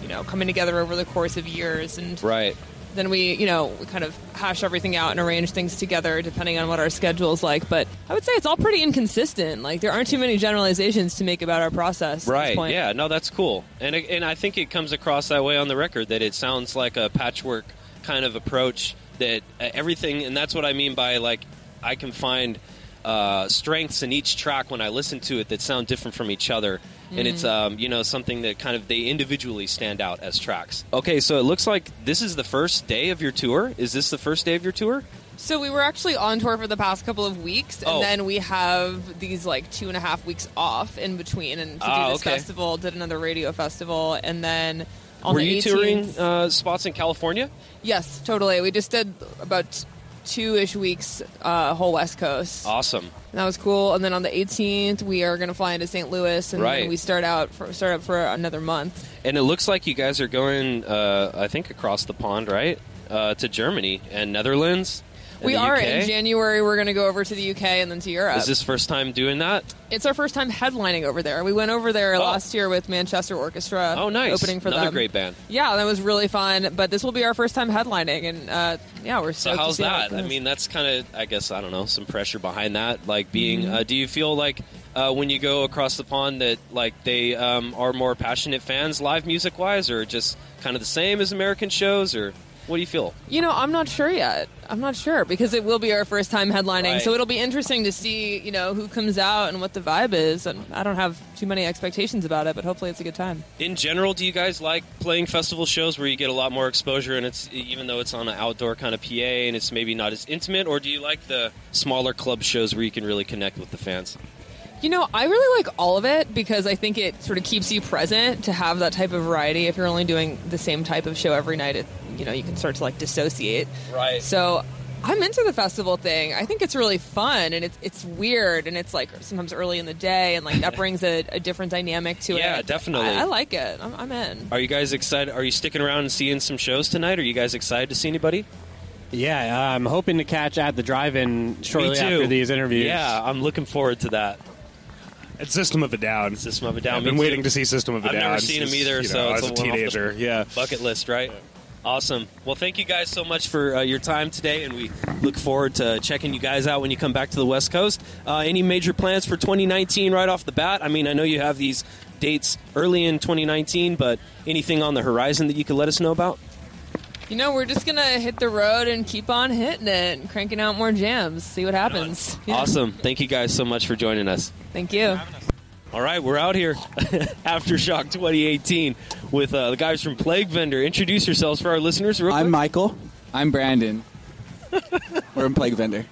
S17: you know, coming together over the course of years, and
S9: Right.
S17: then we, you know, we kind of hash everything out and arrange things together depending on what our schedule is like. But I would say it's all pretty inconsistent. Like there aren't too many generalizations to make about our process. At this
S9: Right.
S17: point.
S9: Yeah. No, that's cool, and it- and I think it comes across that way on the record that it sounds like a patchwork kind of approach that uh, everything, and that's what I mean by like I can find uh, strengths in each track when I listen to it that sound different from each other, and it's
S4: Mhm.
S17: Mm-hmm.
S9: um, you know something that kind of they individually stand out as tracks. Okay, so it looks like this is the first day of your tour. Is this the first day of your tour?
S17: So we were actually on tour for the past couple of weeks, and
S9: Oh.
S17: then we have these like two and a half weeks off in between, and to
S9: Ah,
S17: do this
S9: okay.
S17: festival, did another radio festival, and then on
S9: Were
S17: the
S9: you
S17: 18th.
S9: touring uh, spots in California?
S17: Yes, totally. We just did about two ish weeks, uh, whole West Coast.
S9: Awesome.
S17: And that was cool. And then on the 18th, we are going to fly into St. Louis, and
S9: Right.
S17: we start out for, start up for another month.
S9: And it looks like you guys are going, uh, I think, across the pond, right? Uh, to Germany and Netherlands. and
S17: we
S9: the
S17: are
S9: UK.
S17: in January. We're going to go over to the UK and then to Europe.
S9: Is this first time doing that?
S17: it's our first time headlining over there. We went over there last year with Manchester Orchestra.
S9: Oh, nice.
S17: Opening for
S9: Another
S17: them.
S9: great band.
S17: Yeah, that was really fun. But this will be our first time headlining, and uh, yeah, we're
S9: So
S17: stoked to
S9: how's
S17: see how it
S9: that? I
S17: goes.
S9: mean, that's kind of, I guess, I don't know, some pressure behind that. Like being,
S17: Mhm.
S9: uh, do you feel like uh, when you go across the pond that like they um, are more passionate fans, live music wise, or just kind of the same as American shows, or what do you feel?
S17: You know, I'm not sure yet. I'm not sure because it will be our first time headlining,
S9: Right.
S17: so it'll be interesting to see, you know, who comes out and what the vibe is. And I don't have too many expectations about it, but hopefully it's a good time.
S9: In general, do you guys like playing festival shows where you get a lot more exposure and it's even though it's on an outdoor kind of PA and it's maybe not as intimate, or do you like the smaller club shows where you can really connect with the fans?
S17: You know, I really like all of it because I think it sort of keeps you present to have that type of variety. If you're only doing the same type of show every night, it, you know, you can start to like dissociate.
S9: Right.
S17: So I'm into the festival thing. I think it's really fun and it's it's weird and it's like sometimes early in the day and like that brings a, a different dynamic to it.
S9: Yeah, definitely.
S17: I, I like it. I'm, I'm in.
S9: Are you guys excited? Are you sticking around and seeing some shows tonight? Are you guys excited to see anybody?
S18: Yeah, I'm hoping to catch at the drive-in shortly
S9: Me too.
S18: after these interviews.
S9: Yeah, I'm looking forward to that.
S18: It's System of a Down.
S9: System of a Down.
S18: I've been
S9: me too.
S18: waiting to see System of a
S9: I've
S18: Down.
S9: never seen him
S18: since,
S9: either,
S18: you
S9: so
S18: know, as a
S9: it's one off the
S18: teenager. Yeah.
S9: Bucket list, right? Awesome. Well, thank you guys so much for uh, your time today, and we look forward to checking you guys out when you come back to the West Coast. Uh, any major plans for 2019 right off the bat? I mean, I know you have these dates early in 2019, but anything on the horizon that you could let us know about?
S17: You know, we're just gonna hit the road and keep on hitting it, and cranking out more jams, see what happens. Yeah.
S9: Awesome. Thank you guys so much for joining us.
S17: Thank you.
S9: All right, we're out here. Aftershock 2018 with uh, the guys from Plague Vendor. Introduce yourselves for our listeners, real quick.
S19: I'm Michael. I'm Brandon. We're in Plague Vendor.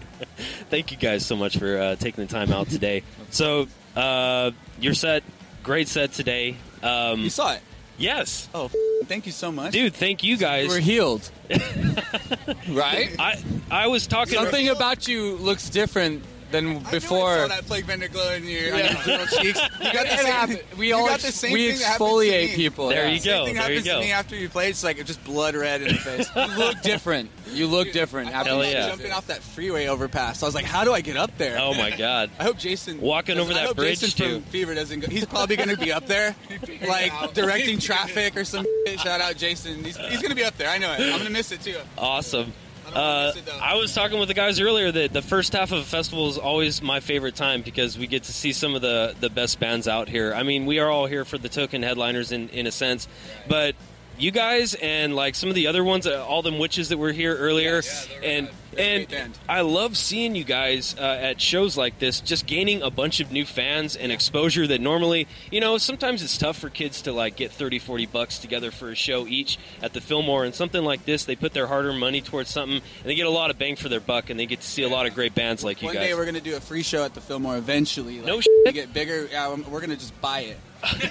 S9: Thank you guys so much for uh, taking the time out today. so, uh, your set, great set today. Um, you
S19: saw it?
S9: Yes.
S19: Oh, f- thank you so much.
S9: Dude, thank you guys.
S19: We're healed. right?
S9: I I was talking
S19: Something about you looks different than before.
S20: saw that plague vendor glow in your, on your little cheeks. You got
S19: It
S20: the same.
S19: happened. We
S20: you
S19: all
S20: got
S19: ex-
S20: the same
S19: we
S20: thing that happens to
S19: exfoliate
S20: me.
S19: people, There yeah. you go,
S20: Same thing
S19: there you
S20: happens
S19: go.
S20: to me after you play. It's like just blood red in the face.
S19: You look different. You look different.
S20: I
S19: after
S20: was
S19: you did
S20: jumping off that freeway overpass. I was like, how do I get up there?
S9: Oh my god!
S20: I hope Jason
S9: Walking over
S20: I
S9: that
S20: hope
S9: bridge,
S20: Jason from
S9: too.
S20: Fever doesn't. Go, he's probably going to be up there, like directing traffic or some. shit. Shout out Jason. He's, he's going to be up there. I know it. I'm going to miss it too.
S9: Awesome. Uh, I was talking with the guys earlier that the first half of a festival is always my favorite time because we get to see some of the, the best bands out here. I mean, we are all here for the token headliners in, in a sense, but you guys and like some of the other ones, uh, all them witches that were here earlier, and and I love seeing you guys uh, at shows like this, just gaining a bunch of new fans and exposure that normally, you know, sometimes it's tough for kids to like get 30, 40 bucks together for a show each at the Fillmore and something like this, they put their hard-earned money towards something and they get a lot of bang for their buck and they get to see a lot of great bands like you
S20: One
S9: guys.
S20: day we're going to do a free show at the Fillmore eventually. Like,
S9: No
S20: We get bigger. Yeah, um, we're going to just buy it. we're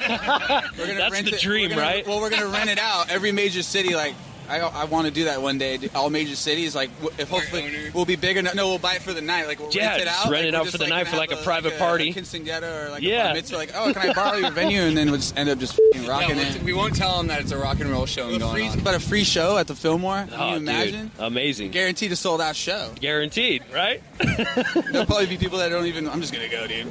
S20: gonna
S9: That's
S20: rent
S9: the
S20: it-
S9: dream,
S20: we're gonna-
S9: right?
S20: Well, we're going to rent it out. Every major city, like I, I want to do that one day. Do- All major cities, like w- if hopefully we'll be big enough. No, we'll buy it for the night. Like we'll
S9: Yeah,
S20: rent it
S9: just rent
S20: out. Like,
S9: it
S20: we're
S9: out
S20: just,
S9: for the
S20: like,
S9: night
S20: gonna
S9: for,
S20: have
S9: like, a private party.
S20: A quinceanera or like
S9: Yeah.
S20: a bar mitzvah. Like, oh, can I borrow your venue? And then we'll just end up just f***ing rocking
S19: we'll-
S20: it.
S19: we won't tell them that it's a rock and roll show
S20: But a
S19: going
S20: free-
S19: on.
S20: But a free show at the Fillmore. Can
S9: Oh,
S20: you
S9: dude,
S20: imagine?
S9: amazing.
S20: Guaranteed a sold out show.
S9: Guaranteed, right?
S20: There'll probably be people that don't even. I'm just gonna go, dude.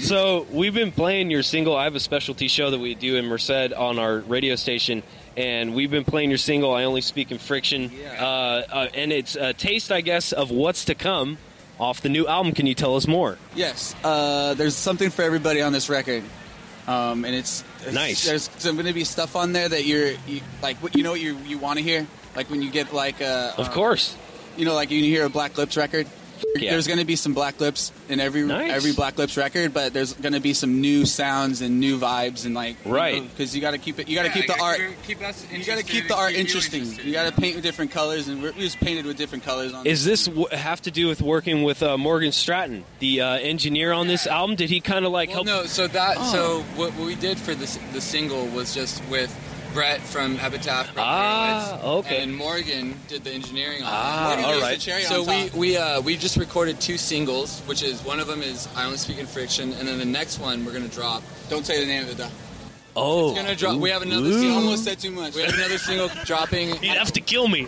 S9: so we've been playing your single. I have a specialty show that we do in Merced on our radio station, and we've been playing your single. I only speak in friction, uh, uh, and it's a taste, I guess, of what's to come off the new album. Can you tell us more?
S20: Yes, uh, there's something for everybody on this record, um, and it's, it's-
S9: Nice.
S20: There's, going to be stuff on there that you're you, like, what- you know, what you you want to hear, like when you get like, uh,
S9: Of course,
S20: you know, like you hear a Black Lips record.
S9: yeah.
S20: There's going to be some Black Lips in every
S9: Nice.
S20: every Black Lips record, but there's going to be some new sounds and new vibes and like,
S9: Right.
S20: because you got to keep it, you got to
S19: Yeah,
S20: keep the
S19: gotta
S20: art.
S19: keep- keep us
S20: You got to
S19: interested
S20: keep the
S19: and
S20: art
S19: keep you
S20: interesting. You, got to paint with different colors, and we're, we just painted with different colors on.
S9: Is this w- have to do with working with uh, Morgan Stratton, the uh, engineer on this album? Did he kind of like
S19: Well,
S9: help?
S19: no, so that so what, what we did for this the single was just with Brett from Epitaph. Brett
S21: Ah,
S19: Horowitz,
S21: okay.
S19: And Morgan did the engineering on
S21: Ah,
S19: it.
S21: Morgan all gives the right. cherry
S19: So
S21: on
S19: we
S21: top.
S19: we uh, we just recorded two singles, which is one of them is I Only Speak in Friction, and then the next one we're gonna drop. Don't say the name of it though.
S21: Oh,
S19: It's gonna drop. We have another.
S21: Ooh.
S19: Single.
S21: Almost
S19: said too much. We have another single dropping. You'd have to kill me.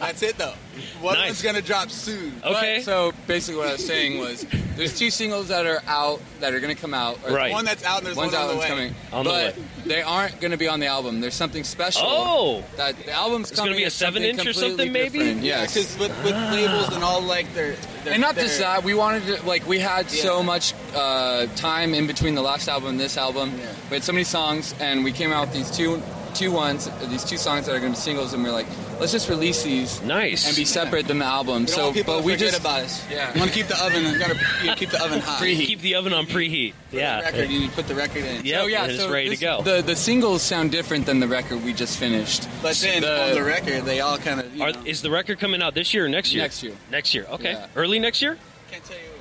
S20: That's it though. One one's gonna drop soon.
S19: But- so basically, what I was saying was, there's two singles that are out that are going to come out.
S20: Right. One that's out and there's
S19: one's
S20: one
S19: out
S20: on the
S19: one's
S20: way.
S19: coming.
S20: On the
S19: but they aren't going to be on the album. There's something special.
S20: Oh.
S19: That the album's
S20: It's
S19: coming.
S20: gonna be a
S19: It's something
S20: 7-inch or
S19: completely
S20: something, maybe? Ah.
S19: different.
S20: Yeah,
S19: Yes.
S20: 'cause with- with labels and all, like, they're- they're-
S19: and not just
S20: they're-
S19: that. We wanted to like we had so much uh, time in between the last album and this album. We had so many songs, and we came out with these two two ones, these two songs that are going to be singles, and we are like, let's just release these. Nice. And be separate than the album.
S20: We don't
S19: so,
S20: want people
S19: but
S20: to
S19: we
S20: forget
S19: just
S20: about us.
S19: Yeah.
S20: You want to keep the oven. You gotta you keep the oven hot.
S19: Preheat.
S20: Keep
S9: the oven on preheat.
S20: yeah. record. You put the record in.
S19: So, so this- The the singles sound different than the record we just finished.
S20: But then on the record, they all kind of.
S9: Are, is the record coming out this year or next year?
S19: Next year.
S9: Next year. Okay.
S19: Yeah.
S9: Early next year.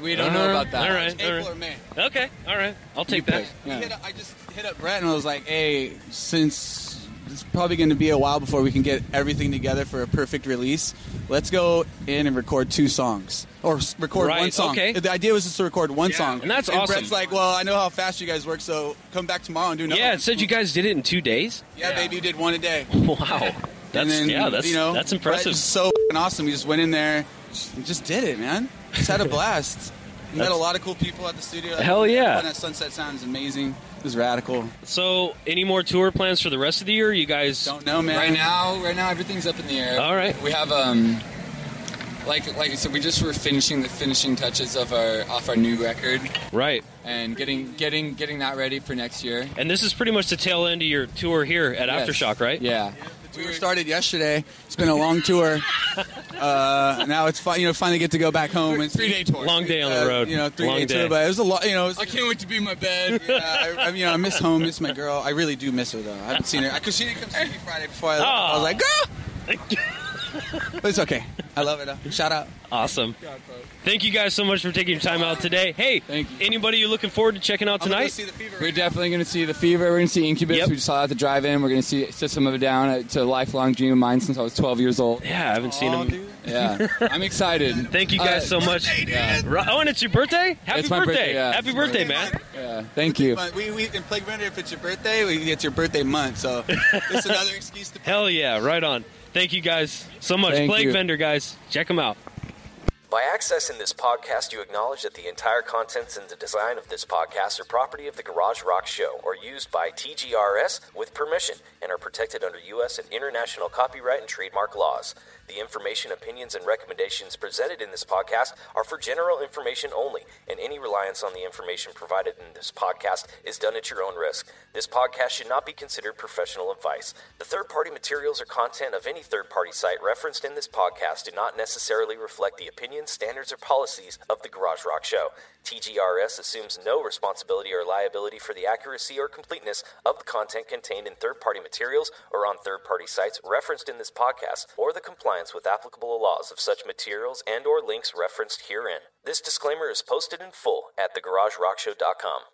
S19: we don't know about that.
S9: All right. all right.
S20: April or May.
S9: Okay. All right. I'll take
S20: You
S9: that.
S20: pick. We hit up- I just hit up Brett and I was like, "Hey, since it's probably going to be a while before we can get everything together for a perfect release, let's go in and record two songs or s- record
S9: Right,
S20: one song."
S9: okay.
S20: The idea was just to record one song,
S9: and that's awesome.
S20: Brett's like, "Well, I know how fast you guys work, so come back tomorrow and do another."
S9: Yeah,
S20: one."
S9: it said you guys did it in two days.
S20: yeah, baby, you did one a day.
S9: Wow.
S20: and
S9: That's-
S20: then,
S9: yeah, that's-
S20: you know,
S9: that's
S20: Brett
S9: impressive.
S20: is so f***ing awesome. We just went in there, and just did it, man. Just had a blast. Met a
S9: That's-
S20: lot of cool people at the studio.
S9: Hell yeah.
S20: Everyone at Sunset Sound is amazing. It was radical.
S9: So, any more tour plans for the rest of the year? You guys don't
S20: know,
S19: Right now, right now, everything's up in the air.
S9: Oh, All right.
S19: We have um, like like I said, we just were finishing the finishing touches of our off our new record
S9: Right.
S19: and getting getting getting that ready for next year.
S9: And this is pretty much the tail end of your tour here at
S19: Yes.
S9: Aftershock, right?
S19: Yeah.
S20: We were started yesterday. It's been a long tour. Uh, now it's fun, you know, finally get to go back home. It's three day tour,
S9: Long day on the
S19: Uh,
S9: road.
S20: You know, three
S9: Long
S20: day,
S9: day.
S20: tour, but it was a lot. You know, it was,
S19: I can't wait to be in my bed.
S20: yeah, I, I, you know, I miss home, miss my girl. I really do miss her though. I haven't seen her because she didn't come see me Friday before I left. I was like, girl, but it's okay. I love it. Though. Shout out.
S9: Awesome. Thank you guys so much for taking your time out today. Hey, anybody you're looking forward to checking out tonight?
S19: We're definitely going to see the Fever. We're going to see Incubus. We just saw at the drive-in. We're going to see System of a Down. It's a lifelong dream of mine since I was 12 years old.
S9: Yeah, I haven't seen him.
S19: Yeah, I'm excited.
S9: Thank you guys
S20: Uh,
S9: so much. Ri- Oh, and it's your birthday? Happy
S19: It's my
S9: birthday.
S19: birthday, yeah.
S9: Happy
S19: It's my
S9: birthday, man.
S19: Yeah, thank you.
S20: But we, we in Plague Runner, if it's your birthday, we, it's your birthday month, so it's another excuse to.
S9: Hell yeah, right on. Thank you guys so much.
S20: Thank
S9: Plague
S20: you.
S9: Vendor, guys. Check them out.
S1: By accessing this podcast, you acknowledge that the entire contents and the design of this podcast are property of the Garage Rock Show or used by TGRS with permission and are protected under U.S. and international copyright and trademark laws. The information, opinions, and recommendations presented in this podcast are for general information only, and any reliance on the information provided in this podcast is done at your own risk. This podcast should not be considered professional advice. The third party materials or content of any third party site referenced in this podcast do not necessarily reflect the opinions, standards, or policies of the Garage Rock Show. TGRS assumes no responsibility or liability for the accuracy or completeness of the content contained in third party materials or on third party sites referenced in this podcast or the compliance with applicable laws of such materials and or links referenced herein. This disclaimer is posted in full at thegaragerockshow.com.